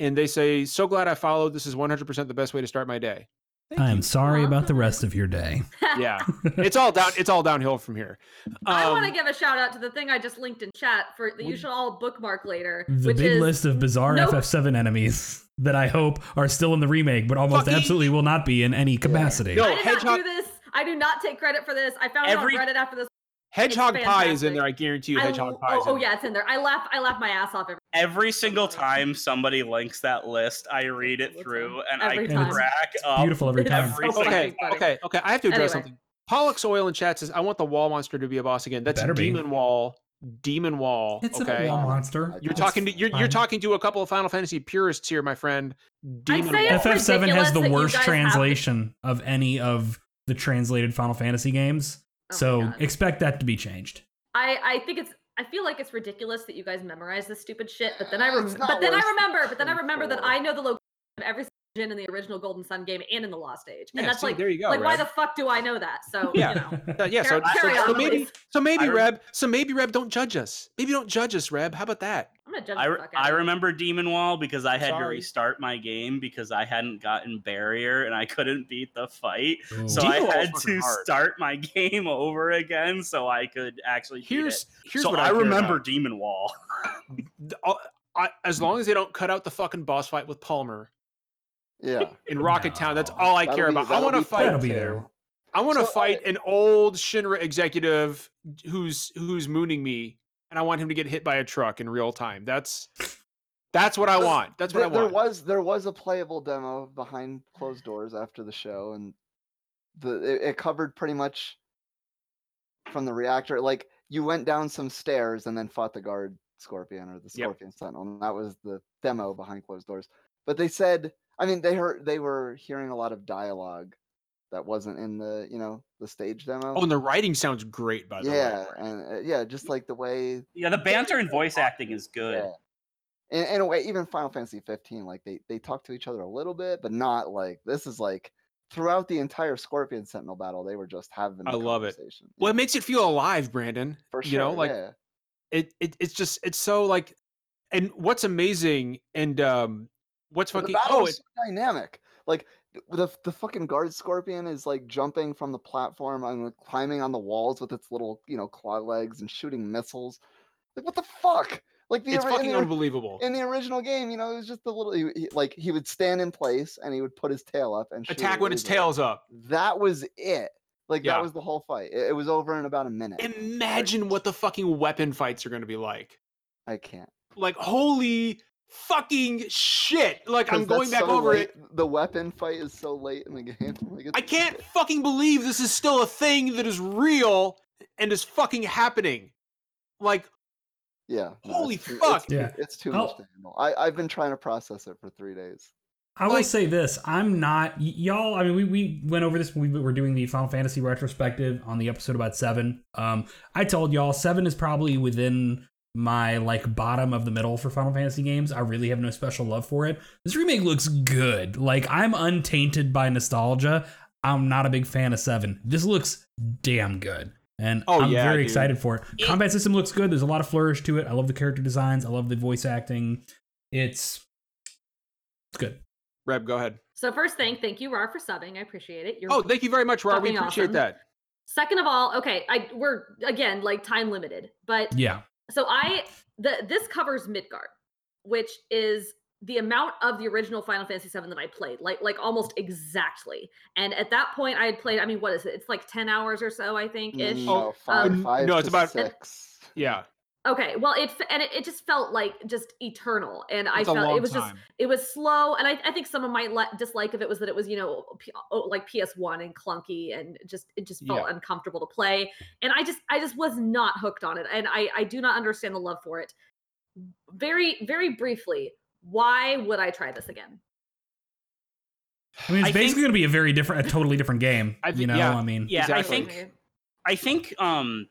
Speaker 1: and they say, "So glad I followed. This is 100 percent the best way to start my day." Thank
Speaker 3: I am
Speaker 1: you.
Speaker 3: sorry about the rest of your day.
Speaker 1: Yeah, it's all down. It's all downhill from here.
Speaker 2: I want to
Speaker 1: Um,
Speaker 2: give a shout out to the thing I just linked in chat for that you should all bookmark later,
Speaker 3: The
Speaker 2: which
Speaker 3: big
Speaker 2: is
Speaker 3: list of bizarre
Speaker 2: no-
Speaker 3: FF7 enemies that I hope are still in the remake, but almost
Speaker 1: Fucking-
Speaker 3: absolutely will not be in any capacity.
Speaker 1: No.
Speaker 2: I did
Speaker 1: Oh, Hedgehog-
Speaker 2: not do this. I do not take credit for this. I found
Speaker 4: Every-
Speaker 2: it on Reddit after this.
Speaker 1: Hedgehog Pie is in
Speaker 2: fantastic.
Speaker 1: there. I guarantee you,
Speaker 2: I
Speaker 1: Hedgehog
Speaker 2: l-
Speaker 1: Pie. Is
Speaker 2: oh, oh
Speaker 1: in there.
Speaker 2: yeah, it's in there. I laugh. I laugh my ass off every.
Speaker 4: Every single time somebody links that list, I read it through and
Speaker 2: Every
Speaker 4: I
Speaker 3: time.
Speaker 4: crack up.
Speaker 3: Beautiful every
Speaker 2: It's
Speaker 3: time.
Speaker 4: Every
Speaker 2: so
Speaker 4: single-
Speaker 2: fucking
Speaker 1: Okay,
Speaker 2: funny.
Speaker 1: okay, okay. I have to address
Speaker 2: Anyway.
Speaker 1: something. Pollux Oil in chat says, "I want the wall monster to be a boss again." That's
Speaker 6: Better be.
Speaker 1: Demon Wall. Demon Wall.
Speaker 3: It's a
Speaker 1: okay.
Speaker 3: wall monster.
Speaker 1: You're
Speaker 5: That's
Speaker 1: talking to you're, you're
Speaker 3: fine.
Speaker 1: talking to a couple of Final Fantasy purists here, my friend.
Speaker 2: I'd
Speaker 1: Demon
Speaker 2: say
Speaker 1: Wall.
Speaker 2: it's
Speaker 3: FF7
Speaker 2: ridiculous
Speaker 3: has the
Speaker 2: that you
Speaker 3: worst
Speaker 2: guys have to-
Speaker 3: translation of any of the translated Final Fantasy games,
Speaker 2: Oh my
Speaker 3: so
Speaker 2: God.
Speaker 3: expect that to be changed.
Speaker 2: I I think it's. I feel like it's ridiculous that you guys memorize this stupid shit, but then I
Speaker 5: Yeah,
Speaker 2: rem-
Speaker 5: it's
Speaker 2: but
Speaker 5: not
Speaker 2: then I
Speaker 5: worth it.
Speaker 2: remember, but then I remember that
Speaker 5: Sure.
Speaker 2: I know the location of every gin in the original Golden Sun game and in the Lost Age, and
Speaker 1: Yeah,
Speaker 2: that's
Speaker 1: see,
Speaker 2: like
Speaker 1: there you go.
Speaker 2: like why
Speaker 1: Reb.
Speaker 2: the fuck do I know that? So
Speaker 1: Yeah.
Speaker 2: you know.
Speaker 1: Uh, yeah, so,
Speaker 2: Car-
Speaker 1: so-
Speaker 2: carry
Speaker 1: so
Speaker 2: on,
Speaker 1: maybe
Speaker 2: please.
Speaker 1: so maybe
Speaker 4: I re-
Speaker 1: Reb, so maybe Reb, don't judge us. Maybe don't judge us, Reb. How about that?
Speaker 2: I'm gonna judge
Speaker 4: I,
Speaker 2: the
Speaker 4: re-
Speaker 2: fuck out
Speaker 4: I
Speaker 2: of you.
Speaker 4: remember Demon Wall because I had to
Speaker 1: Sorry.
Speaker 4: restart my game because I hadn't gotten Barrier and I couldn't beat the fight. So
Speaker 1: Demon Wall's
Speaker 4: I had
Speaker 1: fucking
Speaker 4: to
Speaker 1: hard.
Speaker 4: start my game over again so I could actually beat
Speaker 1: Here's
Speaker 4: it.
Speaker 1: here's
Speaker 4: so
Speaker 1: what I,
Speaker 4: I,
Speaker 1: care
Speaker 4: remember
Speaker 1: about.
Speaker 4: Demon Wall.
Speaker 1: Th- I'll- I, as long as they don't cut out the fucking boss fight with Palmer
Speaker 5: Yeah.
Speaker 1: in Rocket Town, that's
Speaker 3: No.
Speaker 1: all I
Speaker 5: That'll
Speaker 1: care
Speaker 5: be-
Speaker 1: about. I
Speaker 5: that'll
Speaker 1: want to
Speaker 5: be
Speaker 1: fight.
Speaker 3: That'll be there.
Speaker 1: I want to
Speaker 5: So, uh,
Speaker 1: fight an old Shinra executive who's who's mooning me, and I want him to get hit by a truck in real time. That's that's what I
Speaker 5: Th-
Speaker 1: want. That's what
Speaker 5: there,
Speaker 1: I
Speaker 5: there
Speaker 1: want.
Speaker 5: was there was a playable demo behind closed doors after the show, and the it, it covered pretty much from the reactor. Like you went down some stairs and then fought the guard scorpion or the
Speaker 1: Yep.
Speaker 5: scorpion sentinel, and that was the demo behind closed doors. But they said, I mean, they heard they were hearing a lot of dialogue that wasn't in the you know the stage demo.
Speaker 1: Oh, and the writing sounds great, by the
Speaker 5: yeah,
Speaker 1: way.
Speaker 5: and uh, yeah, just like the way
Speaker 4: Yeah, the banter and voice acting is good.
Speaker 5: Yeah. in, in a way, even Final Fantasy 15, like they they talk to each other a little bit, but not like this is like throughout the entire Scorpion Sentinel battle, they were just having.
Speaker 1: I
Speaker 5: a
Speaker 1: love it.
Speaker 5: conversation.
Speaker 1: Well, it makes it feel alive, Brandon.
Speaker 5: for
Speaker 1: you know, like
Speaker 5: yeah.
Speaker 1: it, it it's just it's so like, and what's amazing and um what's
Speaker 5: But the
Speaker 1: fucking
Speaker 5: battle
Speaker 1: oh
Speaker 5: was
Speaker 1: it,
Speaker 5: so dynamic. Like th- the the fucking guard Scorpion is like jumping from the platform and like, climbing on the walls with its little you know claw legs and shooting missiles. Like what the fuck? Like the
Speaker 1: it's
Speaker 5: ori- in
Speaker 1: fucking
Speaker 5: the ori-
Speaker 1: unbelievable.
Speaker 5: in the original game, you know, it was just the little he, he- like he would stand in place and he would put his tail up and shoot
Speaker 1: Attack
Speaker 5: it
Speaker 1: when its
Speaker 5: easily.
Speaker 1: tail's up.
Speaker 5: that was it. Like
Speaker 1: Yeah.
Speaker 5: that was the whole fight. It, it was over in about a minute.
Speaker 1: Imagine what the fucking weapon fights are going to be like.
Speaker 5: I can't.
Speaker 1: Like holy fucking shit! Like
Speaker 5: 'Cause
Speaker 1: I'm going
Speaker 5: that's
Speaker 1: back
Speaker 5: so
Speaker 1: over
Speaker 5: late-
Speaker 1: it.
Speaker 5: The weapon fight is so late in the game. Like,
Speaker 1: I
Speaker 5: it's-
Speaker 1: can't fucking believe this is still a thing that is real and is fucking happening. Like
Speaker 5: Yeah. no,
Speaker 1: holy
Speaker 5: it's too-
Speaker 1: fuck.
Speaker 5: It's,
Speaker 6: Yeah.
Speaker 5: it's too
Speaker 6: I'll-
Speaker 5: much to handle. I I've been trying to process it for three days.
Speaker 6: I will
Speaker 1: Like-
Speaker 6: say this: I'm not y- y'all. I mean, we we went over this. when We were doing the Final Fantasy retrospective on the episode about seven. Um, I told y'all seven is probably within my like bottom of the middle for Final Fantasy games. I really have no special love for it. This remake looks good. Like I'm untainted by nostalgia. I'm not a big fan of seven. This looks damn good. And
Speaker 1: Oh,
Speaker 6: I'm
Speaker 1: yeah,
Speaker 6: very
Speaker 1: dude.
Speaker 6: excited for it.
Speaker 4: It-
Speaker 6: Combat system looks good. There's a lot of flourish to it. I love the character designs. I love the voice acting. It's it's good.
Speaker 1: Reb, go ahead.
Speaker 2: So first thing, thank you, Rar, for subbing. I appreciate it. You're
Speaker 1: Oh, thank you very much, Rob. We
Speaker 2: Fucking
Speaker 1: appreciate
Speaker 2: awesome.
Speaker 1: that.
Speaker 2: Second of all, okay, I we're again like time limited, but
Speaker 6: Yeah.
Speaker 2: so I the this covers Midgard, which is the amount of the original Final Fantasy VII that I played, like like almost exactly. And at that point, I had played. I mean, what is it? It's like ten hours or so, I think. Ish.
Speaker 5: No,
Speaker 1: Oh,
Speaker 5: five,
Speaker 1: um,
Speaker 5: five
Speaker 1: no,
Speaker 5: to
Speaker 1: it's about-
Speaker 5: six.
Speaker 1: Yeah.
Speaker 4: Oh.
Speaker 2: Okay, well, it f- and it, it just felt like just eternal, and I
Speaker 1: It's a
Speaker 2: felt
Speaker 1: long
Speaker 2: it was just
Speaker 1: time.
Speaker 2: it was slow and i, I think some of my le- dislike of it was that it was you know P- oh, like ps1 and clunky and just it just felt uncomfortable to play and i just i just was not hooked on it and i i do not understand the love for it very very briefly why would i try this again
Speaker 6: I mean, it's
Speaker 4: I
Speaker 6: basically
Speaker 4: think-
Speaker 6: going to be a very different, a totally different game.
Speaker 1: I
Speaker 6: you
Speaker 1: think-
Speaker 6: know,
Speaker 1: yeah.
Speaker 6: I mean,
Speaker 4: Yeah, I
Speaker 1: Exactly.
Speaker 4: think I think um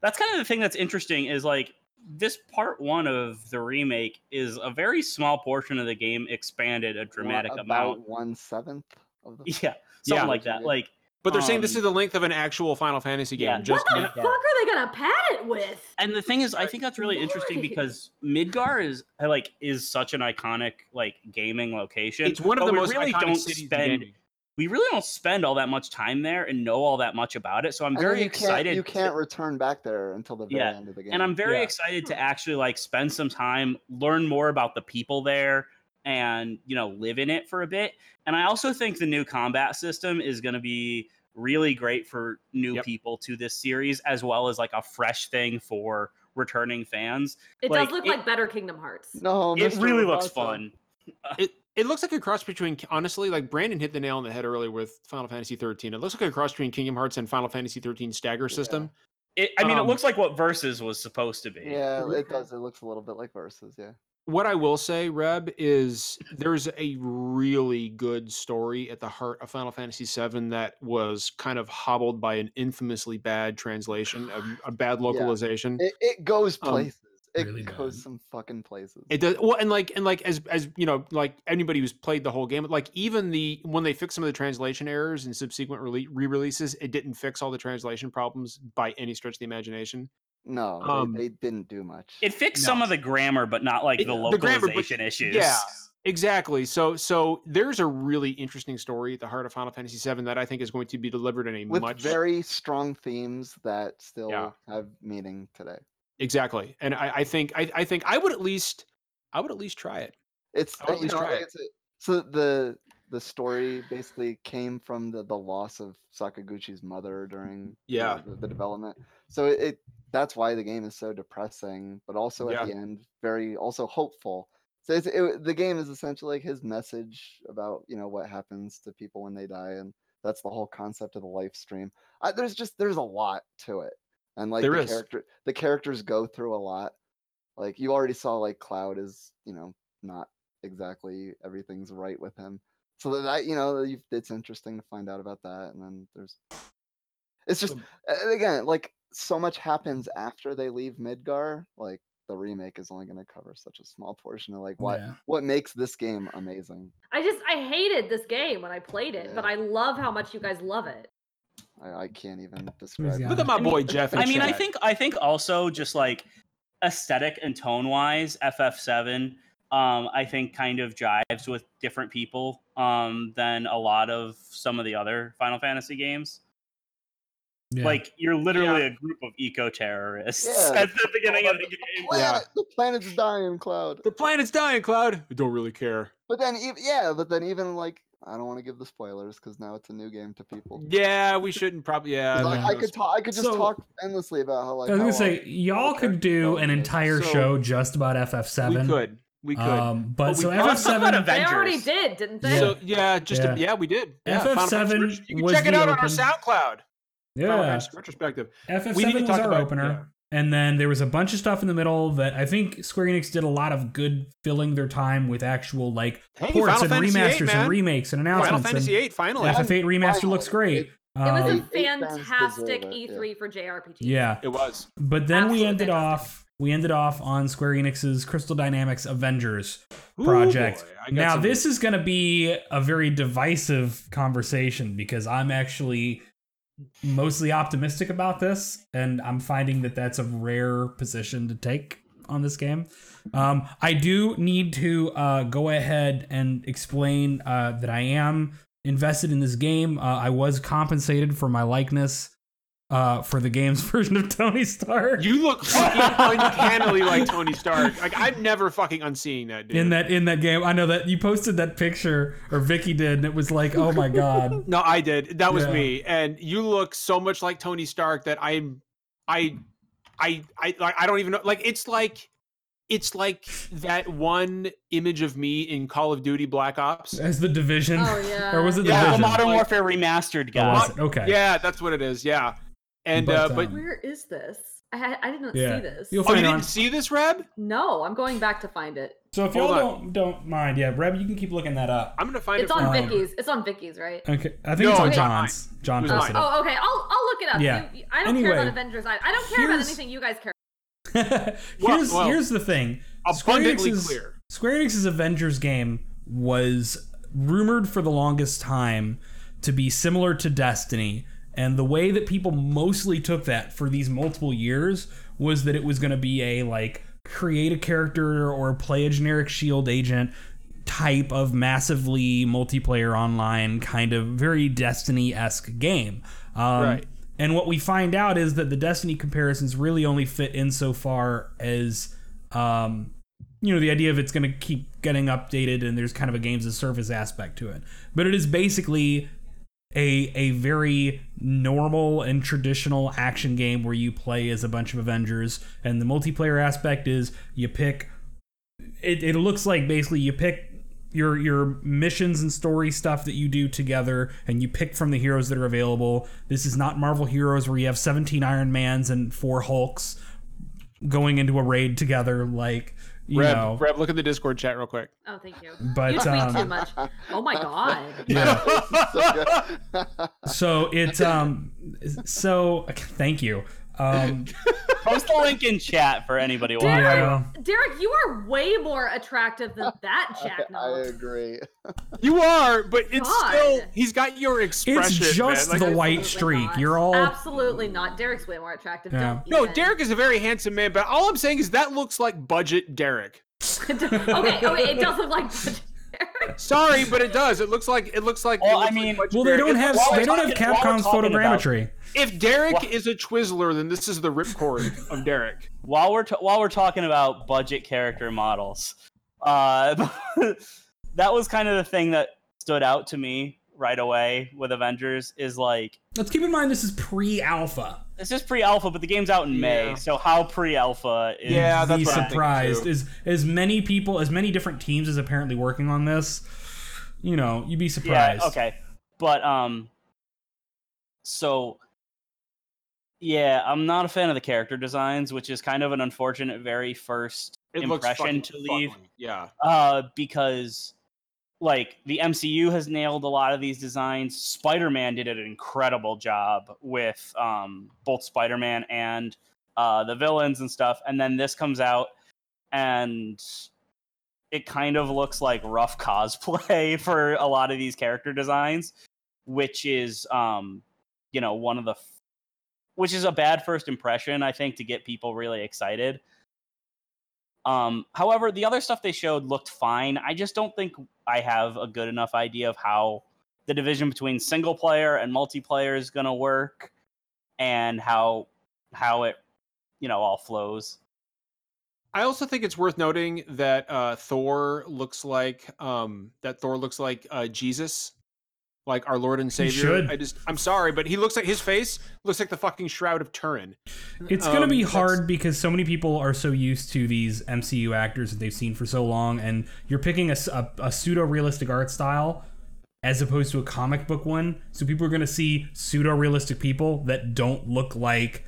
Speaker 4: that's kind of the thing that's interesting is like this part one of the remake is a very small portion of the game expanded a dramatic
Speaker 5: about
Speaker 4: amount.
Speaker 5: one seventh of the.
Speaker 4: Yeah,
Speaker 1: Yeah.
Speaker 4: something like that. Like
Speaker 1: But they're saying this
Speaker 4: Um,
Speaker 1: is the length of an actual Final Fantasy game.
Speaker 4: yeah,
Speaker 1: just
Speaker 2: what the
Speaker 1: Midgar.
Speaker 2: fuck are they gonna pad it with
Speaker 4: and the thing is, I think that's really interesting
Speaker 2: Right.
Speaker 4: because Midgar is like is such an iconic like gaming location.
Speaker 1: It's one of
Speaker 4: but
Speaker 1: the
Speaker 4: we
Speaker 1: most
Speaker 4: really
Speaker 1: iconic
Speaker 4: don't
Speaker 1: cities in
Speaker 4: spend
Speaker 1: gaming.
Speaker 4: we really don't spend all that much time there and know all that much about it. So I'm
Speaker 5: And then
Speaker 4: very
Speaker 5: you can't-
Speaker 4: excited.
Speaker 5: You
Speaker 4: to-
Speaker 5: can't return back there until the very
Speaker 4: Yeah,
Speaker 5: end of the game.
Speaker 4: and I'm very
Speaker 1: Yeah.
Speaker 4: excited to actually like spend some time, learn more about the people there, and you know live in it for a bit. And I also think the new combat system is going to be really great for new
Speaker 1: Yep.
Speaker 4: people to this series, as well as like a fresh thing for returning fans.
Speaker 2: it
Speaker 4: like,
Speaker 2: does look
Speaker 4: it-
Speaker 2: like better kingdom hearts
Speaker 5: No,
Speaker 4: it
Speaker 5: Mr.
Speaker 4: really looks
Speaker 5: Roboto.
Speaker 4: fun.
Speaker 1: It it looks like a cross between honestly, like Brandon hit the nail on the head earlier with Final Fantasy 13. It looks like a cross between Kingdom Hearts and Final Fantasy 13 stagger system.
Speaker 4: It, I mean,
Speaker 1: Um,
Speaker 4: it looks like what Versus was supposed to be.
Speaker 5: Yeah, it does. It looks a little bit like verses. Yeah.
Speaker 1: What I will say, Reb, is there's a really good story at the heart of Final Fantasy VII that was kind of hobbled by an infamously bad translation, a, a bad localization.
Speaker 5: It, it goes
Speaker 1: Um,
Speaker 5: places. it
Speaker 3: really
Speaker 5: goes
Speaker 3: bad.
Speaker 5: some fucking places.
Speaker 1: It does well, and like and like as as you know, like anybody who's played the whole game, like even the when they fixed some of the translation errors and subsequent rele- re-releases, it didn't fix all the translation problems by any stretch of the imagination.
Speaker 5: no, they-
Speaker 1: um,
Speaker 5: they, didn't do much.
Speaker 4: It fixed
Speaker 1: No.
Speaker 4: some of the grammar, but not like
Speaker 1: It-
Speaker 4: the
Speaker 1: the grammar, but-
Speaker 4: localization issues.
Speaker 1: yeah. Exactly. So so there's a really interesting story at the heart of Final Fantasy VII that I think is going to be delivered in a
Speaker 5: with
Speaker 1: much
Speaker 5: very strong themes that still have meaning today.
Speaker 1: exactly, and I, I think I, I think I would at least I would at least try it.
Speaker 5: It's
Speaker 1: I would
Speaker 5: uh,
Speaker 1: at
Speaker 5: you
Speaker 1: least
Speaker 5: know,
Speaker 1: try
Speaker 5: like
Speaker 1: it.
Speaker 5: it's a- so the the story basically came from the, the loss of Sakaguchi's mother during you know,
Speaker 1: Yeah.
Speaker 5: the, the development. So it, it that's why the game is so depressing, but also
Speaker 1: Yeah.
Speaker 5: at the end very also hopeful. So it's, it, the game is essentially like his message about you know what happens to people when they die, and that's the whole concept of the life stream. I, there's just there's a lot to it, and like
Speaker 1: There
Speaker 5: the
Speaker 1: is.
Speaker 5: character the characters go through a lot. Like you already saw, like Cloud is you know not exactly everything's right with him. So that- that you know you- it's interesting to find out about that, and then there's it's just
Speaker 1: Um,
Speaker 5: a- again like so much happens after they leave Midgar. Like the remake is only going to cover such a small portion of like what
Speaker 3: Yeah.
Speaker 5: what makes this game amazing.
Speaker 2: i just i hated this game when i played it but
Speaker 5: Yeah.
Speaker 2: i love how much you guys love it
Speaker 5: I, I can't even describe.
Speaker 3: the
Speaker 5: it.
Speaker 1: Look at my
Speaker 4: I mean-
Speaker 1: boy Jeff. in
Speaker 4: I mean, I
Speaker 1: chat.
Speaker 4: think I think also just like aesthetic and tone wise, FF7, um, I think kind of jives with different people um, than a lot of some of the other Final Fantasy games.
Speaker 3: Yeah.
Speaker 4: Like you're literally a group of eco terrorists
Speaker 5: Yeah.
Speaker 4: at the beginning of the game.
Speaker 5: Planet, The planet's dying, Cloud.
Speaker 1: the planet's dying, Cloud. I don't really care.
Speaker 5: But then, ev- yeah, but then even like I don't want to give the spoilers because now it's a new game to people.
Speaker 1: Yeah, we shouldn't probably. Yeah,
Speaker 5: 'Cause
Speaker 1: like
Speaker 5: I, I
Speaker 1: those-
Speaker 5: could talk. I could just
Speaker 3: So-
Speaker 5: talk endlessly about how like.
Speaker 3: I was gonna
Speaker 5: how,
Speaker 3: say
Speaker 5: uh,
Speaker 3: y'all
Speaker 5: okay,
Speaker 3: could do an
Speaker 5: so-
Speaker 3: entire
Speaker 1: so-
Speaker 3: show just about
Speaker 1: we
Speaker 3: FF7.
Speaker 1: could. We could.
Speaker 3: Um, but
Speaker 1: But
Speaker 3: so
Speaker 1: we-
Speaker 4: What
Speaker 3: FF7
Speaker 4: about
Speaker 2: they already
Speaker 4: Avengers.
Speaker 2: did didn't they
Speaker 1: So yeah, just yeah,
Speaker 3: Yeah.
Speaker 1: a, yeah we did. Yeah,
Speaker 3: FF7
Speaker 1: Final Fantasy Retro- You can
Speaker 3: was
Speaker 1: check it
Speaker 3: the
Speaker 1: out on our
Speaker 3: open-
Speaker 1: SoundCloud. Final
Speaker 3: Yeah.
Speaker 1: Fantasy retrospective.
Speaker 3: FF7
Speaker 1: We need to
Speaker 3: was
Speaker 1: talk
Speaker 3: our
Speaker 1: about-
Speaker 3: opener. And then there was a bunch of stuff in the middle that I think Square Enix did a lot of good filling their time with actual like
Speaker 1: Hey,
Speaker 3: ports
Speaker 1: Final
Speaker 3: and
Speaker 1: Fantasy VIII,
Speaker 3: remasters
Speaker 1: man.
Speaker 3: and remakes and announcements.
Speaker 1: Final
Speaker 3: and
Speaker 1: Fantasy VIII, finally.
Speaker 5: Yeah.
Speaker 3: FF8 remaster
Speaker 5: Finally.
Speaker 3: looks great.
Speaker 5: It-
Speaker 2: It was
Speaker 3: Um,
Speaker 2: a
Speaker 5: Um, eight bands deserve
Speaker 2: fantastic
Speaker 5: it, yeah.
Speaker 2: E3 for JRPG.
Speaker 3: yeah,
Speaker 1: It was.
Speaker 3: but then we
Speaker 2: Absolutely
Speaker 3: ended
Speaker 2: fantastic.
Speaker 3: off we ended off on Square Enix's Crystal Dynamics Avengers project.
Speaker 1: Ooh, boy, I got
Speaker 3: now
Speaker 1: some-
Speaker 3: this is going to be a very divisive conversation because I'm actually mostly optimistic about this, and I'm finding that that's a rare position to take on this game. Um, I do need to uh, go ahead and explain uh, that I am invested in this game. Uh, I was compensated for my likeness uh, for the game's version of Tony Stark.
Speaker 1: You look fucking uncannily like Tony Stark. Like I'm never fucking unseeing that dude.
Speaker 3: in that in that game, I know that you posted that picture, or Vicky did, and it was like, oh my god,
Speaker 1: no, I did. That was
Speaker 3: Yeah.
Speaker 1: me. And you look so much like Tony Stark that I'm I I I like I don't even know. Like it's like it's like that one image of me in Call of Duty Black Ops.
Speaker 3: As the division,
Speaker 2: Oh, yeah.
Speaker 3: or was it the
Speaker 1: Yeah,
Speaker 4: Yeah,
Speaker 3: division?
Speaker 4: Modern Warfare remastered,
Speaker 3: Oh,
Speaker 4: guys.
Speaker 3: was it? Okay,
Speaker 1: Yeah, that's what it is. Yeah, and
Speaker 3: But,
Speaker 1: uh, but
Speaker 3: um,
Speaker 2: Where is this? I ha- I didn't
Speaker 3: Yeah.
Speaker 2: see this.
Speaker 3: You'll
Speaker 1: oh, you
Speaker 3: find it on-
Speaker 1: didn't see this, Reb?
Speaker 2: No, I'm going back to find it.
Speaker 3: So if
Speaker 1: Hold
Speaker 3: y'all
Speaker 1: on.
Speaker 3: don't don't mind, yeah, Reb, you can keep looking that up.
Speaker 1: I'm gonna find
Speaker 2: It's
Speaker 1: it. for
Speaker 2: on
Speaker 1: you.
Speaker 3: Um,
Speaker 2: Vicky's. It's on Vicky's, right?
Speaker 3: Okay, I think
Speaker 1: No,
Speaker 3: it's on
Speaker 1: it's not mine.
Speaker 3: John's. John
Speaker 1: It was
Speaker 3: posted
Speaker 2: Oh, okay. I'll I'll look it up.
Speaker 3: Yeah.
Speaker 2: You, I don't
Speaker 3: Anyway,
Speaker 2: care about Avengers. I, I don't care about
Speaker 3: here's-
Speaker 2: anything you guys care. Oh.
Speaker 3: it.
Speaker 1: Well,
Speaker 3: here's
Speaker 1: well,
Speaker 3: here's the thing. Square
Speaker 1: abundantly
Speaker 3: Enix's-
Speaker 1: clear.
Speaker 3: Square Enix's Avengers game was rumored for the longest time to be similar to Destiny, and the way that people mostly took that for these multiple years was that it was going to be a like create a character or play a generic shield E agent type of massively multiplayer online kind of very Destiny esque game. Um,
Speaker 1: Right.
Speaker 3: And what we find out is that the Destiny comparisons really only fit insofar as, um, you know, the idea of it's going to keep getting updated and there's kind of a games as service aspect to it. But it is basically a a very normal and traditional action game where you play as a bunch of Avengers, and the multiplayer aspect is you pick. It, it looks like basically you pick your your missions and story stuff that you do together, and you pick from the heroes that are available. This is not Marvel Heroes where you have seventeen Iron Mans and four Hulks going into a raid together, like you
Speaker 1: Reb,
Speaker 3: know.
Speaker 1: Reb, look at the Discord chat real quick.
Speaker 2: Oh, thank you.
Speaker 3: But,
Speaker 2: you tweet too
Speaker 3: um,
Speaker 2: much. Oh my god.
Speaker 3: Yeah.
Speaker 5: So good.
Speaker 3: So it's um, so thank you. Um,
Speaker 4: Post the link in chat for anybody watching.
Speaker 3: yeah.
Speaker 2: Derek, you are way more attractive than that
Speaker 5: I, I
Speaker 2: jacknote.
Speaker 5: agree.
Speaker 1: You are, but it's
Speaker 2: God.
Speaker 1: still he's got your expression.
Speaker 3: It's just
Speaker 1: man.
Speaker 3: the
Speaker 1: Like,
Speaker 3: white
Speaker 2: Absolutely
Speaker 3: streak.
Speaker 2: not.
Speaker 3: You're all
Speaker 2: absolutely not. Derek's way more attractive.
Speaker 3: Yeah.
Speaker 2: Don't
Speaker 1: no,
Speaker 2: even.
Speaker 1: Derek is a very handsome man, but all I'm saying is that looks like budget Derek.
Speaker 2: okay, okay, it does look like. Derek.
Speaker 1: Sorry, but it does. It looks like it looks like. it
Speaker 4: Well,
Speaker 1: looks
Speaker 4: I mean-
Speaker 1: like budget
Speaker 3: well. They
Speaker 1: Derek. If-
Speaker 3: don't have
Speaker 4: while we're
Speaker 3: they don't have
Speaker 4: talking- while we're
Speaker 3: Capcom's
Speaker 4: talking about-
Speaker 3: photogrammetry.
Speaker 1: If Derek is a Twizzler, then this is the ripcord of Derek.
Speaker 4: While we're t- while we're talking about budget character models, uh, that was kind of the thing that stood out to me right away with Avengers is like
Speaker 3: Let's keep in mind this is pre-alpha.
Speaker 4: this is pre-alpha, but the game's out in May,
Speaker 1: Yeah.
Speaker 4: so how pre-alpha is
Speaker 1: Yeah, that's
Speaker 3: Be
Speaker 1: what I'm thinking,
Speaker 3: surprised
Speaker 1: too.
Speaker 3: as as many people as many different teams is apparently working on this. You know, you'd be surprised.
Speaker 4: Yeah, okay. But um so yeah, I'm not a fan of the character designs, which is kind of an unfortunate very first
Speaker 1: It looks fucking
Speaker 4: impression to leave
Speaker 1: fucking- Yeah,
Speaker 4: uh because like the MCU has nailed a lot of these designs. Spider-Man did an incredible job with um both Spider-Man and uh the villains and stuff. And then this comes out and it kind of looks like rough cosplay for a lot of these character designs, which is um you know, one of the f- which is a bad first impression, I think, to get people really excited. Um, however, the other stuff they showed looked fine. I just don't think I have a good enough idea of how the division between single player and multiplayer is going to work, and how how it you know all flows.
Speaker 1: I also think it's worth noting that uh, Thor looks like um, that Thor looks like uh, Jesus, like our Lord and Savior.
Speaker 3: should.
Speaker 1: I just I'm sorry, but he looks like his face looks like the fucking Shroud of Turin.
Speaker 3: It's going to
Speaker 1: Um,
Speaker 3: be
Speaker 1: that's-
Speaker 3: hard because so many people are so used to these MCU actors that they've seen for so long, and you're picking a, pseudo realistic art style as opposed to a comic book one. So people are going to see pseudo realistic people that don't look like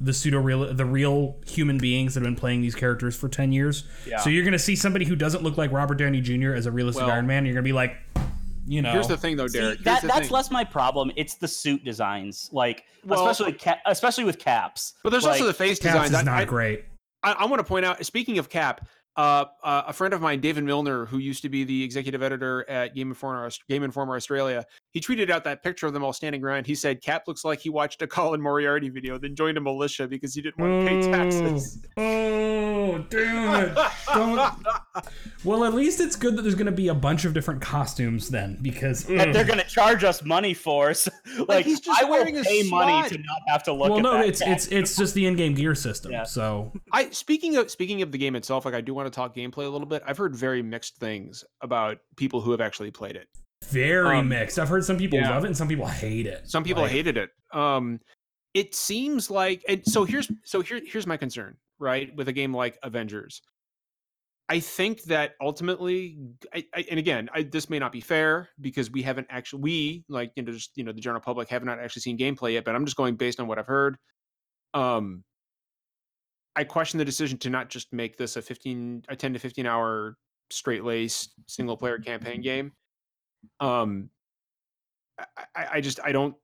Speaker 3: the pseudo real the real human beings that have been playing these characters for 10 years.
Speaker 4: Yeah.
Speaker 3: So you're going to see somebody who doesn't look like Robert Downey Jr. as a realistic
Speaker 1: Well-
Speaker 3: Iron Man. And you're going to be like, you know,
Speaker 1: Here's the thing, though,
Speaker 4: See,
Speaker 1: Oh, Derek. Here's
Speaker 4: that,
Speaker 1: the
Speaker 4: that's
Speaker 1: thing.
Speaker 4: less my problem. It's the suit designs, like
Speaker 1: Well-
Speaker 4: especially ca- especially with caps.
Speaker 1: But there's also the
Speaker 4: Like,
Speaker 1: face
Speaker 3: Caps
Speaker 1: designs.
Speaker 3: is not
Speaker 1: I,
Speaker 3: great.
Speaker 1: I, I want to point out. Speaking of Cap, uh, uh, a friend of mine, David Milner, who used to be the executive editor at Game Informer, Aus- Game Informer Australia, he tweeted out that picture of them all standing around. He said, "Cap looks like he watched a Colin Moriarty video, then joined a militia because he didn't want to pay taxes."
Speaker 3: Oh, damn it. Don't. Well, at least it's good that there's going to be a bunch of different costumes then, because
Speaker 4: Mm. that they're going to charge us money for. So, like,
Speaker 1: he's just
Speaker 4: I will
Speaker 1: wearing a
Speaker 4: pay money
Speaker 1: slide.
Speaker 4: to not have to look.
Speaker 3: well,
Speaker 4: at
Speaker 3: no,
Speaker 4: that
Speaker 3: it's
Speaker 4: cap.
Speaker 3: it's it's just the in-game gear system.
Speaker 4: Yeah.
Speaker 3: So
Speaker 1: I speaking of speaking of the game itself, like I do want to talk gameplay a little bit. I've heard very mixed things about people who have actually played it.
Speaker 3: very
Speaker 1: Um,
Speaker 3: mixed. I've heard some people
Speaker 1: yeah.
Speaker 3: love it and some people hate it.
Speaker 1: Some people
Speaker 3: Like,
Speaker 1: hated it. Um, it seems like and so here's so here here's my concern right with a game like avengers i think that ultimately I, I, and again I, this may not be fair because we haven't actually we like you know just you know the general public have not actually seen gameplay yet but i'm just going based on what i've heard um i question the decision to not just make this a 15 a 10 to 15 hour straight laced single player campaign game um I, I I just i don't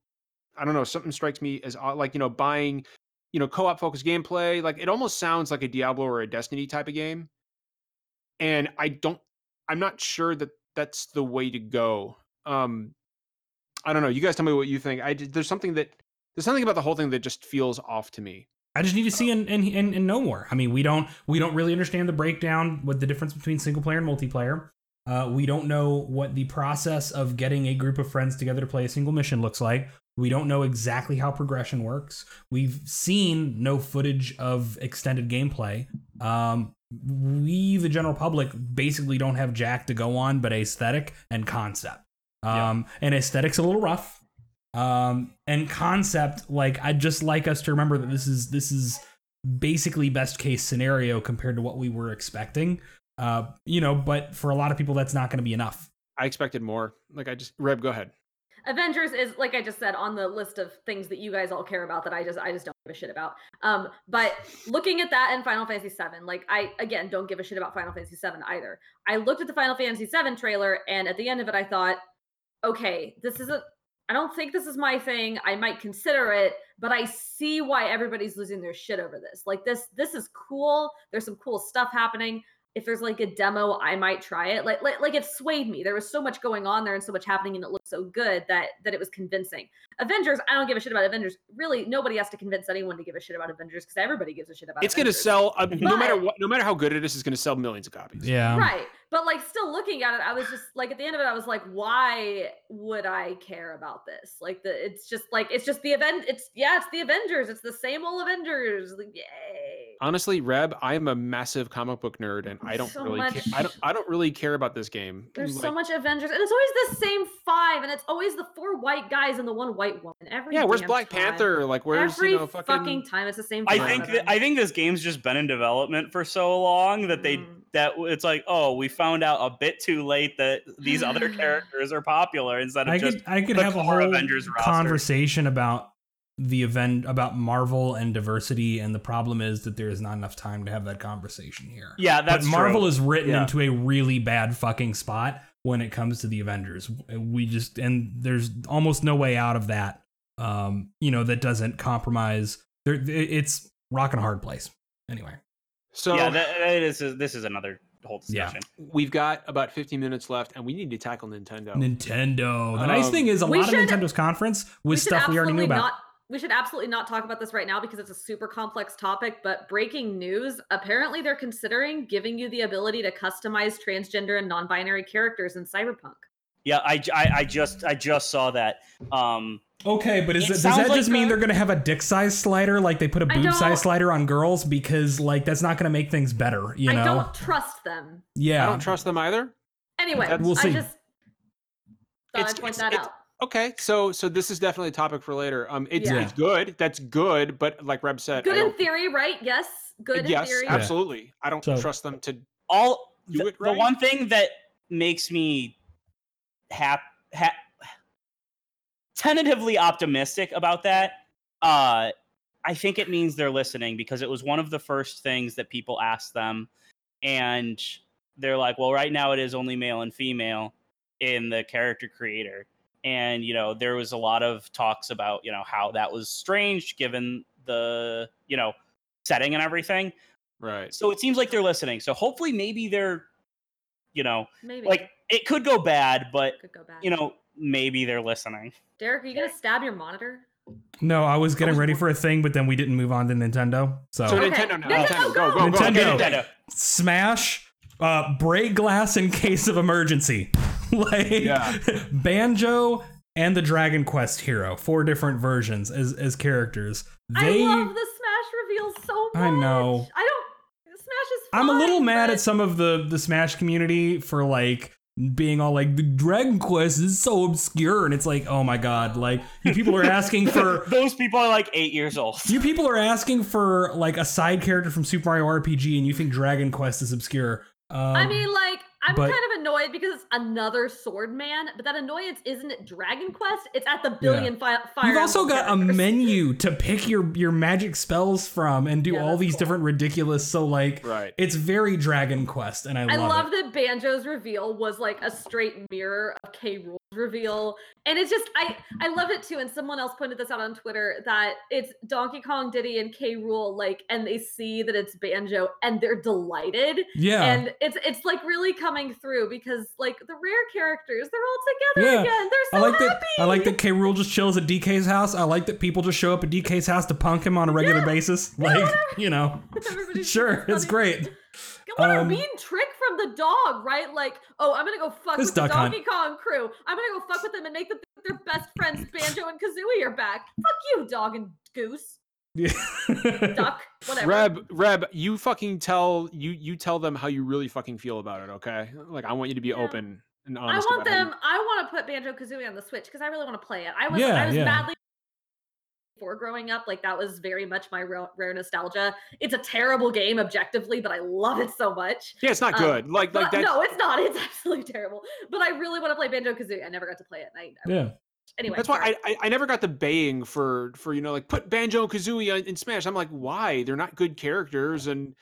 Speaker 1: I don't know, something strikes me as odd, like, you know, buying, you know, co-op focused gameplay. Like it almost sounds like a Diablo or a Destiny type of game. And I don't, I'm not sure that that's the way to go. Um, I don't know. You guys tell me what you think. I d- there's something that there's something about the whole thing that just feels off to me.
Speaker 3: I just need to see and and, and and know more. I mean, we don't we don't really understand the breakdown, what the difference between single player and multiplayer. Uh, we don't know what the process of getting a group of friends together to play a single mission looks like. We don't know exactly how progression works. We've seen no footage of extended gameplay. Um, we, the general public, basically don't have jack to go on but aesthetic and concept. Um, And aesthetic's a little rough. Um, and concept, like I just like us to remember that this is this is basically best case scenario compared to what we were expecting. Uh, you know, but for a lot of people, that's not going to be enough.
Speaker 1: I expected more. Like I just, Reb, go ahead.
Speaker 2: Avengers is like I just said on the list of things that you guys all care about that I just I just don't give a shit about. Um, but looking at that and Final Fantasy VII, like I again don't give a shit about Final Fantasy VII either. I looked at the Final Fantasy VII trailer and at the end of it I thought, okay, this isn't. I don't think this is my thing. I might consider it, but I see why everybody's losing their shit over this. Like this, this is cool. There's some cool stuff happening if there's like a demo, I might try it. Like, like like it swayed me. There was so much going on there and so much happening, and it looked so good that that it was convincing. Avengers, I don't give a shit about Avengers. Really, nobody has to convince anyone to give a shit about Avengers because everybody gives a shit about.
Speaker 1: It's going to
Speaker 2: Avengers.
Speaker 1: sell, uh, no matter
Speaker 2: But-
Speaker 1: what, no matter how good it is, it's going to sell millions of copies.
Speaker 3: Yeah.
Speaker 2: Right. But like still looking at it, I was just like at the end of it, I was like, why would I care about this? Like the it's just like it's just the event. It's yeah, it's the Avengers. It's the same old Avengers. Like, yay.
Speaker 1: Honestly, Reb, I am a massive comic book nerd, and I don't
Speaker 2: So
Speaker 1: really, care. I
Speaker 2: much-
Speaker 1: don't, I don't really care about this game.
Speaker 2: There's
Speaker 1: Like-
Speaker 2: so much Avengers, and it's always the same five, and it's always the four white guys and the one white woman. Every
Speaker 1: Yeah, where's
Speaker 2: damn
Speaker 1: Black
Speaker 2: time.
Speaker 1: Panther? Like, where's
Speaker 2: Every
Speaker 1: you know fucking?
Speaker 2: time, it's the same.
Speaker 4: I
Speaker 2: five
Speaker 4: think
Speaker 2: of
Speaker 4: that,
Speaker 2: them.
Speaker 4: I think this game's just been in development for so long that they
Speaker 2: Mm.
Speaker 4: that w- it's like oh we found out a bit too late that these other characters are popular instead of
Speaker 3: I
Speaker 4: just
Speaker 3: could I could
Speaker 4: the
Speaker 3: have a
Speaker 4: core
Speaker 3: whole
Speaker 4: Avengers roster.
Speaker 3: conversation about the event about Marvel and diversity, and the problem is that there is not enough time to have that conversation here.
Speaker 4: yeah that's
Speaker 3: but Marvel
Speaker 4: true.
Speaker 3: is written
Speaker 4: Yeah.
Speaker 3: into a really bad fucking spot when it comes to the Avengers. We just and there's almost no way out of that. Um, you know that doesn't compromise. There, it's rock and a hard place. Anyway,
Speaker 1: So
Speaker 4: yeah that, that is this is another whole
Speaker 3: Yeah.
Speaker 4: discussion.
Speaker 1: we've got about 15 minutes left, and we need to tackle Nintendo.
Speaker 3: Nintendo. The
Speaker 1: Oh. Um,
Speaker 3: nice thing is a
Speaker 2: we
Speaker 3: lot
Speaker 2: should-
Speaker 3: of Nintendo's conference was
Speaker 2: should
Speaker 3: stuff we already knew
Speaker 2: absolutely
Speaker 3: about.
Speaker 2: Not, we should absolutely not talk about this right now because it's a super complex topic. But breaking news: apparently, they're considering giving you the ability to customize transgender and non-binary characters in Cyberpunk.
Speaker 4: Yeah, I, j- I- I just I just saw that. Um,
Speaker 3: Okay, but is
Speaker 4: It
Speaker 3: it, does
Speaker 4: sounds
Speaker 3: that
Speaker 4: like
Speaker 3: just mean
Speaker 4: the-
Speaker 3: they're going to have a dick size slider like they put a
Speaker 2: I
Speaker 3: boob
Speaker 2: don't-
Speaker 3: size slider on girls because like that's not going to make things better, you know?
Speaker 2: I don't trust
Speaker 1: I
Speaker 2: them.
Speaker 3: yeah.
Speaker 1: don't trust them either.
Speaker 2: Anyway,
Speaker 1: That's-
Speaker 3: We'll see.
Speaker 2: I just thought
Speaker 1: It's-
Speaker 2: I'd point
Speaker 1: it's-
Speaker 2: that
Speaker 1: it's-
Speaker 2: out.
Speaker 1: Okay, so so this is definitely a topic for later. Um, it's
Speaker 2: Yeah.
Speaker 1: it's good. That's good, but like Reb said, I
Speaker 2: Good in
Speaker 1: don't-
Speaker 2: theory, right? Yes. Good in
Speaker 1: yes,
Speaker 2: theory.
Speaker 3: Yeah.
Speaker 1: absolutely. I don't
Speaker 3: So-
Speaker 1: trust them to.
Speaker 4: all
Speaker 1: Do
Speaker 4: the,
Speaker 1: it
Speaker 4: the
Speaker 1: right.
Speaker 4: one thing that makes me hap, hap tentatively optimistic about that. Uh, I think it means they're listening because it was one of the first things that people asked them, and they're like, "Well, right now it is only male and female in the character creator." And you know, there was a lot of talks about you know how that was strange given the you know setting and everything.
Speaker 1: Right.
Speaker 4: So it seems like they're listening. So hopefully, maybe they're, you know,
Speaker 2: Maybe.
Speaker 4: like it could go bad, but
Speaker 2: could go back.
Speaker 4: you know, maybe they're listening.
Speaker 2: Derek, are you
Speaker 1: eh.
Speaker 2: gonna stab your monitor?
Speaker 3: No, I was getting
Speaker 1: was
Speaker 3: ready for a thing, but then we didn't move on to Nintendo. So,
Speaker 1: So
Speaker 2: Okay.
Speaker 1: Nintendo now.
Speaker 2: No, no,
Speaker 1: Nintendo,
Speaker 2: no,
Speaker 1: go go go.
Speaker 3: Nintendo.
Speaker 1: Get it.
Speaker 4: Nintendo.
Speaker 3: Smash, uh, break glass in case of emergency. like
Speaker 1: Yeah.
Speaker 3: Banjo and the Dragon Quest hero, four different versions as as characters. They
Speaker 2: I love the Smash reveal so much.
Speaker 3: I know.
Speaker 2: I don't. Smash is.
Speaker 3: I'm a little
Speaker 2: fine,
Speaker 3: mad
Speaker 2: but
Speaker 3: at some of the the Smash community for like being all like the Dragon Quest is so obscure, and it's like, oh my god, like you people are asking for
Speaker 4: Those people are like eight years old.
Speaker 3: you people are asking for like a side character from Super Mario RPG, and you think Dragon Quest is obscure. Um,
Speaker 2: I mean, like, I'm
Speaker 3: but-
Speaker 2: kind of annoyed because it's another sword man, but that annoyance isn't at Dragon Quest. It's at the billion fi- fire.
Speaker 3: You've also
Speaker 2: Emblem
Speaker 3: got a
Speaker 2: characters.
Speaker 3: menu to pick your your magic spells from and do
Speaker 2: Yeah,
Speaker 3: all
Speaker 2: that's
Speaker 3: these
Speaker 2: cool.
Speaker 3: different ridiculous. So like,
Speaker 1: Right.
Speaker 3: it's very Dragon Quest, and I,
Speaker 2: I
Speaker 3: love,
Speaker 2: love
Speaker 3: it.
Speaker 2: that Banjo's reveal was like a straight mirror of K. Rool's reveal, and it's just I I love it too. And someone else pointed this out on Twitter that it's Donkey Kong, Diddy, and K. Rool like, and they see that it's Banjo, and they're delighted,
Speaker 3: Yeah,
Speaker 2: and it's it's like really coming through because like the rare characters, they're all together
Speaker 3: Yeah.
Speaker 2: again.
Speaker 3: I
Speaker 2: They're so
Speaker 3: like
Speaker 2: happy.
Speaker 3: that. I like that K. Rule just chills at DK's house. I like that people just show up at DK's house to punk him on a regular
Speaker 2: Yeah.
Speaker 3: basis. Like, you know,
Speaker 2: Everybody's
Speaker 3: sure,
Speaker 2: super
Speaker 3: it's
Speaker 2: funny.
Speaker 3: great.
Speaker 2: What a
Speaker 3: Um,
Speaker 2: mean trick from the dog, right? Like, oh, I'm gonna go fuck
Speaker 3: This
Speaker 2: with the
Speaker 3: duck hunt.
Speaker 2: Donkey Kong crew. I'm gonna go fuck with them and make them think their best friends Banjo and Kazooie are back. Fuck you, dog and goose,
Speaker 3: Yeah.
Speaker 2: duck, whatever.
Speaker 1: Reb, Reb, you fucking tell you you tell them how you really fucking feel about it, okay? Like I want you to be
Speaker 2: Yeah.
Speaker 1: open and
Speaker 2: I
Speaker 1: honest.
Speaker 2: want
Speaker 1: about how you-
Speaker 2: them. I want to put Banjo Kazooie on the Switch because I really want to play it. I was
Speaker 3: Yeah,
Speaker 2: I was
Speaker 3: yeah.
Speaker 2: madly for growing up. Like that was very much my rare, rare nostalgia. It's a terrible game objectively, but I love it so much.
Speaker 1: Yeah, it's not
Speaker 2: um,
Speaker 1: good. Like like
Speaker 2: But-
Speaker 1: that.
Speaker 2: no, it's not. It's absolutely terrible. But I really want to play Banjo Kazooie. I never got to play it. and I, I
Speaker 3: yeah.
Speaker 2: anyway.
Speaker 1: That's why
Speaker 2: sorry.
Speaker 1: I, I I never got the baying for for you know like put Banjo Kazooie in Smash. I'm like why they're not good characters and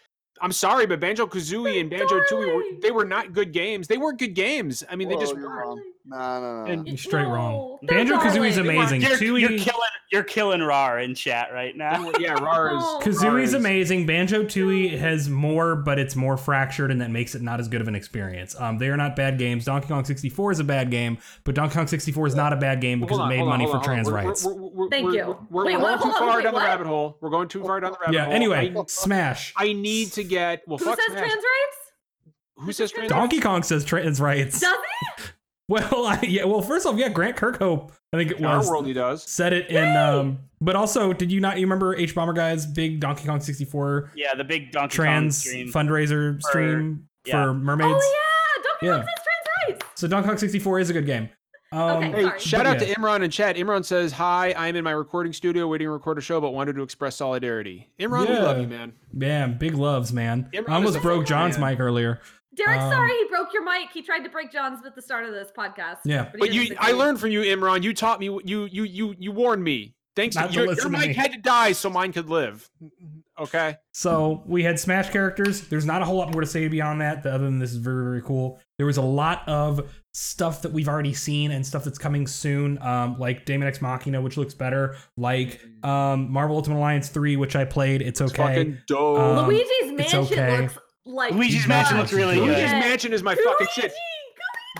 Speaker 1: I'm sorry, but Banjo Kazooie
Speaker 2: They're
Speaker 1: and Banjo Tooie were
Speaker 2: darling.
Speaker 1: they were not good games. They weren't good games. I mean they just
Speaker 5: Whoa, you're
Speaker 1: weren't.
Speaker 5: wrong. No, no, no.
Speaker 1: And-
Speaker 3: You're straight
Speaker 2: No,
Speaker 3: wrong.
Speaker 2: they're
Speaker 3: Banjo Kazooie's
Speaker 2: darling.
Speaker 3: amazing.
Speaker 4: You're, you're
Speaker 3: Tooie-
Speaker 4: killing you're killing Rar in chat right
Speaker 1: they
Speaker 4: now.
Speaker 1: were- yeah, Rar is
Speaker 2: No.
Speaker 3: Kazooie's
Speaker 1: Rar is-
Speaker 3: amazing. Banjo Tooie has more, but it's more fractured, and that makes it not as good of an experience. Um, they are not bad games. Donkey Kong 64 is a bad game, but Donkey Kong 64 is not a bad game
Speaker 1: Well,
Speaker 3: because
Speaker 1: hold on,
Speaker 3: it made
Speaker 1: hold on,
Speaker 3: money
Speaker 1: hold
Speaker 3: for
Speaker 1: on, hold
Speaker 3: trans
Speaker 1: on. We're-
Speaker 3: rights.
Speaker 1: we're- we're- we're-
Speaker 2: Thank
Speaker 1: we're-
Speaker 2: you.
Speaker 1: We're,
Speaker 2: Wait,
Speaker 1: we're going
Speaker 2: what-
Speaker 1: too
Speaker 2: hold on,
Speaker 1: far
Speaker 2: wait,
Speaker 1: down the
Speaker 2: what?
Speaker 1: rabbit hole. We're going too far down the rabbit
Speaker 3: Yeah.
Speaker 1: hole.
Speaker 3: Anyway,
Speaker 1: I,
Speaker 3: Smash.
Speaker 1: I need to get well.
Speaker 2: Who
Speaker 1: fuck
Speaker 2: says
Speaker 1: Smash.
Speaker 2: trans rights?
Speaker 1: Who says trans?
Speaker 3: Donkey Kong says trans rights.
Speaker 2: Does he?
Speaker 3: Well, I, yeah. Well, first off, yeah, Grant Kirkhope, I think it
Speaker 1: Our
Speaker 3: was,
Speaker 1: world he does.
Speaker 3: said it in. Um, but also, did you not? You remember H Bomber Guy's big Donkey Kong 64
Speaker 4: yeah, the big Donkey
Speaker 3: trans
Speaker 4: Kong stream.
Speaker 3: fundraiser stream for,
Speaker 4: yeah.
Speaker 3: mermaids?
Speaker 2: Oh yeah, Donkey
Speaker 3: Yeah.
Speaker 2: Kong says trans rights.
Speaker 3: So Donkey Kong 64 is a good game. Um,
Speaker 2: Okay.
Speaker 1: Hey,
Speaker 2: Sorry.
Speaker 1: shout
Speaker 3: But
Speaker 1: out to Imran and Chad. Imran says, "Hi, I'm in my recording studio waiting to record a show, but wanted to express solidarity." Imran, we love
Speaker 3: Yeah.
Speaker 1: you, man.
Speaker 3: Man, big loves, man.
Speaker 1: Imran
Speaker 3: I almost
Speaker 1: is a
Speaker 3: broke
Speaker 1: good
Speaker 3: John's
Speaker 1: man.
Speaker 3: mic earlier.
Speaker 2: Derek,
Speaker 3: Um,
Speaker 2: sorry he broke your mic. He tried to break John's at the start of this podcast.
Speaker 3: Yeah.
Speaker 2: he
Speaker 1: But
Speaker 2: didn't
Speaker 1: you, I
Speaker 2: succeed.
Speaker 1: learned from you, Imran. You taught me. You, you, you, you warned me. Thanks.
Speaker 3: Not
Speaker 1: To,
Speaker 3: to
Speaker 1: your, your
Speaker 3: listen to
Speaker 1: mic
Speaker 3: me.
Speaker 1: had to die so mine could live. Okay.
Speaker 3: So we had Smash characters. There's not a whole lot more to say beyond that, other than this is very, very cool. There was a lot of stuff that we've already seen and stuff that's coming soon, um, like Damon X Machina, which looks better, like um, Marvel Ultimate Alliance 3, which I played. It's
Speaker 1: It's
Speaker 3: okay.
Speaker 1: fucking dope.
Speaker 3: Um,
Speaker 2: Luigi's mansion
Speaker 3: okay.
Speaker 2: looks like
Speaker 4: Luigi's
Speaker 3: Luigi's
Speaker 4: Mansion
Speaker 3: Mansion
Speaker 4: looks really
Speaker 3: looks
Speaker 1: Luigi's
Speaker 4: good.
Speaker 2: good.
Speaker 1: Mansion is my
Speaker 2: Luigi,
Speaker 1: fucking shit.
Speaker 2: Luigi,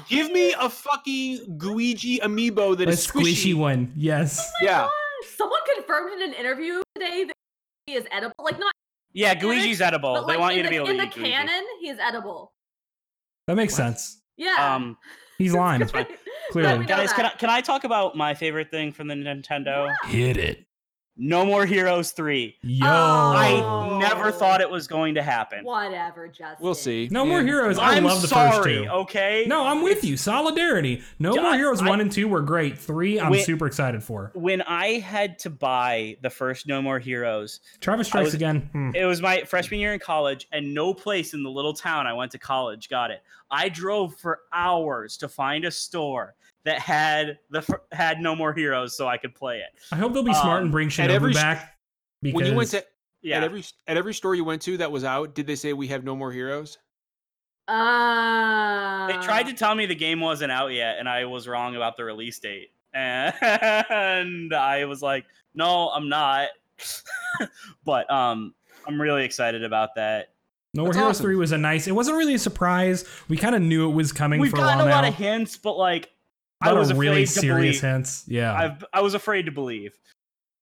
Speaker 1: Give me a fucking Guigi amiibo that
Speaker 3: A
Speaker 1: is
Speaker 3: squishy one, yes.
Speaker 1: Yeah.
Speaker 2: Someone confirmed in an interview today that he is edible. Like not,
Speaker 4: Yeah, Guigi's edible.
Speaker 2: but
Speaker 4: Oh, they
Speaker 2: like
Speaker 4: want
Speaker 2: in
Speaker 4: you
Speaker 2: the,
Speaker 4: to be able
Speaker 2: in
Speaker 4: to
Speaker 2: the
Speaker 4: eat Guigi.
Speaker 2: canon, he is edible.
Speaker 3: That makes sense.
Speaker 2: Yeah.
Speaker 4: Um,
Speaker 3: He's lying,
Speaker 2: we
Speaker 3: clearly.
Speaker 2: know
Speaker 4: guys, can I,
Speaker 2: that.
Speaker 4: can I talk about my favorite thing from the Nintendo?
Speaker 3: Hit it.
Speaker 4: No More Heroes 3.
Speaker 3: Yo.
Speaker 4: Oh, I never
Speaker 2: Oh.
Speaker 4: thought it was going to happen.
Speaker 2: Whatever, Justin.
Speaker 1: We'll see.
Speaker 3: no More
Speaker 1: Yeah.
Speaker 3: Heroes. I
Speaker 4: I'm
Speaker 3: love the
Speaker 4: sorry,
Speaker 3: first two.
Speaker 4: okay?
Speaker 3: No, I'm with you. Solidarity. No
Speaker 4: Yeah,
Speaker 3: More
Speaker 4: I-
Speaker 3: Heroes
Speaker 4: I-
Speaker 3: 1 and 2 were great. 3, I'm
Speaker 4: Wait.
Speaker 3: super excited for.
Speaker 4: When I had to buy the first No More Heroes,
Speaker 3: Travis
Speaker 4: I
Speaker 3: Strikes
Speaker 4: was-
Speaker 3: Again. Hmm.
Speaker 4: it was my freshman year in college, and no place in the little town I went to college got it. I drove for hours to find a store that had the fir- had No More Heroes, so I could play it.
Speaker 3: I hope they'll be smart
Speaker 4: Um,
Speaker 3: and bring
Speaker 1: at
Speaker 3: Shinobu
Speaker 1: every s-
Speaker 3: back. Because
Speaker 1: When you went to
Speaker 4: Yeah,
Speaker 1: at every at every store you went to that was out, did they say we have no more heroes?
Speaker 2: Uh,
Speaker 4: they tried
Speaker 1: Uh.
Speaker 4: to tell me the game wasn't out yet, and I was wrong about the release date. And I was like, "No, I'm not." but um, I'm really excited about that.
Speaker 3: No More
Speaker 1: That's
Speaker 3: Heroes
Speaker 1: awesome.
Speaker 3: 3 was a nice. It wasn't really a surprise. We kind of knew it was coming
Speaker 4: We've
Speaker 3: for
Speaker 4: gotten a,
Speaker 3: while
Speaker 4: lot
Speaker 3: now.
Speaker 4: of hints, but like,
Speaker 3: A
Speaker 4: I
Speaker 3: lot
Speaker 4: was
Speaker 3: of
Speaker 4: afraid
Speaker 3: really
Speaker 4: to
Speaker 3: serious
Speaker 4: believe.
Speaker 3: hints. Yeah.
Speaker 4: I've, I was afraid to believe.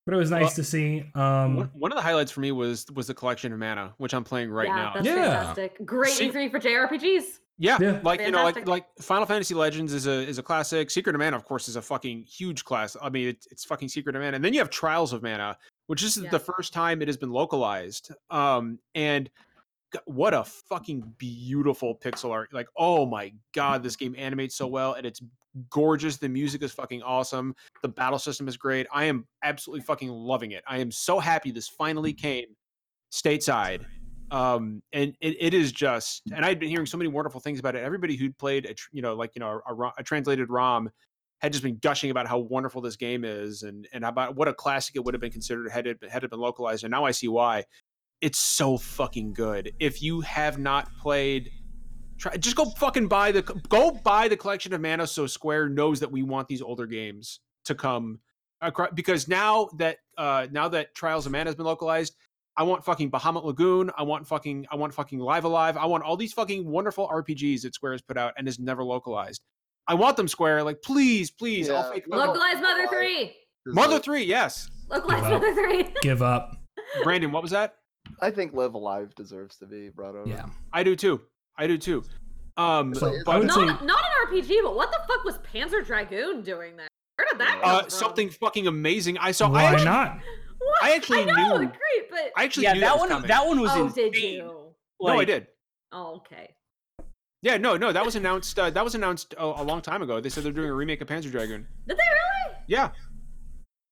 Speaker 3: but it was nice
Speaker 1: Well-
Speaker 3: to see.
Speaker 1: one,
Speaker 3: Um,
Speaker 1: one of the highlights for me was was the collection of mana, which I'm playing right
Speaker 2: yeah,
Speaker 1: now.
Speaker 2: That's
Speaker 3: Yeah.
Speaker 2: fantastic. Great
Speaker 1: See-
Speaker 2: E3 for JRPGs.
Speaker 1: Yeah,
Speaker 3: Yeah.
Speaker 1: like you know, like
Speaker 2: Fantastic.
Speaker 1: like Final Fantasy Legends is a is a classic. Secret of Mana, of course, is a fucking huge class. I mean, it's, it's fucking Secret of Mana, and then you have Trials of Mana, which this is
Speaker 2: Yeah.
Speaker 1: the first time it has been localized. Um, and g- what a fucking beautiful pixel art. Like, oh my god, this game animates so well and it's gorgeous. The music is fucking awesome. The battle system is great. I am absolutely fucking loving it. I am so happy this finally came stateside. Um, and it, it is just, and I've been hearing so many wonderful things about it. Everybody who'd played, a, tr- you know, like, you know, a, ro- a translated ROM had just been gushing about how wonderful this game is and, and about what a classic it would have been considered had it, had it been localized. And now I see why it's so fucking good. If you have not played, try just go fucking buy the go buy the collection of Mana. So Square knows that we want these older games to come across because now that uh now that Trials of Mana has been localized, I want fucking Bahamut Lagoon. I want fucking I want fucking Live Alive. I want all these fucking wonderful RPGs that Square has put out and is never localized. I want them Square. Like please, please, I'll
Speaker 5: Yeah.
Speaker 1: fake
Speaker 5: Local-
Speaker 1: Mother,
Speaker 2: Localized Mother
Speaker 5: Localized.
Speaker 2: 3.
Speaker 1: Mother Three. Yes,
Speaker 2: Localized
Speaker 6: Wow.
Speaker 2: Mother 3.
Speaker 3: Give up.
Speaker 1: Brandon, what was that?
Speaker 5: I think Live Alive deserves to be brought over.
Speaker 3: Yeah.
Speaker 1: I do too. I do too. Um,
Speaker 5: So, I
Speaker 1: but-
Speaker 3: would
Speaker 2: Not, not an RPG, but what the fuck was Panzer Dragoon doing there? Where did that come
Speaker 1: uh,
Speaker 2: from?
Speaker 1: something fucking amazing. I saw. I
Speaker 3: Why
Speaker 1: actually,
Speaker 3: not?
Speaker 2: What?
Speaker 1: I actually
Speaker 2: know,
Speaker 1: knew-
Speaker 2: great, but
Speaker 1: I actually
Speaker 4: yeah,
Speaker 1: knew
Speaker 4: that,
Speaker 1: that, was
Speaker 4: one
Speaker 1: coming.
Speaker 4: that one was
Speaker 2: oh,
Speaker 4: insane.
Speaker 2: did you?
Speaker 1: no, I
Speaker 4: Like,
Speaker 1: did.
Speaker 2: Oh, okay.
Speaker 1: Yeah, no, no, that was announced. Uh, that was announced a, a long time ago. They said they're doing a remake of Panzer Dragoon.
Speaker 2: Did they really?
Speaker 1: Yeah,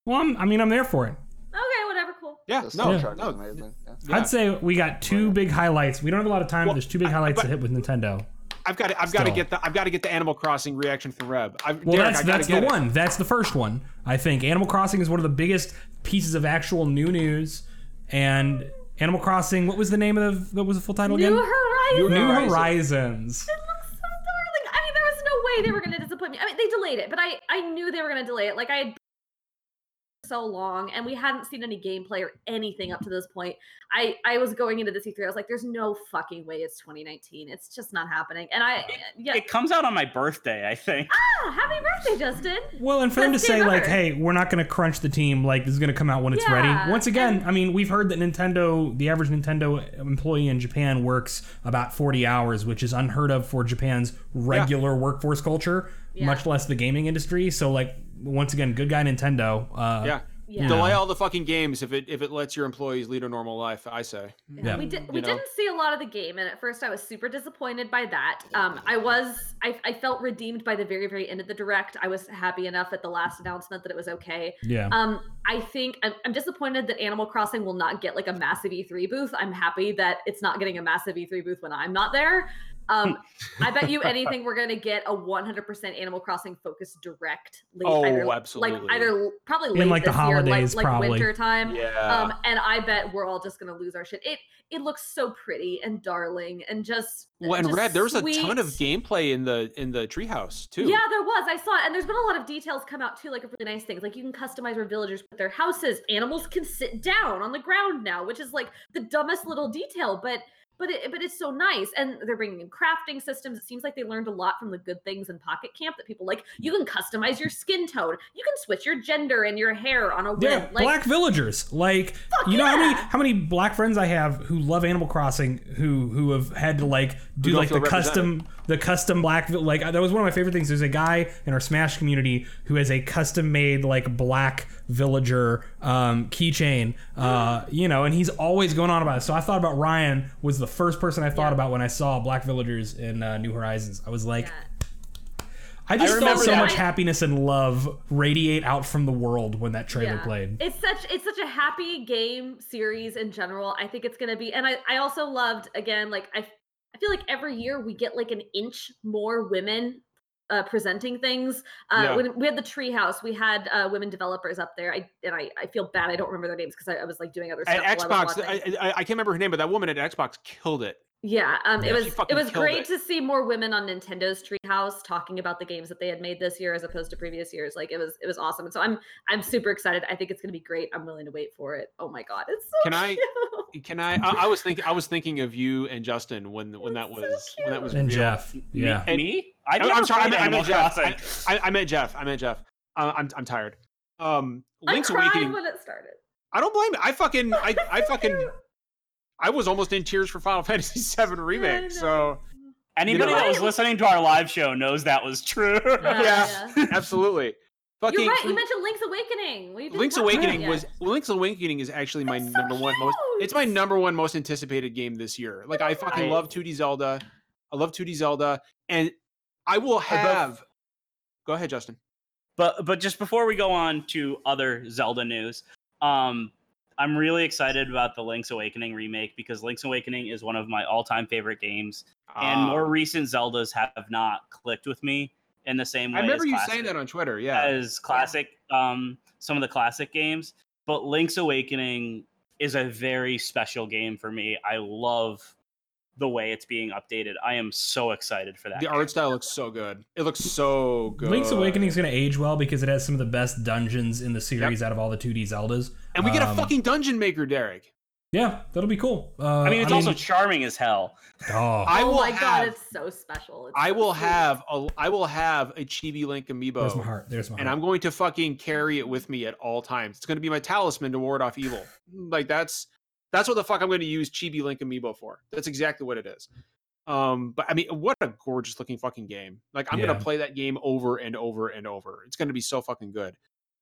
Speaker 3: Well, I'm, I mean, I'm there for it.
Speaker 2: Okay, whatever. Cool.
Speaker 1: yeah,
Speaker 5: The Star
Speaker 1: no,
Speaker 5: Trek is
Speaker 1: no.
Speaker 5: amazing. Yeah.
Speaker 1: yeah.
Speaker 3: I'd say we got two big highlights. We don't have a lot of time,
Speaker 1: Well,
Speaker 3: but there's two big highlights
Speaker 1: but-
Speaker 3: to hit with Nintendo.
Speaker 1: I've got to, I've got to
Speaker 3: Still.
Speaker 1: get the, I've got to get the Animal Crossing reaction from Reb. I,
Speaker 3: Well,
Speaker 1: Derek,
Speaker 3: that's
Speaker 1: I gotta
Speaker 3: that's the
Speaker 1: get it.
Speaker 3: one. That's the first one. I think Animal Crossing is one of the biggest pieces of actual new news. And Animal Crossing, what was the name of the, what was the full title
Speaker 2: New
Speaker 3: again?
Speaker 2: Horizons.
Speaker 3: New
Speaker 1: Horizons.
Speaker 3: Horizons.
Speaker 2: It looks so darling. I mean, there was no way they were going to disappoint me. I mean, they delayed it, but I I knew they were going to delay it. Like I had so long, and we hadn't seen any gameplay or anything up to this point. I I was going into the C3. I was like, "There's no fucking way it's 2019. It's just not happening." And I yeah,
Speaker 4: It comes out on my birthday, I think.
Speaker 2: ah, happy birthday, Justin.
Speaker 3: Well, and for them to
Speaker 2: Let's do
Speaker 3: say like,
Speaker 2: another.
Speaker 3: "Hey, we're not going to crunch the team. Like, this is going to come out when it's
Speaker 2: Yeah,
Speaker 3: ready." Once again,
Speaker 2: and-
Speaker 3: I mean, we've heard that Nintendo, the average Nintendo employee in Japan works about 40 hours, which is unheard of for Japan's regular workforce culture,
Speaker 2: Yeah.
Speaker 3: much less the gaming industry. So, like, once again, good guy Nintendo. Uh,
Speaker 1: Yeah.
Speaker 2: Yeah.
Speaker 1: Delay all the fucking games if it if it lets your employees lead a normal life. I say.
Speaker 3: Yeah.
Speaker 2: We did. We
Speaker 1: know?
Speaker 2: didn't see a lot of the game, and at first I was super disappointed by that. Um, I was. I, I felt redeemed by the very, very end of the direct. I was happy enough at the last announcement that it was okay.
Speaker 3: Yeah.
Speaker 2: Um, I think I'm, I'm disappointed that Animal Crossing will not get like a massive E3 booth. I'm happy that it's not getting a massive E3 booth when I'm not there. Um, I bet you anything we're gonna get a 100% Animal Crossing focused direct. Late,
Speaker 1: Oh,
Speaker 2: Like
Speaker 1: absolutely.
Speaker 2: either probably
Speaker 3: In,
Speaker 2: late
Speaker 3: like, the
Speaker 2: this
Speaker 3: holidays,
Speaker 2: year, like,
Speaker 3: probably.
Speaker 2: like winter time.
Speaker 1: Yeah.
Speaker 2: Um, and I bet we're all just gonna lose our shit. It it looks so pretty and darling and just
Speaker 1: well, and
Speaker 2: just
Speaker 1: Reb, there was a ton
Speaker 2: sweet.
Speaker 1: of gameplay in the in the treehouse too.
Speaker 2: Yeah, there was. I saw it, and there's been a lot of details come out too, like of really nice things. Like you can customize where villagers put their houses. Animals can sit down on the ground now, which is like the dumbest little detail, but but it, but it's so nice. And they're bringing in crafting systems. It seems like they learned a lot from the good things in Pocket Camp that people like. You can customize your skin tone. You can switch your gender and your hair on a whim.
Speaker 3: Yeah,
Speaker 2: like,
Speaker 3: black villagers. Like
Speaker 2: Fuck
Speaker 3: you know how many
Speaker 2: yeah.
Speaker 3: how many black friends I have who love Animal Crossing who who have had to like do
Speaker 1: don't
Speaker 3: like the
Speaker 1: feel
Speaker 3: custom the custom black vi- like that was one of my favorite things. There's a guy in our Smash community who has a custom made like black villager um, keychain. Uh, you know, and he's always going on about it. So I thought about Ryan was the first person I thought about when I saw black villagers in uh, New Horizons. I was like.
Speaker 2: Yeah.
Speaker 3: I just felt
Speaker 4: remember
Speaker 3: so
Speaker 4: that.
Speaker 3: much happiness and love radiate out from the world when that trailer
Speaker 2: Yeah.
Speaker 3: played.
Speaker 2: It's such it's such a happy game series in general. I think it's gonna be, and I I also loved again like I I feel like every year we get like an inch more women. Uh, presenting things. Uh,
Speaker 1: Yeah.
Speaker 2: when we had the treehouse, we had uh, women developers up there. I and I, I feel bad. I don't remember their names because I, I was like doing other stuff.
Speaker 1: At
Speaker 2: while I was
Speaker 1: Xbox,
Speaker 2: watching.
Speaker 1: I, I, I can't remember her name, but that woman at Xbox killed it.
Speaker 2: Yeah, um,
Speaker 1: Yeah,
Speaker 2: it was
Speaker 1: she
Speaker 2: it
Speaker 1: fucking
Speaker 2: was
Speaker 1: killed
Speaker 2: great
Speaker 1: it.
Speaker 2: to see more women on Nintendo's Treehouse talking about the games that they had made this year as opposed to previous years. Like it was it was awesome. And so I'm I'm super excited. I think it's gonna be great. I'm willing to wait for it. Oh my god, it's so
Speaker 1: Can I-
Speaker 2: cute.
Speaker 1: Can I? I, I was thinking. I was thinking of you and Justin when when that
Speaker 2: That's so
Speaker 1: was when that
Speaker 2: cute.
Speaker 1: was
Speaker 3: And
Speaker 1: revealed.
Speaker 3: Jeff, yeah.
Speaker 4: Me?
Speaker 1: And-
Speaker 4: me? I've
Speaker 1: I'm,
Speaker 4: never
Speaker 1: I'm sorry. I
Speaker 4: played
Speaker 1: meant, I
Speaker 4: Animal
Speaker 1: meant Jeff. I,
Speaker 4: Crossing.
Speaker 1: I, I meant Jeff. I meant Jeff. Uh, I'm I'm tired. Um,
Speaker 2: I
Speaker 1: Link's
Speaker 2: cried
Speaker 1: Awakening.
Speaker 2: when it started.
Speaker 1: I don't blame it. I fucking I, I
Speaker 2: So
Speaker 1: fucking
Speaker 2: cute.
Speaker 1: I was almost in tears for Final Fantasy VII remake. So
Speaker 4: Anybody
Speaker 1: You know-
Speaker 4: that was listening to our live show knows that was true.
Speaker 2: Yeah,
Speaker 1: Yeah. absolutely. Fucking
Speaker 2: You're right. You mentioned Link's Awakening. We didn't
Speaker 1: Link's
Speaker 2: talk about it
Speaker 1: Awakening
Speaker 2: yet.
Speaker 1: was Link's Awakening is actually my
Speaker 2: It's so
Speaker 1: number one most. It's my
Speaker 2: huge!
Speaker 1: number one most anticipated game this year. Like I fucking
Speaker 4: Right.
Speaker 1: love 2D Zelda. I love 2D Zelda, and I will have. Go ahead, Justin.
Speaker 4: But but just before we go on to other Zelda news, um, I'm really excited about the Link's Awakening remake because Link's Awakening is one of my all-time favorite games, and
Speaker 1: Ah.
Speaker 4: more recent Zeldas have not clicked with me in the same way.
Speaker 1: I remember
Speaker 4: as
Speaker 1: you
Speaker 4: classic,
Speaker 1: saying that on Twitter. Yeah,
Speaker 4: as classic, um, some of the classic games. But Link's Awakening is a very special game for me. I love the way it's being updated. I am so excited for that.
Speaker 1: the
Speaker 4: game.
Speaker 1: art style looks so good. It looks so good.
Speaker 3: Link's Awakening is going to age well because it has some of the best dungeons in the series out of all the 2D Zeldas.
Speaker 1: and we get a
Speaker 3: um,
Speaker 1: fucking dungeon maker, Derek.
Speaker 3: Yeah, that'll be cool. Uh,
Speaker 4: I mean, it's also charming as hell.
Speaker 3: oh,
Speaker 1: I
Speaker 2: oh
Speaker 1: will
Speaker 2: my god,
Speaker 1: have.
Speaker 2: it's so special. It's
Speaker 1: I
Speaker 2: so
Speaker 1: will
Speaker 2: sweet.
Speaker 1: have a. I will have a Chibi Link amiibo.
Speaker 3: there's my heart. There's my heart.
Speaker 1: and I'm going to fucking carry it with me at all times. It's going to be my talisman to ward off evil. Like that's that's what the fuck I'm going to use Chibi Link Amiibo for. That's exactly what it is. Um, but I mean, what a gorgeous looking fucking game! Like I'm going
Speaker 3: Yeah.
Speaker 1: to play that game over and over and over. It's going to be so fucking good.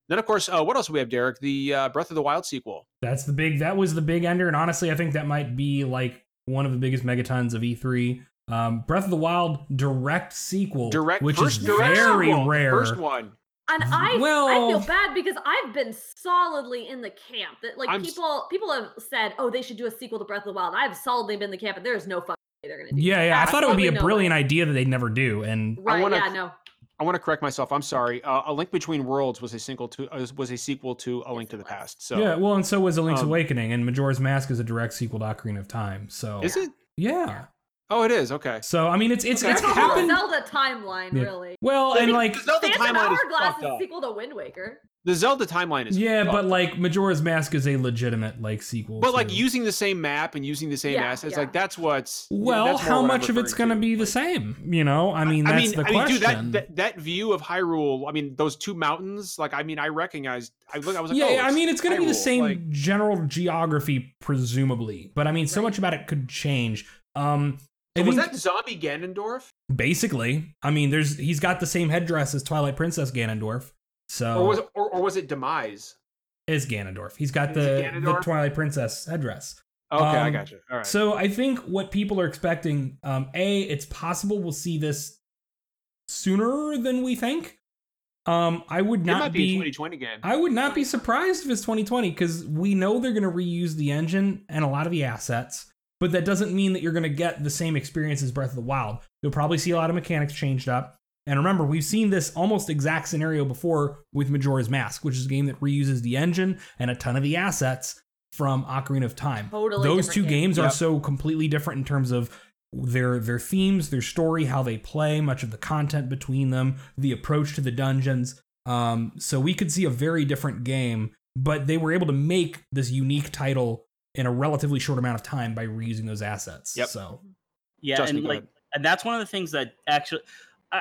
Speaker 1: Then of course, uh, what else do we have, Derek? The uh, Breath of the Wild sequel.
Speaker 3: That's the big. That was the big ender, and honestly, I think that might be like one of the biggest megatons of E3. Um, Breath of the Wild direct sequel,
Speaker 1: Direct,
Speaker 3: which
Speaker 1: first
Speaker 3: is
Speaker 1: direct
Speaker 3: very
Speaker 1: sequel,
Speaker 3: rare.
Speaker 1: First one.
Speaker 2: And
Speaker 3: Mm-hmm.
Speaker 2: I, I
Speaker 3: Well-
Speaker 2: feel bad because I've been solidly in the camp that like
Speaker 1: I'm s-
Speaker 2: people people have said, oh, they should do a sequel to Breath of the Wild. I've solidly been in the camp, and there is no fucking way they're gonna do.
Speaker 3: Yeah,
Speaker 2: that.
Speaker 3: yeah. I thought it would be a
Speaker 2: Absolutely no way.
Speaker 3: brilliant idea that they never do, and
Speaker 2: Right?
Speaker 1: wanna-
Speaker 2: yeah, no.
Speaker 1: I want to correct myself. I'm sorry. Uh, a Link Between Worlds was a single to uh, was a sequel to A Link to
Speaker 2: it
Speaker 1: the
Speaker 2: was.
Speaker 1: Past. So
Speaker 3: yeah. Well, and so was A Link's
Speaker 1: um,
Speaker 3: Awakening, and Majora's Mask is a direct sequel to Ocarina of Time. So
Speaker 1: is it?
Speaker 3: yeah.
Speaker 1: Oh, it is. Okay.
Speaker 3: So I mean, it's it's
Speaker 1: Okay.
Speaker 3: it's
Speaker 2: That's a whole
Speaker 3: happened.
Speaker 2: Zelda timeline,
Speaker 3: Yeah.
Speaker 2: really.
Speaker 3: Well, and like
Speaker 1: Zelda
Speaker 2: Phantom
Speaker 1: timeline is
Speaker 2: Hourglass
Speaker 1: fucked
Speaker 2: is a
Speaker 1: up.
Speaker 2: sequel to Wind Waker.
Speaker 1: The Zelda timeline is
Speaker 3: yeah,
Speaker 1: fucked.
Speaker 3: but like Majora's Mask is a legitimate like sequel.
Speaker 1: but like
Speaker 3: to-
Speaker 1: using the same map and using the same
Speaker 2: Yeah,
Speaker 1: assets,
Speaker 2: yeah.
Speaker 1: like that's what's you know,
Speaker 3: Well,
Speaker 1: that's more
Speaker 3: how
Speaker 1: what I'm
Speaker 3: much of it's
Speaker 1: referring
Speaker 3: going to be the same? You know, I mean, that's the question.
Speaker 1: dude, that, that that view of Hyrule, I mean, those two mountains, like, I mean, I recognized. I look, I was like,
Speaker 3: yeah,
Speaker 1: oh,
Speaker 3: I
Speaker 1: it's
Speaker 3: mean, it's going to be the
Speaker 1: Hyrule,
Speaker 3: same
Speaker 1: like-
Speaker 3: general geography, presumably, but I mean, so
Speaker 2: Right.
Speaker 3: much about it could change. Um, I
Speaker 1: So was
Speaker 3: think
Speaker 1: that zombie Ganondorf,
Speaker 3: basically, I mean, there's he's got the same headdress as Twilight Princess Ganondorf, so
Speaker 1: or was it, or, or was it Demise?
Speaker 3: is Ganondorf. He's got
Speaker 1: Is
Speaker 3: the,
Speaker 1: it
Speaker 3: the
Speaker 1: Ganondorf?
Speaker 3: Twilight Princess headdress.
Speaker 1: Okay, I
Speaker 3: Um,
Speaker 1: got you. All right.
Speaker 3: So I think what people are expecting, um, a, it's possible we'll see this sooner than we think. Um, I would
Speaker 1: it
Speaker 3: not
Speaker 1: might be, a 2020 game.
Speaker 3: I would not be surprised if it's 2020 because we know they're going to reuse the engine and a lot of the assets, but that doesn't mean that you're going to get the same experience as Breath of the Wild. You'll probably see a lot of mechanics changed up. And remember, we've seen this almost exact scenario before with Majora's Mask, which is a game that reuses the engine and a ton of the assets from Ocarina of Time.
Speaker 2: Totally
Speaker 3: Those
Speaker 2: different
Speaker 3: two
Speaker 2: game.
Speaker 3: games are
Speaker 1: Yep.
Speaker 3: so completely different in terms of their their themes, their story, how they play, much of the content between them, the approach to the dungeons. Um, so we could see a very different game, but they were able to make this unique title in a relatively short amount of time by reusing those assets.
Speaker 1: Yep.
Speaker 3: So
Speaker 4: Yeah,
Speaker 1: Justin,
Speaker 4: and
Speaker 1: go
Speaker 4: like,
Speaker 1: ahead.
Speaker 4: and that's one of the things that actually, I,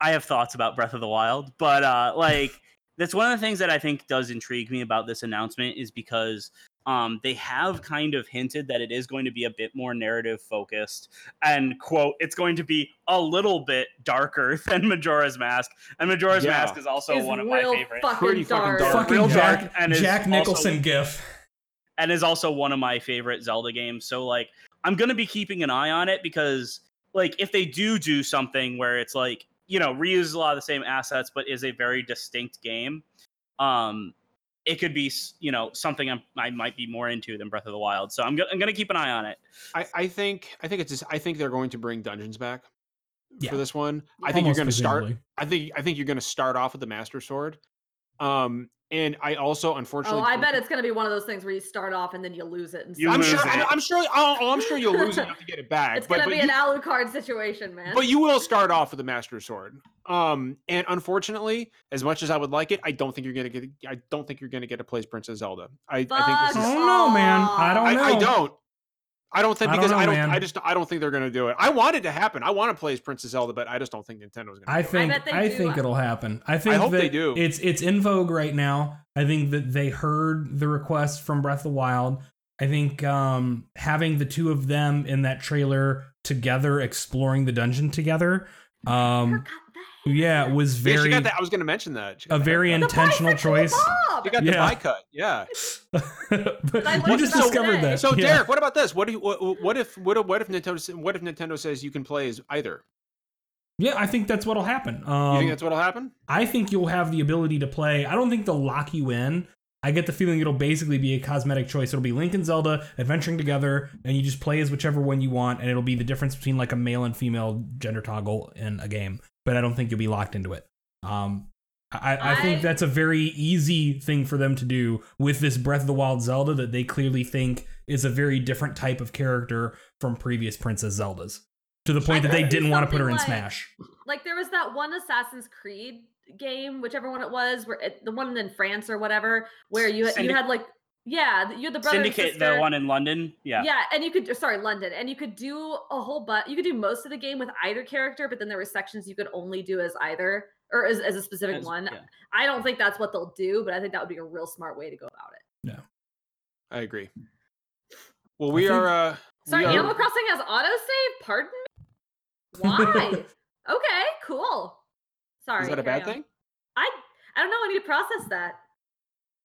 Speaker 4: I have thoughts about Breath of the Wild, but uh, like, that's one of the things that I think does intrigue me about this announcement is because um, they have kind of hinted that it is going to be a bit more narrative focused, and quote, it's going to be a little bit darker than Majora's Mask, and Majora's
Speaker 1: Yeah.
Speaker 4: Mask is also
Speaker 2: Is
Speaker 4: one of my
Speaker 2: real
Speaker 4: favorites,
Speaker 2: fucking
Speaker 1: Pretty fucking
Speaker 2: dark.
Speaker 1: dark. Fuck.
Speaker 3: fucking
Speaker 4: real
Speaker 3: Jack,
Speaker 4: dark and is
Speaker 3: Jack
Speaker 4: also-
Speaker 3: Nicholson gif.
Speaker 4: and is also one of my favorite Zelda games. So like I'm gonna be keeping an eye on it because like if they do do something where it's like you know reuses a lot of the same assets but is a very distinct game, um, it could be s- you know something I'm, I might be more into than Breath of the Wild. So I'm go- I'm gonna keep an eye on it.
Speaker 1: I, I think I think it's just, I think they're going to bring dungeons back
Speaker 3: Yeah.
Speaker 1: for this one. I think you're
Speaker 3: Almost
Speaker 1: going to start.
Speaker 3: presumably.
Speaker 1: I think I think you're going to start off with the Master Sword. Um, and I also unfortunately
Speaker 2: Oh, I
Speaker 1: don't
Speaker 2: bet
Speaker 1: think-
Speaker 2: it's gonna be one of those things where you start off and then you lose it. And
Speaker 4: You
Speaker 2: stuff.
Speaker 1: I'm
Speaker 4: lose
Speaker 1: sure.
Speaker 4: it.
Speaker 1: I'm, I'm sure. Oh, oh, I'm sure you'll lose enough to get it back.
Speaker 2: It's
Speaker 1: but,
Speaker 2: gonna
Speaker 1: but
Speaker 2: be
Speaker 1: you,
Speaker 2: an Alucard situation, man.
Speaker 1: But you will start off with a master sword. Um, and unfortunately, as much as I would like it, I don't think you're gonna get. I don't think you're gonna get to play Princess Zelda. I, I think this
Speaker 2: Fuck
Speaker 3: I
Speaker 1: is.
Speaker 3: don't know, man. I
Speaker 2: off.
Speaker 1: I,
Speaker 3: don't know.
Speaker 1: I don't. I don't think
Speaker 3: Oh, I don't
Speaker 1: because
Speaker 3: know,
Speaker 1: I don't.
Speaker 3: man.
Speaker 1: I just. I don't think they're gonna do it. I want it to happen. I want to play as Princess Zelda, but I just don't think Nintendo's gonna.
Speaker 3: I
Speaker 1: do
Speaker 3: think
Speaker 2: bet they
Speaker 3: I
Speaker 2: do.
Speaker 3: think it'll happen. I think
Speaker 1: hope
Speaker 3: that
Speaker 1: they do.
Speaker 3: It's it's in vogue right now. I think that they heard the request from Breath of the Wild. I think um, having the two of them in that trailer together, exploring the dungeon together.
Speaker 2: Her
Speaker 3: Um,
Speaker 2: co- that
Speaker 3: Yeah, it was
Speaker 1: yeah, she
Speaker 3: very
Speaker 1: got that. I was going to mention that. She got
Speaker 3: a
Speaker 1: the-
Speaker 3: very
Speaker 2: The
Speaker 3: intentional
Speaker 2: bisexual
Speaker 3: choice.
Speaker 2: Bob!
Speaker 1: She got the
Speaker 3: Yeah.
Speaker 1: eye cut. Yeah.
Speaker 2: I
Speaker 3: but
Speaker 2: learned
Speaker 3: you just
Speaker 1: that
Speaker 3: discovered
Speaker 2: today.
Speaker 3: that.
Speaker 1: So
Speaker 3: yeah.
Speaker 1: Derek, what about this? What do you, what, what if what if what if Nintendo s- what if Nintendo says you can play as either?
Speaker 3: yeah, I think that's what'll happen.
Speaker 1: You
Speaker 3: Um,
Speaker 1: think that's what'll happen?
Speaker 3: I think you'll have the ability to play. I don't think they'll lock you in. I get the feeling it'll basically be a cosmetic choice. It'll be Link and Zelda adventuring together, and you just play as whichever one you want, and it'll be the difference between like a male and female gender toggle in a game. But I don't think you'll be locked into it. Um, I, I, I think
Speaker 2: I-
Speaker 3: that's a very easy thing for them to do with this Breath of the Wild Zelda that they clearly think is a very different type of character from previous Princess Zeldas. To the point that
Speaker 2: think
Speaker 3: they
Speaker 2: it'd be
Speaker 3: didn't want to put her in
Speaker 2: something like-
Speaker 3: Smash.
Speaker 2: like there was that one Assassin's Creed game, whichever one it was, where it, the one in France or whatever, where you
Speaker 4: Syndic-
Speaker 2: you had like yeah, you had the brother and
Speaker 4: Syndicate, the
Speaker 2: sister.
Speaker 4: one in London. Yeah.
Speaker 2: yeah, and you could sorry London, and you could do a whole but you could do most of the game with either character, but then there were sections you could only do as either or as, as a specific
Speaker 4: As-
Speaker 2: one.
Speaker 4: yeah.
Speaker 2: I don't think that's what they'll do, but I think that would be a real smart way to go about it.
Speaker 1: I agree. Well, we are. Uh, we
Speaker 2: Sorry,
Speaker 1: are-
Speaker 2: Animal Crossing has autosave. Pardon me. Why? okay, cool. Sorry.
Speaker 1: Is that a
Speaker 2: carry
Speaker 1: bad
Speaker 2: on.
Speaker 1: thing?
Speaker 2: I I don't know. I need to process that.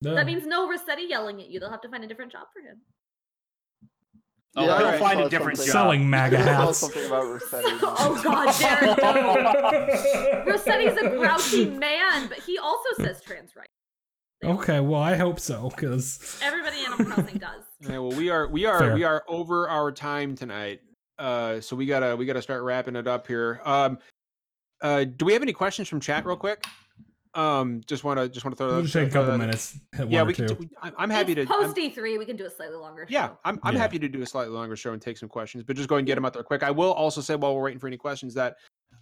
Speaker 3: Yeah.
Speaker 2: That means no Rossetti yelling at you. They'll have to find a different job for him.
Speaker 4: Oh,
Speaker 5: Yeah,
Speaker 4: we'll
Speaker 1: I
Speaker 4: find
Speaker 5: saw
Speaker 4: a different
Speaker 5: something.
Speaker 4: job.
Speaker 3: Selling MAGA hats.
Speaker 5: something about Rossetti.
Speaker 2: oh God, Derek! no. Rossetti's a grouchy man, but he also says trans rights.
Speaker 3: Okay, well, I hope so, because
Speaker 2: Everybody in Animal Crossing does.
Speaker 1: Okay, well, we are we are
Speaker 3: Fair.
Speaker 1: we are over our time tonight. Uh, so we gotta we gotta start wrapping it up here. Um, uh, do we have any questions from chat, real quick? Um, just wanna just wanna throw.
Speaker 3: it'll
Speaker 1: that-
Speaker 3: just take a
Speaker 1: throw
Speaker 3: couple
Speaker 1: that-
Speaker 3: minutes. Hit
Speaker 1: Yeah,
Speaker 3: one
Speaker 1: we
Speaker 3: or
Speaker 1: can.
Speaker 3: two.
Speaker 1: t- I- I'm happy to. I'm-
Speaker 2: post D three. We can do a slightly longer.
Speaker 1: Yeah,
Speaker 2: show.
Speaker 1: I'm, I'm
Speaker 3: Yeah.
Speaker 1: happy to do a slightly longer show and take some questions, but just go and get them out there quick. I will also say while we're waiting for any questions that,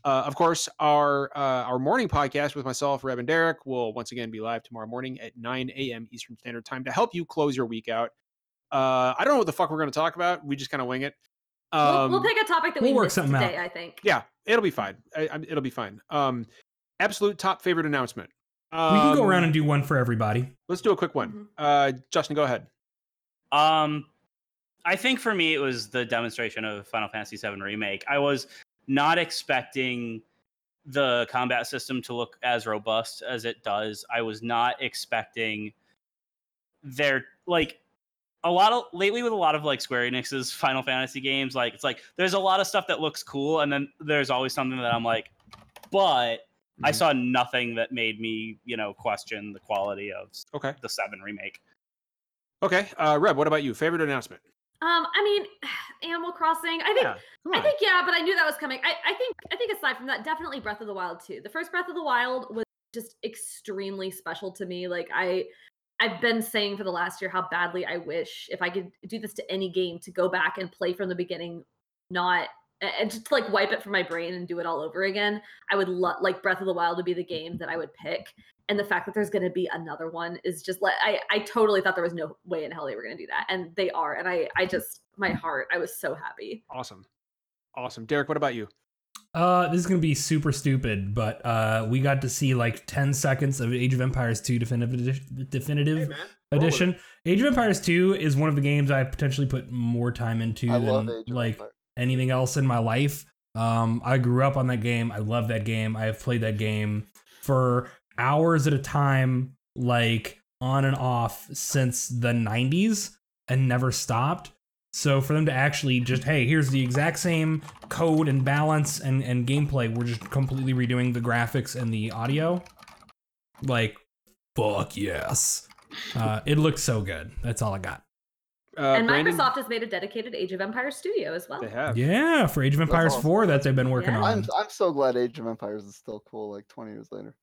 Speaker 1: uh, of course, our uh, our morning podcast with myself, Reb, and Derek will once again be live tomorrow morning at 9 a.m. Eastern Standard Time to help you close your week out. Uh, I don't know what the fuck we're going to talk about. We just kind of wing it.
Speaker 2: We'll,
Speaker 1: um,
Speaker 2: we'll pick a topic that we
Speaker 3: we'll work
Speaker 2: missed
Speaker 3: something out.
Speaker 2: today. I think.
Speaker 1: yeah, it'll be fine. I, I, it'll be fine. Um, absolute top favorite announcement. Um,
Speaker 3: we can go around and Mm-hmm. do one for everybody.
Speaker 1: Let's do a quick one.
Speaker 2: Mhm.
Speaker 1: Uh, Justin, go ahead.
Speaker 4: Um, I think for me it was the demonstration of Final Fantasy VII remake. I was not expecting the combat system to look as robust as it does. I was not expecting their like a lot of lately with a lot of like Square Enix's Final Fantasy games. Like it's like there's a lot of stuff that looks cool, and then there's always something that I'm like, but. I
Speaker 1: Mhm.
Speaker 4: saw nothing that made me, you know, question the quality of
Speaker 1: Okay.
Speaker 4: the Seven remake.
Speaker 1: Okay. Uh, Reb, what about you? Favorite announcement?
Speaker 2: Um. I mean, Animal Crossing. I think.
Speaker 4: Yeah.
Speaker 1: Come
Speaker 2: I think yeah, but I knew that was coming. I, I think I think aside from that, definitely Breath of the Wild too. The first Breath of the Wild was just extremely special to me. Like I I've been saying for the last year how badly I wish if I could do this to any game to go back and play from the beginning, not a- and just like wipe it from my brain and do it all over again. I would love like Breath of the Wild would be the game that I would pick. And the fact that there's going to be another one is just like I, I totally thought there was no way in hell they were going to do that, and they are. And I I just my heart I was so happy.
Speaker 1: Awesome. Awesome. Derek, what about you?
Speaker 3: Uh, this is gonna be super stupid, but uh, we got to see like ten seconds of Age of Empires 2 definitive edi- definitive edition. Age of Empires 2 is one of the games I potentially put more time into
Speaker 5: I
Speaker 3: than
Speaker 5: love Age of
Speaker 3: like
Speaker 5: Empires.
Speaker 3: anything else in my life. Um, I grew up on that game. I love that game. I have played that game for hours at a time, like on and off since the 90s and never stopped. So for them to actually just, hey, here's the exact same code and balance and, and gameplay. We're just completely redoing the graphics and the audio. Like, fuck yes. Uh, it looks so good. That's all I got.
Speaker 1: Uh,
Speaker 2: and
Speaker 1: Brandon?
Speaker 2: Microsoft has made a dedicated Age of Empire studio as well.
Speaker 1: They have.
Speaker 3: Yeah, for Age of Empires
Speaker 5: awesome.
Speaker 3: 4 that they've been working
Speaker 2: Yeah.
Speaker 3: on.
Speaker 5: I'm I'm so glad Age of Empires is still cool like 20 years later.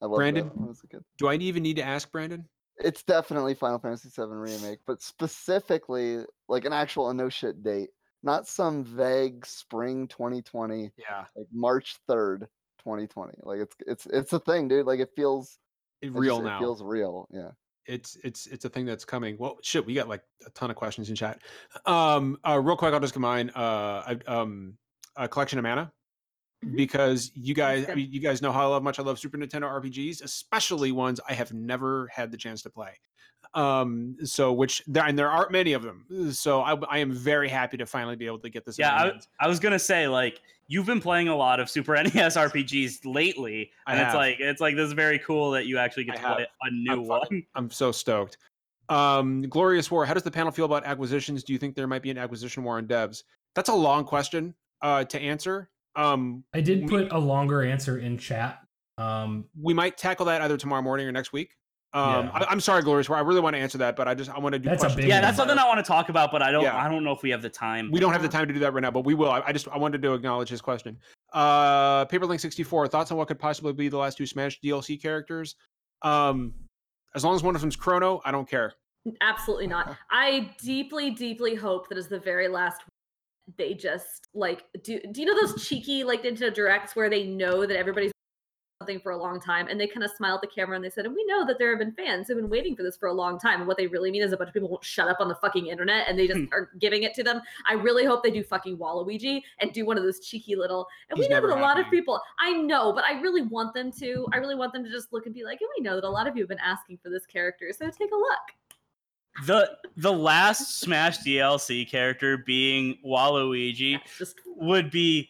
Speaker 5: I love
Speaker 1: Brandon?
Speaker 5: that. That was good.
Speaker 1: Do I even need to ask Brandon?
Speaker 5: It's definitely Final Fantasy VII remake, but specifically like an actual no shit date, not some vague spring 2020,
Speaker 1: Yeah.
Speaker 5: like March 3rd, 2020. Like it's it's it's a thing, dude. Like it feels
Speaker 1: It,
Speaker 5: it just-
Speaker 1: real
Speaker 5: it
Speaker 1: now.
Speaker 5: feels real. Yeah.
Speaker 1: it's it's it's a thing that's coming. Well, shit, we got like a ton of questions in chat. Um, uh, real quick, I'll just combine uh, I- um, a collection of mana.
Speaker 2: Mhm.
Speaker 1: because you guys, I
Speaker 2: good.
Speaker 1: mean, you guys know how I love- much I love Super Nintendo RPGs, especially ones I have never had the chance to play. Um, so which there and there aren't many of them. So I, I am very happy to finally be able to get this. in
Speaker 4: Yeah,
Speaker 1: my hands.
Speaker 4: I was gonna say like you've been playing a lot of Super E NES RPGs lately,
Speaker 1: I
Speaker 4: and it's
Speaker 1: have.
Speaker 4: like it's like this is very cool that you actually get
Speaker 1: I
Speaker 4: to play a new
Speaker 1: I'm
Speaker 4: one.
Speaker 1: fucking- I'm so stoked. Um, Glorious War. How does the panel feel about acquisitions? Do you think there might be an acquisition war on devs? That's a long question uh, to answer. Um,
Speaker 3: I did put a longer answer in chat. Um,
Speaker 1: we might tackle that either tomorrow morning or next week. Um,
Speaker 3: Yeah.
Speaker 1: I, am sorry, Glorious War. I really want to answer that, but I just I want to do.
Speaker 3: That's a
Speaker 1: questions
Speaker 3: big
Speaker 4: Yeah,
Speaker 1: tomorrow.
Speaker 4: that's something I want to talk about, but I don't
Speaker 1: Yeah.
Speaker 4: I don't know if we have the time.
Speaker 1: We don't have the time to do that right now, but we will. I, I just I wanted to acknowledge his question. Uh, Paperlink64. Thoughts on what could possibly be the last two Smash DLC characters? Um, as long as one of them's Chrono, I don't care.
Speaker 2: Absolutely
Speaker 1: Uh-huh.
Speaker 2: not. I deeply, deeply hope that is the very last one, they just like do do you know those cheeky like Nintendo Directs where they know that everybody's something for a long time and they kind of smile at the camera and they said, and we know that there have been fans who've been waiting for this for a long time. And what they really mean is a bunch of people won't shut up on the fucking internet and they
Speaker 1: Hmm.
Speaker 2: just are giving it to them. I really hope they do fucking Waluigi and do one of those cheeky little and
Speaker 1: He's
Speaker 2: we know
Speaker 1: never
Speaker 2: that a lot of
Speaker 1: happening.
Speaker 2: people I know, but I really want them to. I really want them to just look and be like, and we know that a lot of you have been asking for this character, so take a look.
Speaker 4: The the last Smash DLC character being Waluigi
Speaker 2: That's just
Speaker 4: would be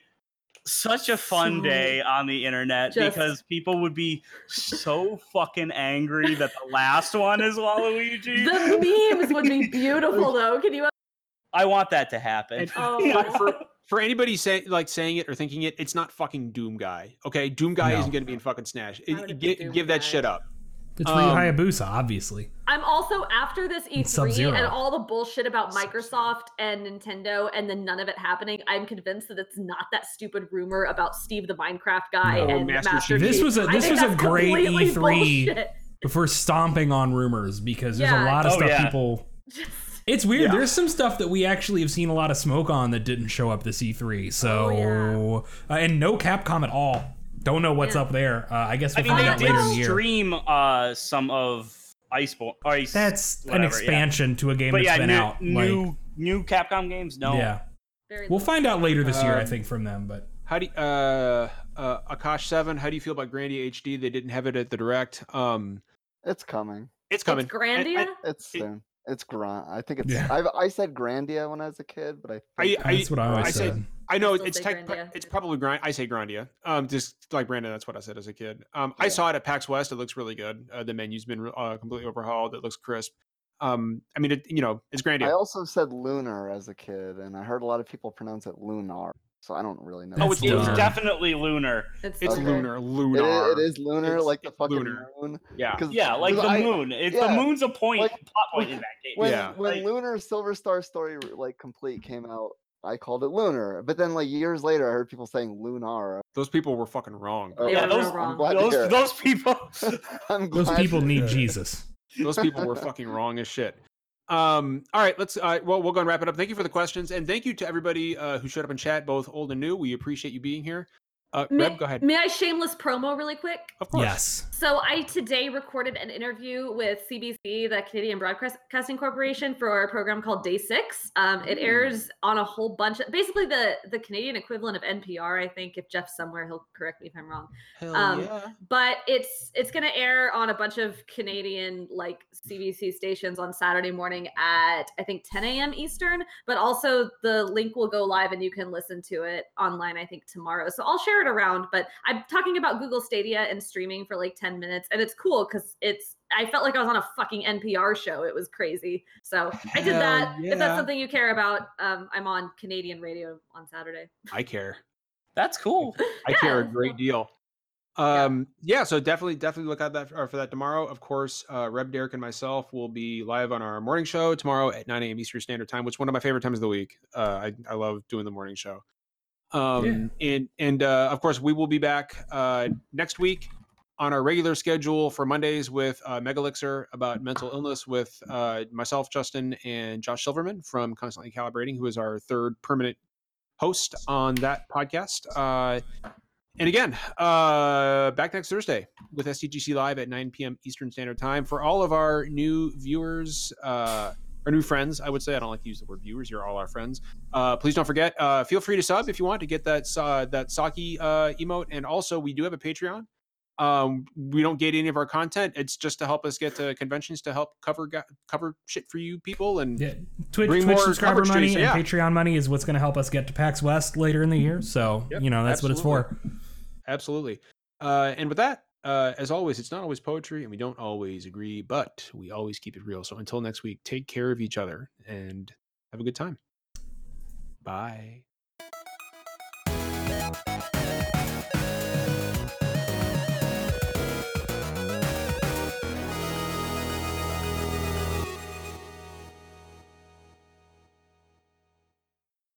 Speaker 4: such a fun
Speaker 2: So-
Speaker 4: day on the internet
Speaker 2: Just-
Speaker 4: because people would be so fucking angry that the last one is Waluigi.
Speaker 2: the memes would be beautiful though. Can you?
Speaker 4: I want that to happen.
Speaker 1: And-
Speaker 2: Oh,
Speaker 1: for, for anybody say like saying it or thinking it, it's not fucking Doom Guy. Okay, Doom Guy
Speaker 3: No.
Speaker 1: isn't going to be in fucking Smash. It-
Speaker 2: would've
Speaker 1: gi-
Speaker 2: picked Doom
Speaker 1: give that
Speaker 2: Guy.
Speaker 1: shit up.
Speaker 3: it's
Speaker 1: Um,
Speaker 3: Ryu Hayabusa, obviously.
Speaker 2: I'm also after this E3
Speaker 3: Sub-Zero.
Speaker 2: and all the bullshit about Microsoft and Nintendo and then none of it happening. I'm convinced that it's not that stupid rumor about Steve the Minecraft guy
Speaker 1: No,
Speaker 2: and
Speaker 1: Master
Speaker 2: Master,
Speaker 1: Chief.
Speaker 2: Chief.
Speaker 3: This was a-
Speaker 2: I
Speaker 3: this
Speaker 2: think
Speaker 3: was a
Speaker 2: that's
Speaker 3: great E
Speaker 2: completely
Speaker 3: E3.
Speaker 2: bullshit.
Speaker 3: Before stomping on rumors because there's
Speaker 2: Yeah.
Speaker 3: a lot of
Speaker 4: Oh,
Speaker 3: stuff
Speaker 4: yeah.
Speaker 3: people.
Speaker 2: Just,
Speaker 3: It's weird.
Speaker 1: Yeah.
Speaker 3: There's some stuff that we actually have seen a lot of smoke on that didn't show up this E3. So,
Speaker 2: Oh,
Speaker 3: uh, and no Capcom at all. Don't know what's
Speaker 2: Yeah.
Speaker 3: up there. Uh, I guess
Speaker 4: I
Speaker 3: we'll
Speaker 4: mean,
Speaker 3: find out
Speaker 4: they
Speaker 3: later in the
Speaker 4: did
Speaker 3: year.
Speaker 4: stream uh, some of Iceborne. Or Ice,
Speaker 3: That's
Speaker 4: whatever,
Speaker 3: an
Speaker 4: yeah.
Speaker 3: expansion to a game
Speaker 4: But
Speaker 3: that's
Speaker 4: yeah,
Speaker 3: been
Speaker 4: new,
Speaker 3: out.
Speaker 4: new
Speaker 3: like,
Speaker 4: new Capcom games. No,
Speaker 3: yeah,
Speaker 2: very
Speaker 3: we'll
Speaker 2: little.
Speaker 3: find out later this year. I
Speaker 1: Um,
Speaker 3: think from them, but
Speaker 1: How do you, uh, uh, Akash Seven? How do you feel about Grandia HD? They didn't have it at the direct. Um,
Speaker 5: It's coming.
Speaker 1: it's coming.
Speaker 2: It's Grandia.
Speaker 1: I,
Speaker 5: It's
Speaker 1: It-
Speaker 5: soon. It's grand. I think it's.
Speaker 3: Yeah.
Speaker 5: I've, I said Grandia when I was a kid, but I.
Speaker 1: I,
Speaker 5: Think,
Speaker 1: I,
Speaker 3: that's what I always
Speaker 1: I
Speaker 3: said.
Speaker 1: said- I know
Speaker 2: still
Speaker 1: it's
Speaker 2: say
Speaker 1: tech,
Speaker 2: Grandia.
Speaker 1: it's probably grind. I say Grandia. Um, just like Brandon, that's what I said as a kid. Um, I
Speaker 5: Yeah.
Speaker 1: saw it at PAX West. It looks really good. Uh, the menu's been re- uh, completely overhauled. It looks crisp. Um, I mean, it, you know, it's
Speaker 5: I
Speaker 1: Grandia.
Speaker 5: also said lunar as a kid, and I heard a lot of people pronounce it lunar, so I don't really know.
Speaker 4: oh,
Speaker 3: That's
Speaker 4: it's, it's
Speaker 3: dumb.
Speaker 4: definitely lunar.
Speaker 1: it's
Speaker 5: okay.
Speaker 1: lunar,
Speaker 5: It
Speaker 1: lunar.
Speaker 5: i- it is lunar,
Speaker 1: It's-
Speaker 5: like the
Speaker 1: it's
Speaker 5: fucking
Speaker 1: lunar.
Speaker 5: moon.
Speaker 1: Yeah.
Speaker 5: 'cause-
Speaker 4: Yeah, like
Speaker 5: 'cause
Speaker 4: the
Speaker 5: I-
Speaker 4: moon. It's
Speaker 5: yeah.
Speaker 4: the moon's a point
Speaker 5: Like,
Speaker 4: plot point in that game.
Speaker 5: when
Speaker 1: Yeah.
Speaker 5: when
Speaker 4: Like-
Speaker 5: Lunar Silver Star Story like complete came out, I called it Lunar. But then like years later, I heard people saying Lunar.
Speaker 1: Those people were fucking wrong.
Speaker 5: Oh,
Speaker 4: Yeah,
Speaker 5: I'm-
Speaker 4: those-
Speaker 5: I'm glad to hear
Speaker 4: Those
Speaker 5: it.
Speaker 4: those people.
Speaker 5: I'm
Speaker 3: Those
Speaker 5: glad
Speaker 3: people
Speaker 5: to
Speaker 3: need
Speaker 5: hear it.
Speaker 3: Jesus.
Speaker 1: Those people were fucking wrong as shit. Um, all right, let's. Uh, well, we'll go and wrap it up. Thank you for the questions, and thank you to everybody uh, who showed up in chat, both old and new. We appreciate you being here. Uh,
Speaker 2: May-
Speaker 1: Reb, go ahead.
Speaker 2: May I shameless promo really quick?
Speaker 1: Of course.
Speaker 3: Yes.
Speaker 2: So I today recorded an interview with CBC, the Canadian Broadcasting Corporation, for a program called Day Six. Um, it airs on a whole bunch of basically the the Canadian equivalent of NPR, I think. If Jeff's somewhere, he'll correct me if I'm wrong.
Speaker 1: Hell
Speaker 2: Um,
Speaker 1: yeah.
Speaker 2: But it's it's going to air on a bunch of Canadian like CBC stations on Saturday morning at I think 10 a.m. Eastern. But also the link will go live and you can listen to it online. I think tomorrow. So I'll share it around. But I'm talking about Google Stadia and streaming for like 10 minutes, and it's cool because it's. I felt like I was on a fucking NPR show. It was crazy. So I did
Speaker 1: Hell
Speaker 2: that. If
Speaker 1: yeah.
Speaker 2: that's something you care about, um, I'm on Canadian radio on Saturday.
Speaker 1: I care.
Speaker 4: That's cool.
Speaker 1: I care a
Speaker 2: Yeah.
Speaker 1: great deal. Um, yeah. so definitely, definitely look out that or for that tomorrow. Of course, uh, Reb, Derek, and myself will be live on our morning show tomorrow at 9 a.m. Eastern Standard Time, which is one of my favorite times of the week. Uh, I, I love doing the morning show. Um, and and uh, of course, we will be back uh, next week on our regular schedule for Mondays with uh, Megalixir about mental illness with uh, myself, Justin, and Josh Silverman from Constantly Calibrating, who is our third permanent host on that podcast. Uh, and again, uh, back next Thursday with SCGC Live at 9 p.m. Eastern Standard Time. For all of our new viewers, uh, our new friends. I would say I don't like to use the word viewers. You're all our friends. Uh, please don't forget. Uh, feel free to sub if you want to get that uh, that Saki uh, emote. And also, we do have a Patreon. Um, we don't get any of our content. It's just to help us get to conventions to help cover go- cover shit for you people. And
Speaker 3: Yeah, Twitch,
Speaker 1: Bring
Speaker 3: Twitch
Speaker 1: more
Speaker 3: subscriber
Speaker 1: coverage,
Speaker 3: money
Speaker 1: Jason,
Speaker 3: and
Speaker 1: yeah.
Speaker 3: Patreon money is what's going to help us get to PAX West later in the year. So
Speaker 1: Yep,
Speaker 3: you know that's what it's for.
Speaker 1: absolutely. absolutely. Uh, and with that, uh, as always, it's not always poetry, and we don't always agree, but we always keep it real. So until next week, take care of each other and have a good time. Bye.